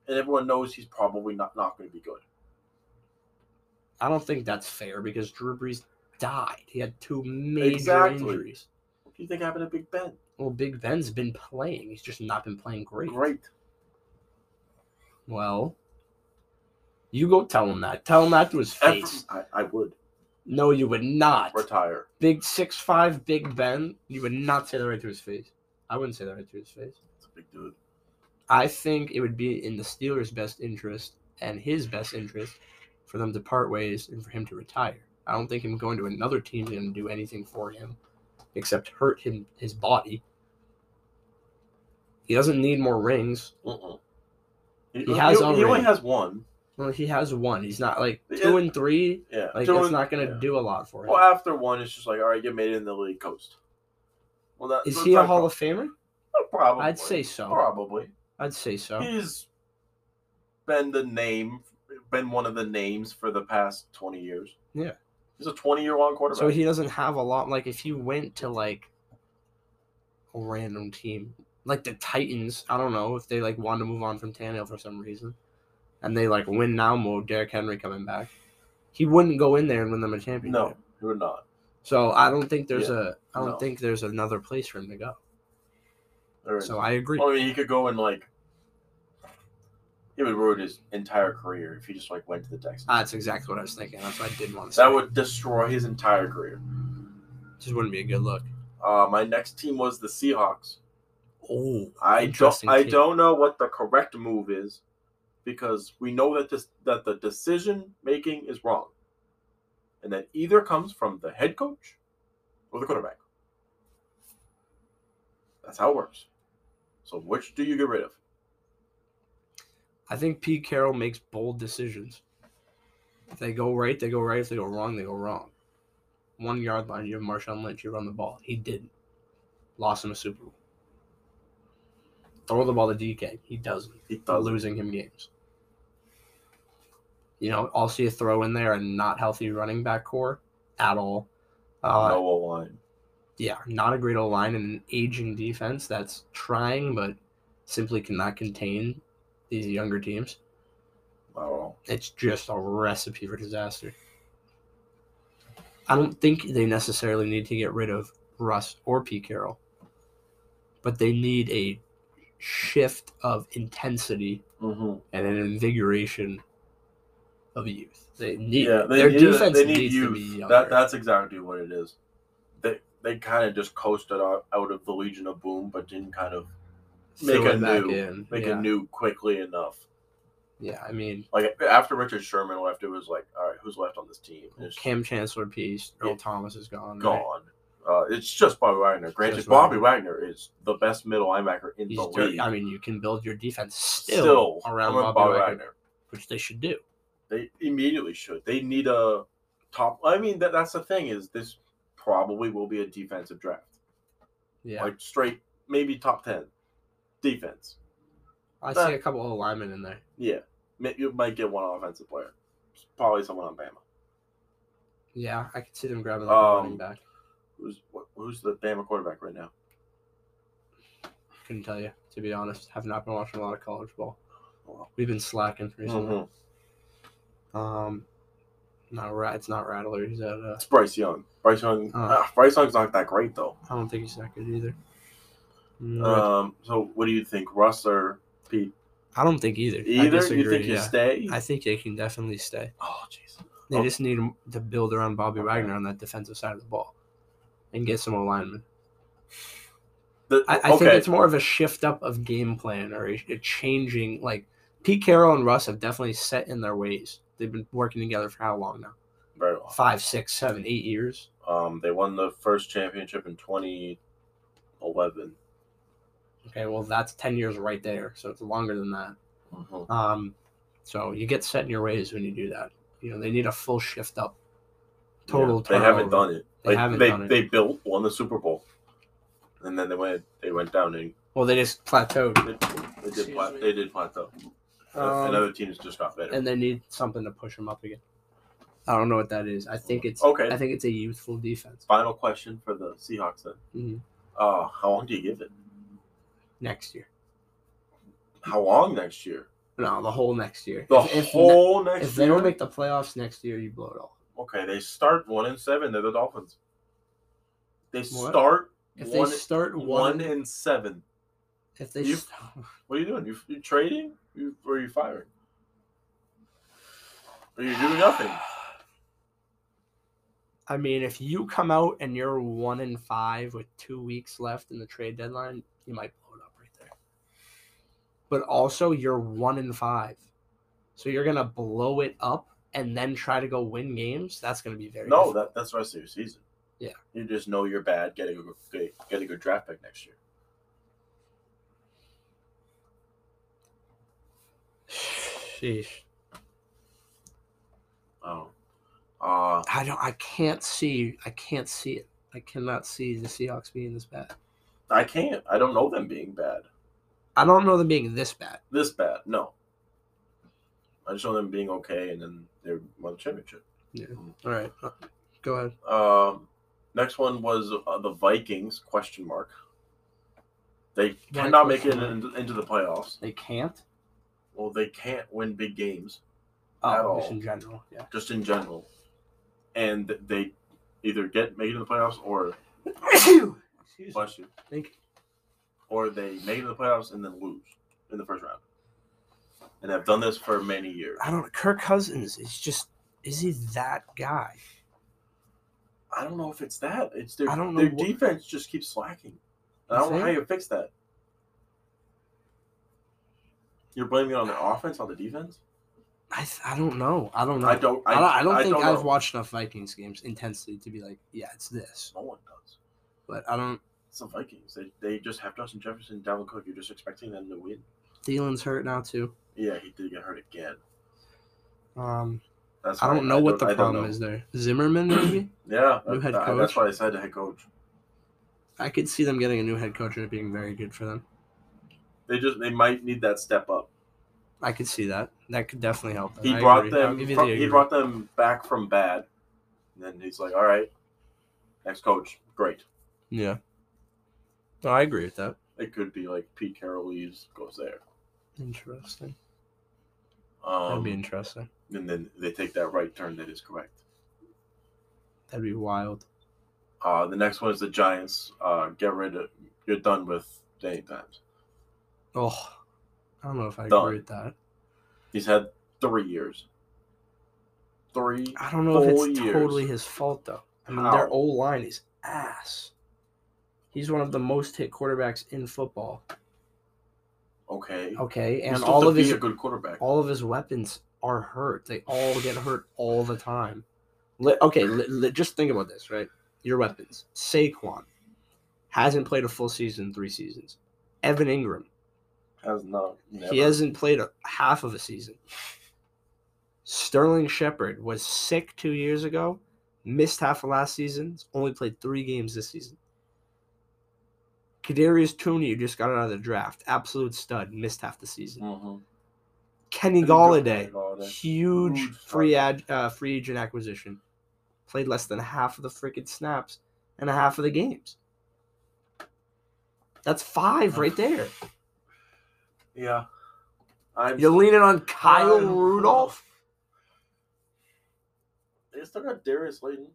[SPEAKER 2] and everyone knows he's probably not not going to be good.
[SPEAKER 1] I don't think that's fair because Drew Brees died. He had two major
[SPEAKER 2] Exactly.
[SPEAKER 1] injuries.
[SPEAKER 2] What do you think happened to Big Ben?
[SPEAKER 1] Well, Big Ben's been playing. He's just not been playing great.
[SPEAKER 2] Great.
[SPEAKER 1] Well, you go tell him that. Tell him that to his
[SPEAKER 2] Every-
[SPEAKER 1] face.
[SPEAKER 2] I, I would
[SPEAKER 1] No, you would not.
[SPEAKER 2] retire.
[SPEAKER 1] Big six five, Big Ben. You would not say that right to his face. I wouldn't say that right to his face.
[SPEAKER 2] It's a big dude.
[SPEAKER 1] I think it would be in the Steelers' best interest and his best interest for them to part ways and for him to retire. I don't think him going to another team is going to do anything for him except hurt him his body. He doesn't need more rings.
[SPEAKER 2] Uh-uh. He,
[SPEAKER 1] He has
[SPEAKER 2] he- he only
[SPEAKER 1] already.
[SPEAKER 2] has one.
[SPEAKER 1] Well, he has one. He's not like
[SPEAKER 2] Yeah.
[SPEAKER 1] two and three.
[SPEAKER 2] Yeah.
[SPEAKER 1] Like
[SPEAKER 2] Two
[SPEAKER 1] it's
[SPEAKER 2] and-
[SPEAKER 1] not going to
[SPEAKER 2] yeah.
[SPEAKER 1] do a lot for him.
[SPEAKER 2] Well, after one, it's just like, all right, you made it in the league coast. Well, that,
[SPEAKER 1] is
[SPEAKER 2] that's
[SPEAKER 1] he a
[SPEAKER 2] not-
[SPEAKER 1] Hall of Famer?
[SPEAKER 2] Probably.
[SPEAKER 1] I'd say so.
[SPEAKER 2] Probably.
[SPEAKER 1] I'd say so.
[SPEAKER 2] He's been the name, been one of the names for the past 20 years.
[SPEAKER 1] Yeah.
[SPEAKER 2] He's a 20 year long quarterback.
[SPEAKER 1] So he doesn't have a lot. Like if he went to like a random team, like the Titans, I don't know if they like want to move on from Tannehill for some reason, and they like win now mode. Derrick Henry coming back, he wouldn't go in there and win them a championship.
[SPEAKER 2] no, he would not.
[SPEAKER 1] So I don't think there's a I don't
[SPEAKER 2] no.
[SPEAKER 1] think there's another place for him to go.
[SPEAKER 2] There is-
[SPEAKER 1] So I agree.
[SPEAKER 2] I mean, he could go and, like, he would ruin his entire career if he just, like, went to the Texans.
[SPEAKER 1] That's exactly what I was thinking. That's what I did want to say.
[SPEAKER 2] that would destroy his entire career.
[SPEAKER 1] just wouldn't be a good look.
[SPEAKER 2] Uh, my next team was the Seahawks.
[SPEAKER 1] Oh,
[SPEAKER 2] I don't
[SPEAKER 1] Interesting
[SPEAKER 2] I
[SPEAKER 1] take.
[SPEAKER 2] don't know what the correct move is because we know that this that the decision making is wrong. And that either comes from the head coach or the quarterback. That's how it works. So which do you get rid of?
[SPEAKER 1] I think Pete Carroll makes bold decisions. If they go right, they go right. If they go wrong, they go wrong. One yard line, you have Marshawn Lynch, you run the ball. He didn't. Lost him a Super Bowl. Throw the ball to DK. He doesn't.
[SPEAKER 2] He
[SPEAKER 1] They're
[SPEAKER 2] does
[SPEAKER 1] losing him games. You know, I'll see a throw in there and not healthy running back core at all. Uh,
[SPEAKER 2] no O line.
[SPEAKER 1] yeah, not a great O line and an aging defense that's trying but simply cannot contain these younger teams.
[SPEAKER 2] Wow.
[SPEAKER 1] It's just a recipe for disaster. I don't think they necessarily need to get rid of Russ or P. Carroll, but they need a shift of intensity
[SPEAKER 2] Mm-hmm.
[SPEAKER 1] and an invigoration of youth. They need
[SPEAKER 2] Yeah, they
[SPEAKER 1] their
[SPEAKER 2] need,
[SPEAKER 1] defense
[SPEAKER 2] they need
[SPEAKER 1] needs
[SPEAKER 2] youth.
[SPEAKER 1] to be younger.
[SPEAKER 2] that that's exactly what it is. They they kind of just coasted out, out of the Legion of Boom, but didn't kind of make
[SPEAKER 1] Fill
[SPEAKER 2] a
[SPEAKER 1] it back
[SPEAKER 2] new-
[SPEAKER 1] in.
[SPEAKER 2] make
[SPEAKER 1] yeah.
[SPEAKER 2] it new quickly enough.
[SPEAKER 1] yeah, I mean
[SPEAKER 2] Like after Richard Sherman left, it was like, all right, who's left on this team? And It's
[SPEAKER 1] Cam Chancellor piece, Earl
[SPEAKER 2] Yeah.
[SPEAKER 1] Thomas is gone. right?
[SPEAKER 2] gone. Uh, it's just Bobby Wagner. Granted,
[SPEAKER 1] just
[SPEAKER 2] Bobby Wagner. is the best middle linebacker in
[SPEAKER 1] He's
[SPEAKER 2] the
[SPEAKER 1] doing-
[SPEAKER 2] league.
[SPEAKER 1] I mean, you can build your defense still,
[SPEAKER 2] Still
[SPEAKER 1] around
[SPEAKER 2] around
[SPEAKER 1] Bobby, Wagner, which they should do.
[SPEAKER 2] They immediately should. They need a top. I mean, that that's the thing is this probably will be a defensive draft,
[SPEAKER 1] Yeah,
[SPEAKER 2] like straight maybe top ten defense.
[SPEAKER 1] I
[SPEAKER 2] that-
[SPEAKER 1] see a couple of linemen in there.
[SPEAKER 2] Yeah, Ma- you might get one offensive player, probably someone on Bama.
[SPEAKER 1] Yeah, I could see them grabbing like a
[SPEAKER 2] Um,
[SPEAKER 1] running back.
[SPEAKER 2] Who's wh- who's the Bama quarterback right now?
[SPEAKER 1] Couldn't tell you to be honest. Have not been watching a lot of college ball.
[SPEAKER 2] Wow. Mm-hmm.
[SPEAKER 1] We've been slacking recently.
[SPEAKER 2] Mhm.
[SPEAKER 1] Um, not rat. It's not Rattler. He's at. Uh,
[SPEAKER 2] It's Bryce Young. Bryce Young.
[SPEAKER 1] Oh.
[SPEAKER 2] ah, Bryce Young's not that great though. Uh,
[SPEAKER 1] I don't think he's that good either. No,
[SPEAKER 2] Um, so what do you think, Russ or Pete?
[SPEAKER 1] I don't think either. I
[SPEAKER 2] Either
[SPEAKER 1] disagree.
[SPEAKER 2] you think you
[SPEAKER 1] yeah.
[SPEAKER 2] stay?
[SPEAKER 1] I think they can definitely stay.
[SPEAKER 2] oh jeez.
[SPEAKER 1] They
[SPEAKER 2] Oh.
[SPEAKER 1] just need to build around Bobby Wagner on that defensive side of the ball and get some alignment.
[SPEAKER 2] The-
[SPEAKER 1] I, I
[SPEAKER 2] okay.
[SPEAKER 1] think it's more of a shift up of game plan or a, a changing. Like Pete Carroll and Russ have definitely set in their ways. They've been working together for how long now?
[SPEAKER 2] Very well.
[SPEAKER 1] Five, six, seven, eight years.
[SPEAKER 2] Um, they won the first championship in 2011.
[SPEAKER 1] Okay, well that's ten years right there. So it's longer than that. Um, so you get set in your ways when you do that. You know they need a full shift up. Total.
[SPEAKER 2] Yeah, they haven't
[SPEAKER 1] turnover.
[SPEAKER 2] done it.
[SPEAKER 1] They
[SPEAKER 2] Like,
[SPEAKER 1] haven't
[SPEAKER 2] they,
[SPEAKER 1] done it.
[SPEAKER 2] They built, won the Super Bowl, and then they went. They went down and
[SPEAKER 1] Well, they just plateaued.
[SPEAKER 2] they, they
[SPEAKER 1] Excuse
[SPEAKER 2] did. Plat-
[SPEAKER 1] me.
[SPEAKER 2] they did plateau. Uh,
[SPEAKER 1] Um,
[SPEAKER 2] Another team has just got better.
[SPEAKER 1] and they need something to push them up again. I don't know what that is. I think it's
[SPEAKER 2] Okay.
[SPEAKER 1] I think it's a youthful defense.
[SPEAKER 2] Final question for the Seahawks then.
[SPEAKER 1] Mhm.
[SPEAKER 2] Uh, how long do you give it?
[SPEAKER 1] Next year,
[SPEAKER 2] How long next year?
[SPEAKER 1] no, the whole next year.
[SPEAKER 2] The
[SPEAKER 1] If- if ne-
[SPEAKER 2] whole
[SPEAKER 1] if,
[SPEAKER 2] next
[SPEAKER 1] they
[SPEAKER 2] year.
[SPEAKER 1] don't make the playoffs next year, you blow it all.
[SPEAKER 2] okay, they start one and seven. They're the Dolphins. They
[SPEAKER 1] What?
[SPEAKER 2] start
[SPEAKER 1] If
[SPEAKER 2] one,
[SPEAKER 1] they start one,
[SPEAKER 2] one and seven.
[SPEAKER 1] if they
[SPEAKER 2] you-
[SPEAKER 1] st-
[SPEAKER 2] What are you doing? You, you trading? You, or are you firing? Or you doing nothing?
[SPEAKER 1] I mean, if you come out and you're one and five with two weeks left in the trade deadline, you might blow it up right there. But also, you're one and five, so you're gonna blow it up and then try to go win games. That's gonna be very
[SPEAKER 2] No,
[SPEAKER 1] difficult.
[SPEAKER 2] that, that's the rest of your season.
[SPEAKER 1] Yeah.
[SPEAKER 2] You just know you're bad. Get a good, get, get a good draft pick next year.
[SPEAKER 1] Sheesh.
[SPEAKER 2] Oh. Uh,
[SPEAKER 1] I don't. I can't see. I can't see it. I cannot see the Seahawks being this bad.
[SPEAKER 2] I can't. I don't know them being bad.
[SPEAKER 1] I don't know them being this bad.
[SPEAKER 2] This bad. No. I just know them being okay, and then they won the championship.
[SPEAKER 1] All right, uh, go ahead.
[SPEAKER 2] Um, next one was uh, the Vikings? Question mark. They
[SPEAKER 1] Why
[SPEAKER 2] cannot make it
[SPEAKER 1] question mark?
[SPEAKER 2] in, into the playoffs.
[SPEAKER 1] They can't.
[SPEAKER 2] Well, they can't win big games.
[SPEAKER 1] Oh,
[SPEAKER 2] At
[SPEAKER 1] just
[SPEAKER 2] all.
[SPEAKER 1] in general. Yeah.
[SPEAKER 2] just in general, and they either get make it in the playoffs or
[SPEAKER 1] Excuse me.
[SPEAKER 2] bless you,
[SPEAKER 1] Think-
[SPEAKER 2] or they make it in the playoffs and then lose in the first round. And I've done this for many years.
[SPEAKER 1] I don't. know. Kirk Cousins is just. Is he that guy?
[SPEAKER 2] I don't know if it's that. It's their
[SPEAKER 1] I don't know
[SPEAKER 2] their
[SPEAKER 1] what-
[SPEAKER 2] defense just keeps slacking.
[SPEAKER 1] You
[SPEAKER 2] And I don't know how
[SPEAKER 1] think?
[SPEAKER 2] you fix that. You're blaming it on the offense, on the defense.
[SPEAKER 1] I, th- I don't know. I don't know.
[SPEAKER 2] I don't. I,
[SPEAKER 1] I don't, I don't think I've
[SPEAKER 2] know.
[SPEAKER 1] watched enough Vikings games intensely to be like, yeah, it's this.
[SPEAKER 2] No one does.
[SPEAKER 1] But I don't.
[SPEAKER 2] It's the Vikings. They, they just have Justin Jefferson, Dalvin Cook. You're just expecting them to win.
[SPEAKER 1] Thielen's hurt now too.
[SPEAKER 2] Yeah, he did get hurt again.
[SPEAKER 1] Um,
[SPEAKER 2] That's
[SPEAKER 1] I
[SPEAKER 2] why
[SPEAKER 1] don't know what the
[SPEAKER 2] I don't
[SPEAKER 1] problem
[SPEAKER 2] know.
[SPEAKER 1] is there. Zimmerman maybe.
[SPEAKER 2] Yeah,
[SPEAKER 1] New
[SPEAKER 2] that-
[SPEAKER 1] head
[SPEAKER 2] that- that's
[SPEAKER 1] coach.
[SPEAKER 2] why I said head coach.
[SPEAKER 1] I could see them getting a new head coach and it being very good for them.
[SPEAKER 2] They just they might need that step up.
[SPEAKER 1] I could see that. That could definitely help. them.
[SPEAKER 2] He
[SPEAKER 1] I
[SPEAKER 2] brought
[SPEAKER 1] agree. I'll
[SPEAKER 2] them.
[SPEAKER 1] give you
[SPEAKER 2] fro-
[SPEAKER 1] the
[SPEAKER 2] he
[SPEAKER 1] agree.
[SPEAKER 2] brought them back from bad, and then he's like, "All right, next coach, great."
[SPEAKER 1] Yeah. No, I agree with that.
[SPEAKER 2] It could be like Pete Carroll leaves, goes there.
[SPEAKER 1] Interesting. That'd
[SPEAKER 2] Um,
[SPEAKER 1] be interesting.
[SPEAKER 2] and then they take that right turn that is correct.
[SPEAKER 1] That'd be wild.
[SPEAKER 2] Uh, the next one is the Giants. Uh, get rid of. You're done with Danny Dimes.
[SPEAKER 1] Oh, I don't know if I
[SPEAKER 2] Done.
[SPEAKER 1] agree with that.
[SPEAKER 2] He's had three years. Three.
[SPEAKER 1] I don't know if
[SPEAKER 2] Full
[SPEAKER 1] it's
[SPEAKER 2] years.
[SPEAKER 1] totally his fault though. I mean,
[SPEAKER 2] How?
[SPEAKER 1] their O line is ass. He's one of the most hit quarterbacks in football.
[SPEAKER 2] Okay.
[SPEAKER 1] Okay, Oh,
[SPEAKER 2] He
[SPEAKER 1] and
[SPEAKER 2] still
[SPEAKER 1] all
[SPEAKER 2] could
[SPEAKER 1] of
[SPEAKER 2] be
[SPEAKER 1] his
[SPEAKER 2] a good quarterback.
[SPEAKER 1] all of his weapons are hurt. They all get hurt all the time. Li- okay, li- li- just think about this, right? Your weapons. Saquon hasn't played a full season in three seasons. Evan Ingram,
[SPEAKER 2] Has not.
[SPEAKER 1] he
[SPEAKER 2] never.
[SPEAKER 1] hasn't played a half of a season. Sterling Shepard was sick two years ago, missed half of last season, only played three games this season. Kadarius Tooney, who just got out of the draft, absolute stud, missed half the season.
[SPEAKER 2] Mhm.
[SPEAKER 1] Kenny
[SPEAKER 2] Galladay.
[SPEAKER 1] Galladay, huge
[SPEAKER 2] Huge
[SPEAKER 1] free ad uh, free agent acquisition. Played less than half of the freaking snaps and a half of the games. That's five right there.
[SPEAKER 2] Yeah. I'm,
[SPEAKER 1] You're leaning on Kyle
[SPEAKER 2] I'm-
[SPEAKER 1] Rudolph.
[SPEAKER 2] They still got Darius Layton.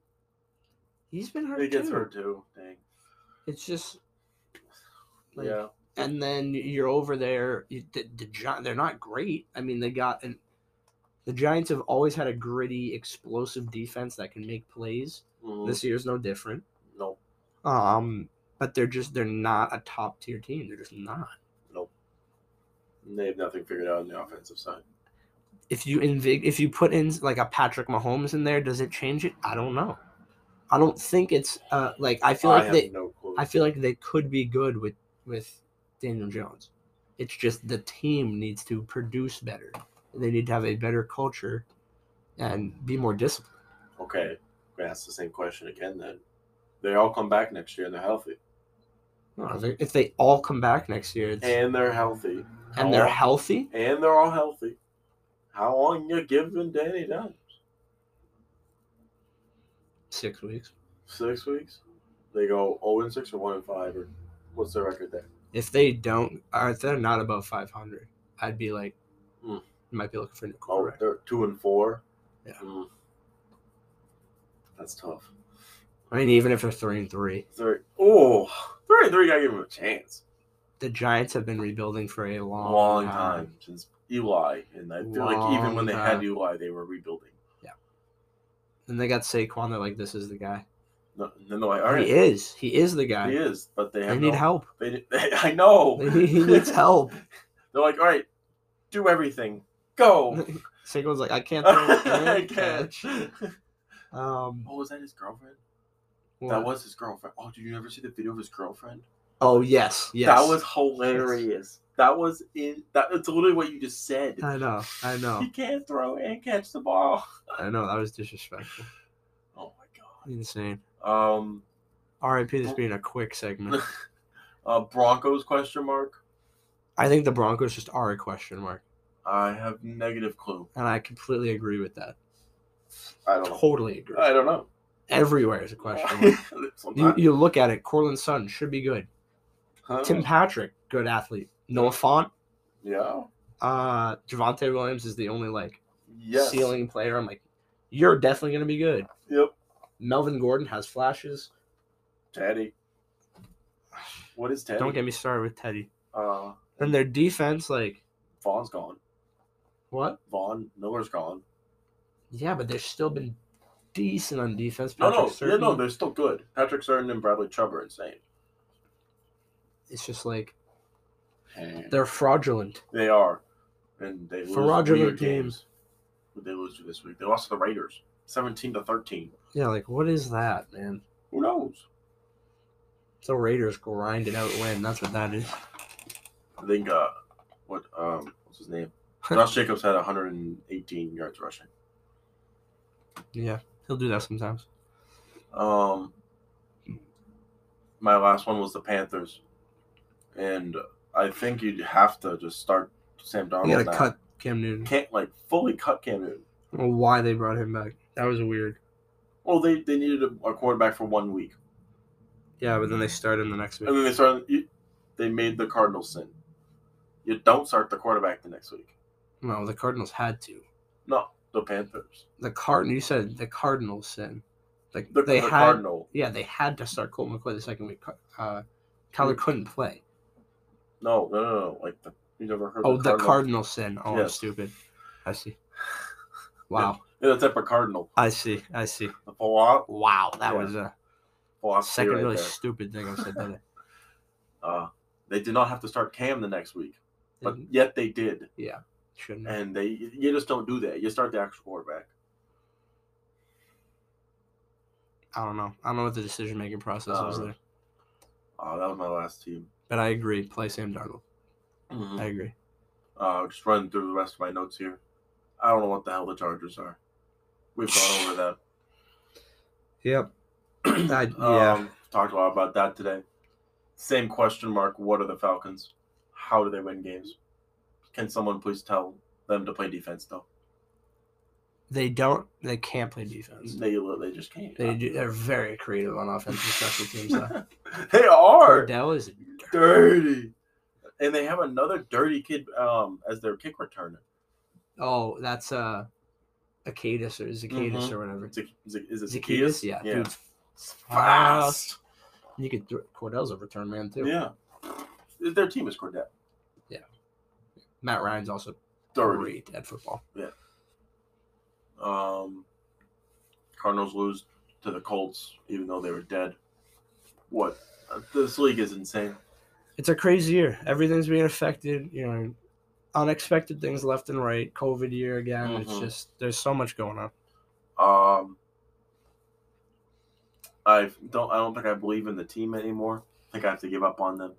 [SPEAKER 1] He's been
[SPEAKER 2] He
[SPEAKER 1] hurt
[SPEAKER 2] gets
[SPEAKER 1] too.
[SPEAKER 2] hurt too. Dang.
[SPEAKER 1] It's just Like-
[SPEAKER 2] yeah.
[SPEAKER 1] and then you're over there. you- The, the Gi- they're not great. I mean, they got an. The Giants have always had a gritty, explosive defense that can make plays.
[SPEAKER 2] Mm,
[SPEAKER 1] This year's no different.
[SPEAKER 2] no,
[SPEAKER 1] Um, but they're just they're not a top tier team. They're just not.
[SPEAKER 2] they have nothing figured out on the offensive side.
[SPEAKER 1] If you invig if you put in like a Patrick Mahomes in there, does it change it? I don't know. I don't think it's uh like I feel
[SPEAKER 2] I
[SPEAKER 1] like
[SPEAKER 2] have
[SPEAKER 1] they
[SPEAKER 2] no clue.
[SPEAKER 1] I feel like they could be good with with Daniel Jones. It's just the team needs to produce better. They need to have a better culture and be more disciplined.
[SPEAKER 2] okay, I'm gonna ask the same question again then. They all come back next year and they're healthy.
[SPEAKER 1] No, if they- If they all come back next year it's, and,
[SPEAKER 2] And they're healthy. How
[SPEAKER 1] they're
[SPEAKER 2] long-
[SPEAKER 1] healthy,
[SPEAKER 2] and they're all healthy. How long you giving Danny Dimes?
[SPEAKER 1] six weeks.
[SPEAKER 2] Six weeks? They go 0 and 6 or 1 and 5 or what's their record there?
[SPEAKER 1] If they don't, or if they're not above 500, I'd be like,
[SPEAKER 2] Hmm.
[SPEAKER 1] you might be looking for a new
[SPEAKER 2] Oh,
[SPEAKER 1] quarterback.
[SPEAKER 2] they're 2 and 4.
[SPEAKER 1] Yeah.
[SPEAKER 2] Mm. That's tough.
[SPEAKER 1] I mean, even if they're three and three,
[SPEAKER 2] Three. Oh, 3 and 3 got to give them a chance.
[SPEAKER 1] the Giants have been rebuilding for a long,
[SPEAKER 2] long time since Eli. And I feel like even
[SPEAKER 1] Long
[SPEAKER 2] when they
[SPEAKER 1] time.
[SPEAKER 2] had Eli, they were rebuilding.
[SPEAKER 1] And they got Saquon. They're like, this is the guy.
[SPEAKER 2] No, no, no I already.
[SPEAKER 1] He is. He is the guy.
[SPEAKER 2] He is, but they
[SPEAKER 1] They
[SPEAKER 2] have
[SPEAKER 1] need
[SPEAKER 2] no-
[SPEAKER 1] help.
[SPEAKER 2] They, did- I know.
[SPEAKER 1] he needs help.
[SPEAKER 2] They're like, all right, do everything. Go.
[SPEAKER 1] Saquon's like, I can't throw
[SPEAKER 2] I
[SPEAKER 1] and
[SPEAKER 2] can't.
[SPEAKER 1] catch. Um,
[SPEAKER 2] Oh, was that his girlfriend?
[SPEAKER 1] what?
[SPEAKER 2] That was his girlfriend. Oh, did you ever see the video of his girlfriend?
[SPEAKER 1] Oh yes, yes.
[SPEAKER 2] That was hilarious. That was in. That it's literally what you just said.
[SPEAKER 1] I know, I know,
[SPEAKER 2] He can't throw and catch the ball.
[SPEAKER 1] I know. That was disrespectful.
[SPEAKER 2] Oh my
[SPEAKER 1] Insane.
[SPEAKER 2] god. Um,
[SPEAKER 1] R.I.P. This being a quick segment.
[SPEAKER 2] uh, Broncos question mark.
[SPEAKER 1] I think the Broncos just are a question mark,
[SPEAKER 2] I have negative clue.
[SPEAKER 1] and I completely agree with that.
[SPEAKER 2] I don't. know.
[SPEAKER 1] Totally agree.
[SPEAKER 2] I don't know.
[SPEAKER 1] Everywhere is a question mark. You,
[SPEAKER 2] Sometimes.
[SPEAKER 1] you look at it. Corlin Sutton should be good.
[SPEAKER 2] Huh?
[SPEAKER 1] Tim Patrick, good athlete. Noah Font.
[SPEAKER 2] Yeah.
[SPEAKER 1] Uh, Javante Williams is the only like
[SPEAKER 2] Yes.
[SPEAKER 1] ceiling player. I'm like, you're definitely gonna be good.
[SPEAKER 2] Yep.
[SPEAKER 1] Melvin Gordon has flashes.
[SPEAKER 2] Teddy. What is Teddy?
[SPEAKER 1] Don't get me started with Teddy.
[SPEAKER 2] Uh,
[SPEAKER 1] And their defense, like
[SPEAKER 2] Vaughn's gone.
[SPEAKER 1] what?
[SPEAKER 2] Vaughn Miller's gone.
[SPEAKER 1] Yeah, but they've still been decent on defense.
[SPEAKER 2] No, no,
[SPEAKER 1] Patrick
[SPEAKER 2] yeah,
[SPEAKER 1] Surtain,
[SPEAKER 2] no, they're still good. Patrick Certain and Bradley Chubb are insane.
[SPEAKER 1] it's just like they're fraudulent.
[SPEAKER 2] They are, and they lose
[SPEAKER 1] Fraudulent
[SPEAKER 2] weird
[SPEAKER 1] games.
[SPEAKER 2] games. What they lose to this week? They lost to the Raiders, seventeen to thirteen.
[SPEAKER 1] Yeah, like what is that, man?
[SPEAKER 2] Who knows?
[SPEAKER 1] The Raiders grinded out win. That's what that is.
[SPEAKER 2] I think uh, what um, what's his name? Josh Jacobs had one hundred and eighteen yards rushing.
[SPEAKER 1] yeah, he'll do that sometimes.
[SPEAKER 2] Um, my last one was the Panthers, and I think you'd have to just start Sam Donald.
[SPEAKER 1] You gotta
[SPEAKER 2] now.
[SPEAKER 1] cut Cam Newton.
[SPEAKER 2] Can't like fully cut Cam Newton.
[SPEAKER 1] I don't know why they brought him back? That was weird.
[SPEAKER 2] Well, they, they needed a, a quarterback for one week,
[SPEAKER 1] Yeah, but then they started him the next
[SPEAKER 2] and
[SPEAKER 1] week.
[SPEAKER 2] then they started. you- They made the Cardinals sin. You don't start the quarterback the next week.
[SPEAKER 1] No, the Cardinals had to.
[SPEAKER 2] No, the Panthers.
[SPEAKER 1] The Card you said the Cardinals sin. Like
[SPEAKER 2] The,
[SPEAKER 1] they had
[SPEAKER 2] the Cardinal.
[SPEAKER 1] yeah, they had to start Colt McCoy the second week. Uh, Kyler couldn't play.
[SPEAKER 2] No, no, no, no. Like the, you never heard.
[SPEAKER 1] Oh, the
[SPEAKER 2] Cardinal.
[SPEAKER 1] Cardinal sin. Oh, I'm
[SPEAKER 2] Yes.
[SPEAKER 1] stupid. I see. Wow,
[SPEAKER 2] Yeah, the type of Cardinal.
[SPEAKER 1] I see. I see.
[SPEAKER 2] The philo-
[SPEAKER 1] Wow, that
[SPEAKER 2] Yeah.
[SPEAKER 1] was a
[SPEAKER 2] philosophy
[SPEAKER 1] second
[SPEAKER 2] right
[SPEAKER 1] really
[SPEAKER 2] there.
[SPEAKER 1] stupid thing I've said today.
[SPEAKER 2] Uh, they did not have to start Cam the next week, but
[SPEAKER 1] Mhm.
[SPEAKER 2] yet they did,
[SPEAKER 1] Shouldn't. have.
[SPEAKER 2] and they you just don't do that. You start the actual quarterback.
[SPEAKER 1] I don't know. I don't know what the decision making process was
[SPEAKER 2] Uh,
[SPEAKER 1] there,
[SPEAKER 2] Uh, that was my last team.
[SPEAKER 1] but I agree. Play Sam Darnold. I
[SPEAKER 2] Mhm.
[SPEAKER 1] agree.
[SPEAKER 2] Uh, just running through the rest of my notes here. I don't know what the hell the Chargers are. We've gone over that.
[SPEAKER 1] Yep. I, yeah.
[SPEAKER 2] Um, talked a lot about that today. Same question mark. What are the Falcons? How do they win games? Can someone please tell them to play defense though?
[SPEAKER 1] they don't. They can't play defense.
[SPEAKER 2] They they just can't.
[SPEAKER 1] They do, they're very creative on offense and special teams. Though.
[SPEAKER 2] they are
[SPEAKER 1] Cordell is
[SPEAKER 2] dirty, and they have another dirty kid um as their kick returner.
[SPEAKER 1] Oh, that's uh, Acadis or Zacadis
[SPEAKER 2] Mhm.
[SPEAKER 1] or whatever.
[SPEAKER 2] Zik- Zik- Is it
[SPEAKER 1] Zacadis, yeah,
[SPEAKER 2] Yeah.
[SPEAKER 1] dude's
[SPEAKER 2] Fast.
[SPEAKER 1] You could throw Cordell's a return man too.
[SPEAKER 2] Yeah. Their team is Cordell.
[SPEAKER 1] Matt Ryan's also
[SPEAKER 2] Dirty.
[SPEAKER 1] great at football.
[SPEAKER 2] Um, Cardinals lose to the Colts, even though they were dead. What? Uh, This league is insane.
[SPEAKER 1] It's a crazy year. Everything's being affected. You know, unexpected things left and right. COVID year again. It's
[SPEAKER 2] Mhm.
[SPEAKER 1] just there's so much going on.
[SPEAKER 2] Um, I don't. I don't think I believe in the team anymore. I think I have to give up on them.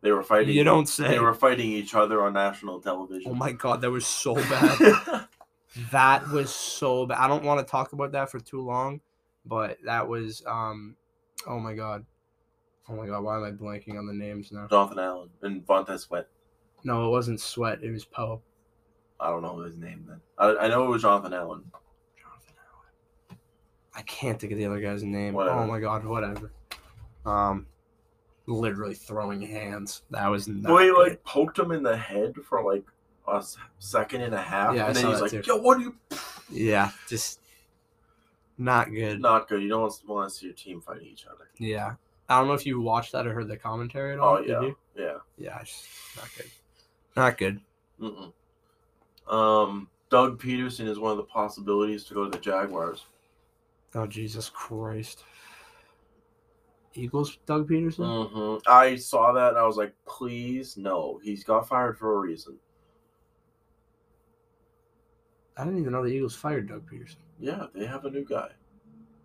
[SPEAKER 2] They were fighting.
[SPEAKER 1] You don't say.
[SPEAKER 2] They were fighting each other on national television.
[SPEAKER 1] Oh my god, that was so bad. that was so bad. I don't want to talk about that for too long, but that was um. Oh my god. Oh my god. Why am I blanking on the names now?
[SPEAKER 2] Jonathan Allen and Vontae Sweat.
[SPEAKER 1] No, it wasn't Sweat. It was Poe.
[SPEAKER 2] I don't know his name then. I, I know it was Jonathan Allen.
[SPEAKER 1] Jonathan Allen. I can't think of the other guy's name.
[SPEAKER 2] Whatever.
[SPEAKER 1] Oh my god, whatever. Um, literally throwing hands. That was not
[SPEAKER 2] No, he
[SPEAKER 1] good.
[SPEAKER 2] like poked him in the head for like a s- second and a half,
[SPEAKER 1] Yeah, I
[SPEAKER 2] and
[SPEAKER 1] saw
[SPEAKER 2] then he's
[SPEAKER 1] that
[SPEAKER 2] like,
[SPEAKER 1] too.
[SPEAKER 2] "Yo, what are you?"
[SPEAKER 1] yeah, just not good.
[SPEAKER 2] Not good. You don't want to see your team fighting each other.
[SPEAKER 1] Yeah, I don't know if you watched that or heard the commentary at all.
[SPEAKER 2] Oh yeah,
[SPEAKER 1] Did you?
[SPEAKER 2] yeah.
[SPEAKER 1] Yeah, it's just not good. Not good.
[SPEAKER 2] Mm-mm. Um, Doug Peterson is one of the possibilities to go to the Jaguars.
[SPEAKER 1] Oh Jesus Christ. Eagles, Doug Peterson.
[SPEAKER 2] hmm I saw that and I was like, please, no. He's got fired for a reason.
[SPEAKER 1] I didn't even know the Eagles fired Doug Peterson.
[SPEAKER 2] Yeah, they have a new guy.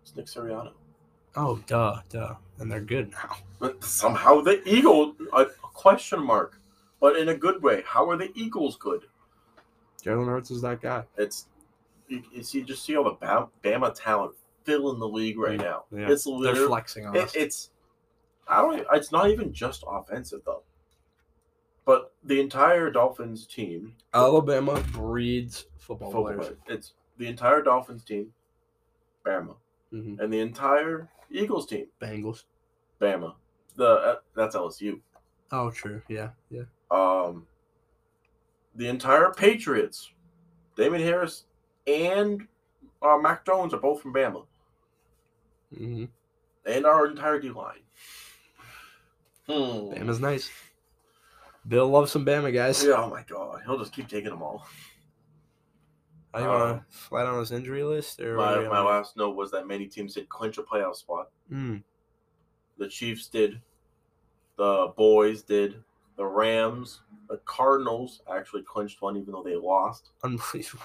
[SPEAKER 2] It's Nick Sirianni.
[SPEAKER 1] Oh duh, duh, and they're good now.
[SPEAKER 2] But somehow the Eagles, a question mark, but in a good way. How are the Eagles good?
[SPEAKER 1] Jalen Hurts is that guy.
[SPEAKER 2] It's you, you see, just see all the Bam- Bama talent filling the league right now.
[SPEAKER 1] Yeah.
[SPEAKER 2] It's
[SPEAKER 1] They're
[SPEAKER 2] literally
[SPEAKER 1] flexing on
[SPEAKER 2] It,
[SPEAKER 1] us.
[SPEAKER 2] it's I don't. It's not even just offensive though. But the entire Dolphins team,
[SPEAKER 1] Alabama breeds football,
[SPEAKER 2] football
[SPEAKER 1] players.
[SPEAKER 2] player, it's the entire Dolphins team, Bama,
[SPEAKER 1] Mhm.
[SPEAKER 2] and the entire Eagles team,
[SPEAKER 1] Bengals.
[SPEAKER 2] Bama. The uh, that's LSU.
[SPEAKER 1] Oh, true. Yeah, yeah.
[SPEAKER 2] Um, the entire Patriots, Damon Harris and uh, Mac Jones are both from Bama,
[SPEAKER 1] Mm-hmm.
[SPEAKER 2] and our entire D line. Hmm.
[SPEAKER 1] Bama's nice. Bill loves some Bama guys.
[SPEAKER 2] Yeah, oh my God, he'll just keep taking them all.
[SPEAKER 1] Are you
[SPEAKER 2] Uh,
[SPEAKER 1] uh, flat on his injury list? Or what
[SPEAKER 2] My,
[SPEAKER 1] are you
[SPEAKER 2] my
[SPEAKER 1] on?
[SPEAKER 2] last note was that many teams did clinch a playoff spot.
[SPEAKER 1] Mm,
[SPEAKER 2] The Chiefs did, the Boys did, the Rams, the Cardinals actually clinched one even though they lost
[SPEAKER 1] unbelievable.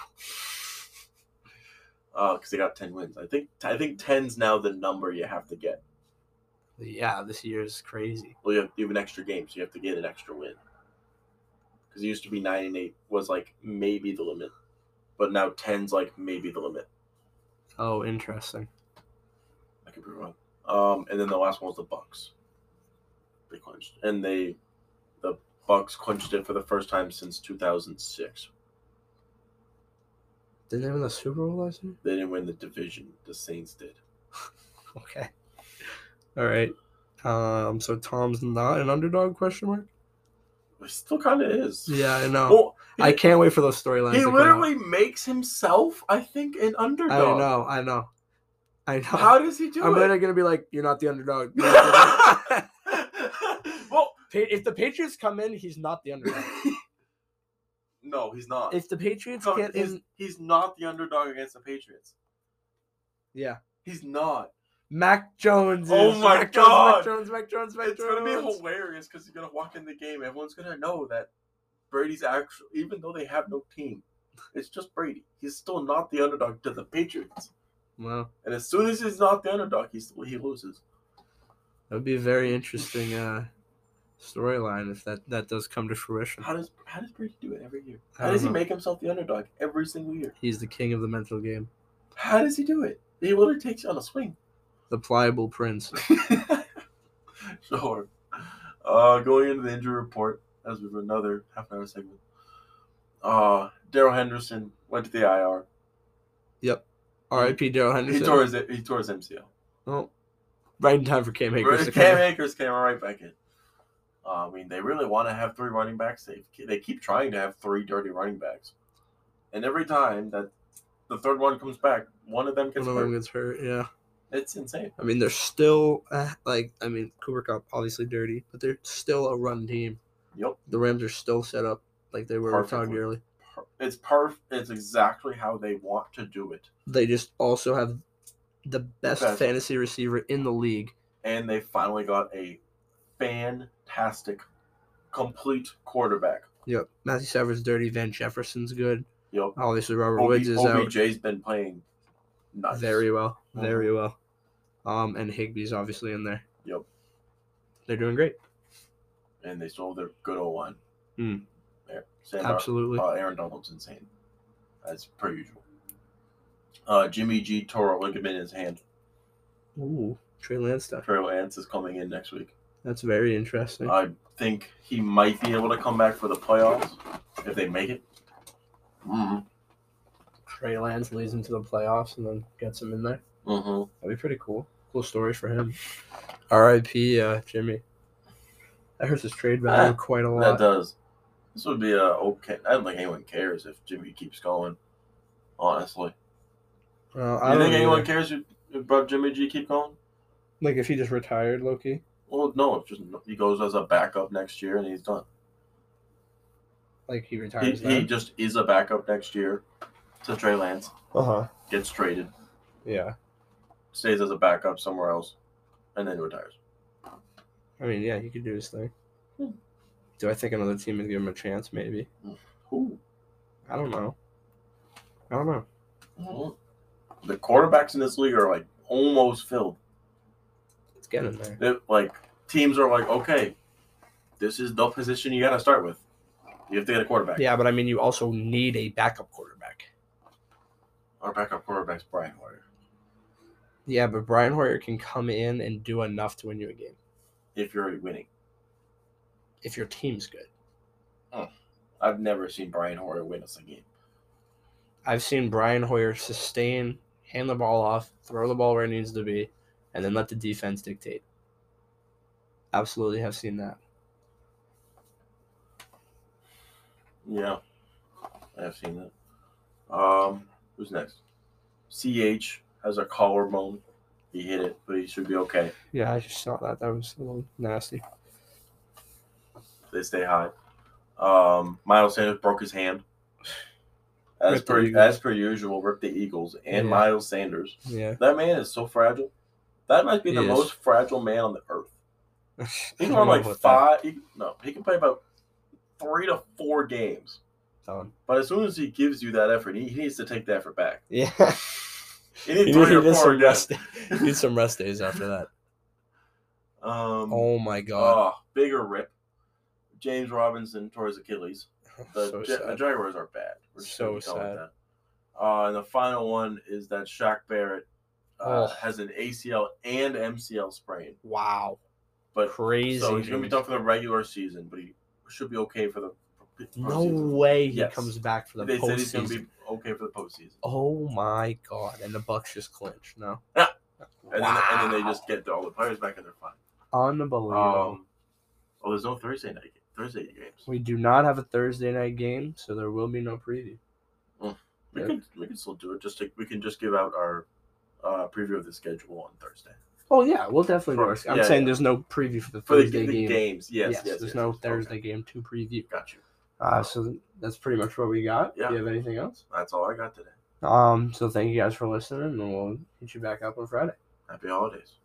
[SPEAKER 2] because uh, they got ten wins. I think I think ten's now the number you have to get.
[SPEAKER 1] Yeah, this year is crazy.
[SPEAKER 2] Well, you have even extra games, so you have to get an extra win. Because it used to be nine and eight was like maybe the limit, but now ten's like maybe the limit.
[SPEAKER 1] Oh, interesting.
[SPEAKER 2] I could be wrong. Um, and then the last one was the Bucks. They clinched, and they, the Bucks clinched it for the first time since 2006.
[SPEAKER 1] Didn't they win the Super Bowl last year?
[SPEAKER 2] They didn't win the division. The Saints did.
[SPEAKER 1] Okay. All right. Um. So Tom's not an underdog? Question mark.
[SPEAKER 2] It still kind of is.
[SPEAKER 1] Yeah, I know.
[SPEAKER 2] Well,
[SPEAKER 1] I can't wait for those storylines.
[SPEAKER 2] he
[SPEAKER 1] to come out.
[SPEAKER 2] literally makes himself, I think, an
[SPEAKER 1] I
[SPEAKER 2] underdog.
[SPEAKER 1] know. I know. I know.
[SPEAKER 2] How does he do
[SPEAKER 1] I'm
[SPEAKER 2] it?
[SPEAKER 1] literally gonna be like, "You're not the underdog."
[SPEAKER 2] well,
[SPEAKER 1] if the Patriots come in, he's not the underdog.
[SPEAKER 2] no, he's not.
[SPEAKER 1] If the Patriots
[SPEAKER 2] No,
[SPEAKER 1] get
[SPEAKER 2] he's,
[SPEAKER 1] in,
[SPEAKER 2] he's not the underdog against the Patriots.
[SPEAKER 1] yeah,
[SPEAKER 2] He's not.
[SPEAKER 1] Mac Jones. Is,
[SPEAKER 2] Oh my
[SPEAKER 1] Mac
[SPEAKER 2] God.
[SPEAKER 1] Jones, Mac Jones, Mac Jones, Mac
[SPEAKER 2] It's gonna be
[SPEAKER 1] Jones.
[SPEAKER 2] hilarious because you're gonna walk in the game. Everyone's gonna know that Brady's actually, even though they have no team, it's just Brady. He's still not the underdog to the Patriots.
[SPEAKER 1] Wow,
[SPEAKER 2] And as soon as he's not the underdog, he still he loses.
[SPEAKER 1] that would be a very interesting uh, storyline if that that does come to fruition.
[SPEAKER 2] How does how does Brady do it every year?
[SPEAKER 1] I
[SPEAKER 2] How
[SPEAKER 1] don't
[SPEAKER 2] does he
[SPEAKER 1] know.
[SPEAKER 2] make himself the underdog every single year?
[SPEAKER 1] He's the king of the mental game,
[SPEAKER 2] How does he do it? He literally takes you on a swing.
[SPEAKER 1] the pliable prince.
[SPEAKER 2] sure. Uh, going into the injury report, as we have another half hour segment. Uh, Daryl Henderson went to the IR.
[SPEAKER 1] R.I.P. Daryl
[SPEAKER 2] He
[SPEAKER 1] Henderson.
[SPEAKER 2] tore his he tore his MCL.
[SPEAKER 1] oh, right in time for Cam Akers. to
[SPEAKER 2] Right,
[SPEAKER 1] come
[SPEAKER 2] Cam
[SPEAKER 1] in.
[SPEAKER 2] Akers came right back in. Uh, I mean, they really want to have three running backs. They they keep trying to have three dirty running backs, and every time that the third one comes back, one of them gets
[SPEAKER 1] One of them
[SPEAKER 2] hurt.
[SPEAKER 1] gets hurt. Yeah,
[SPEAKER 2] It's insane.
[SPEAKER 1] I mean, they're still uh, like I mean, Cooper Cup obviously dirty, but they're still a run team.
[SPEAKER 2] Yep.
[SPEAKER 1] The Rams are still set up like they were
[SPEAKER 2] Perfectly.
[SPEAKER 1] talking earlier.
[SPEAKER 2] Per- It's perf. It's exactly how they want to do it,
[SPEAKER 1] They just also have the best
[SPEAKER 2] Best.
[SPEAKER 1] fantasy receiver in the league.
[SPEAKER 2] and they finally got a fantastic, complete quarterback.
[SPEAKER 1] Yep. Matthew Stafford's dirty. Van Jefferson's good.
[SPEAKER 2] Yep.
[SPEAKER 1] Obviously, Robert
[SPEAKER 2] OB,
[SPEAKER 1] Woods is out
[SPEAKER 2] OBJ's been playing nice.
[SPEAKER 1] very well,
[SPEAKER 2] Mhm.
[SPEAKER 1] very well. Um, and Higby's obviously in there.
[SPEAKER 2] Yep.
[SPEAKER 1] They're doing great.
[SPEAKER 2] and they sold their good old one.
[SPEAKER 1] Hmm.
[SPEAKER 2] There. Sam Dar-
[SPEAKER 1] Absolutely.
[SPEAKER 2] Uh, Aaron Donald's insane. That's per usual. Uh, Jimmy G tore a ligament in his hand.
[SPEAKER 1] Ooh, Trey Lance stuff.
[SPEAKER 2] Trey Lance is coming in next week.
[SPEAKER 1] That's very interesting.
[SPEAKER 2] I think he might be able to come back for the playoffs if they make it. Mm-hmm.
[SPEAKER 1] Trey Lance leads him to the playoffs and then gets him in there.
[SPEAKER 2] Mm-hmm.
[SPEAKER 1] That'd be pretty cool. Cool story for him. R.I.P. Uh, Jimmy. That hurts his trade value quite a
[SPEAKER 2] That
[SPEAKER 1] lot.
[SPEAKER 2] does. This would be a okay. I don't think anyone cares if Jimmy keeps going. Honestly,
[SPEAKER 1] Well,
[SPEAKER 2] you
[SPEAKER 1] Uh, I don't
[SPEAKER 2] think anyone
[SPEAKER 1] either.
[SPEAKER 2] cares if, about Jimmy G keep going?
[SPEAKER 1] Like if he just retired, Loki.
[SPEAKER 2] Well, no. It's just he goes as a backup next year and he's done.
[SPEAKER 1] Like he
[SPEAKER 2] He,
[SPEAKER 1] retires.
[SPEAKER 2] he just is a backup next year to Trey Lance.
[SPEAKER 1] Uh huh.
[SPEAKER 2] Gets traded,
[SPEAKER 1] Yeah.
[SPEAKER 2] stays as a backup somewhere else, and then retires.
[SPEAKER 1] I mean, yeah, he could do his thing.
[SPEAKER 2] Hmm.
[SPEAKER 1] Do I think another team would give him a chance? Maybe.
[SPEAKER 2] Who?
[SPEAKER 1] I don't know. I don't know.
[SPEAKER 2] The quarterbacks in this league are like almost filled.
[SPEAKER 1] It's getting there.
[SPEAKER 2] They're, like teams are like, okay, this is the position you got to start with. You have to get a quarterback.
[SPEAKER 1] Yeah, but I mean, you also need a backup quarterback.
[SPEAKER 2] Our backup quarterback's Brian Hoyer.
[SPEAKER 1] Yeah, but Brian Hoyer can come in and do enough to win you a game
[SPEAKER 2] If you're already winning,
[SPEAKER 1] if your team's good.
[SPEAKER 2] I've never seen Brian Hoyer win us a game.
[SPEAKER 1] I've seen Brian Hoyer sustain, hand the ball off, throw the ball where it needs to be, and then let the defense dictate. Absolutely have seen that.
[SPEAKER 2] Yeah, I've seen that. Um, who's next? Ch has a collarbone. He hit it, but he should be okay.
[SPEAKER 1] Yeah, I just saw that. That was a little nasty.
[SPEAKER 2] They stay high. Um, Miles Sanders broke his hand. As
[SPEAKER 1] Rip the
[SPEAKER 2] per
[SPEAKER 1] Eagles.
[SPEAKER 2] as per usual, rip the Eagles and
[SPEAKER 1] Yeah.
[SPEAKER 2] Miles Sanders.
[SPEAKER 1] Yeah.
[SPEAKER 2] That man is so fragile. That might be
[SPEAKER 1] He
[SPEAKER 2] the
[SPEAKER 1] is.
[SPEAKER 2] most fragile man on the earth.
[SPEAKER 1] I
[SPEAKER 2] He
[SPEAKER 1] don't
[SPEAKER 2] can run
[SPEAKER 1] know
[SPEAKER 2] like
[SPEAKER 1] what that-
[SPEAKER 2] five. He, no, he can play about three to four games.
[SPEAKER 1] Done.
[SPEAKER 2] But as soon as he gives you that effort, he, he needs to take the effort back.
[SPEAKER 1] Yeah.
[SPEAKER 2] He needs
[SPEAKER 1] you
[SPEAKER 2] three
[SPEAKER 1] need
[SPEAKER 2] or four
[SPEAKER 1] some
[SPEAKER 2] again.
[SPEAKER 1] rest. you need some rest days after that.
[SPEAKER 2] Um,
[SPEAKER 1] Oh my god.
[SPEAKER 2] Oh, bigger rip. James Robinson tore his Achilles. Oh, The,
[SPEAKER 1] so
[SPEAKER 2] Ja- the
[SPEAKER 1] sad.
[SPEAKER 2] Jaguars are bad. We're just gonna
[SPEAKER 1] So
[SPEAKER 2] be
[SPEAKER 1] sad.
[SPEAKER 2] telling that. Uh, and the final one is that Shaq Barrett uh,
[SPEAKER 1] Ugh.
[SPEAKER 2] has an ACL and MCL sprain,
[SPEAKER 1] Wow.
[SPEAKER 2] but
[SPEAKER 1] Crazy.
[SPEAKER 2] so he's gonna be
[SPEAKER 1] dude.
[SPEAKER 2] done for the regular season, but he should be okay for the for the
[SPEAKER 1] No
[SPEAKER 2] postseason.
[SPEAKER 1] way he
[SPEAKER 2] Yes.
[SPEAKER 1] comes back for the
[SPEAKER 2] They said he's gonna
[SPEAKER 1] postseason.
[SPEAKER 2] be okay for the postseason,
[SPEAKER 1] Oh my god! And the Bucks just clinch. No.
[SPEAKER 2] Yeah. and, then, and then they just get all the players back and they're fine.
[SPEAKER 1] unbelievable.
[SPEAKER 2] Um, oh, there's no Thursday night game- Thursday games.
[SPEAKER 1] we do not have a Thursday night game, so there will be no preview.
[SPEAKER 2] We
[SPEAKER 1] Yeah.
[SPEAKER 2] could we could still do it. Just to, we can just give out our uh, preview of the schedule on Thursday
[SPEAKER 1] Oh yeah, we'll definitely.
[SPEAKER 2] For-
[SPEAKER 1] do it. I'm
[SPEAKER 2] yeah,
[SPEAKER 1] saying
[SPEAKER 2] yeah.
[SPEAKER 1] there's no preview for the
[SPEAKER 2] for the,
[SPEAKER 1] Thursday
[SPEAKER 2] the
[SPEAKER 1] game.
[SPEAKER 2] games. Yes, yes.
[SPEAKER 1] there's
[SPEAKER 2] yes,
[SPEAKER 1] no
[SPEAKER 2] yes. Okay,
[SPEAKER 1] Thursday game to preview.
[SPEAKER 2] Got you.
[SPEAKER 1] Uh, so that's pretty much what we got.
[SPEAKER 2] Yeah.
[SPEAKER 1] Do you have anything else?
[SPEAKER 2] That's all I got today.
[SPEAKER 1] Um, so thank you guys for listening, and we'll hit you back up on Friday.
[SPEAKER 2] Happy holidays.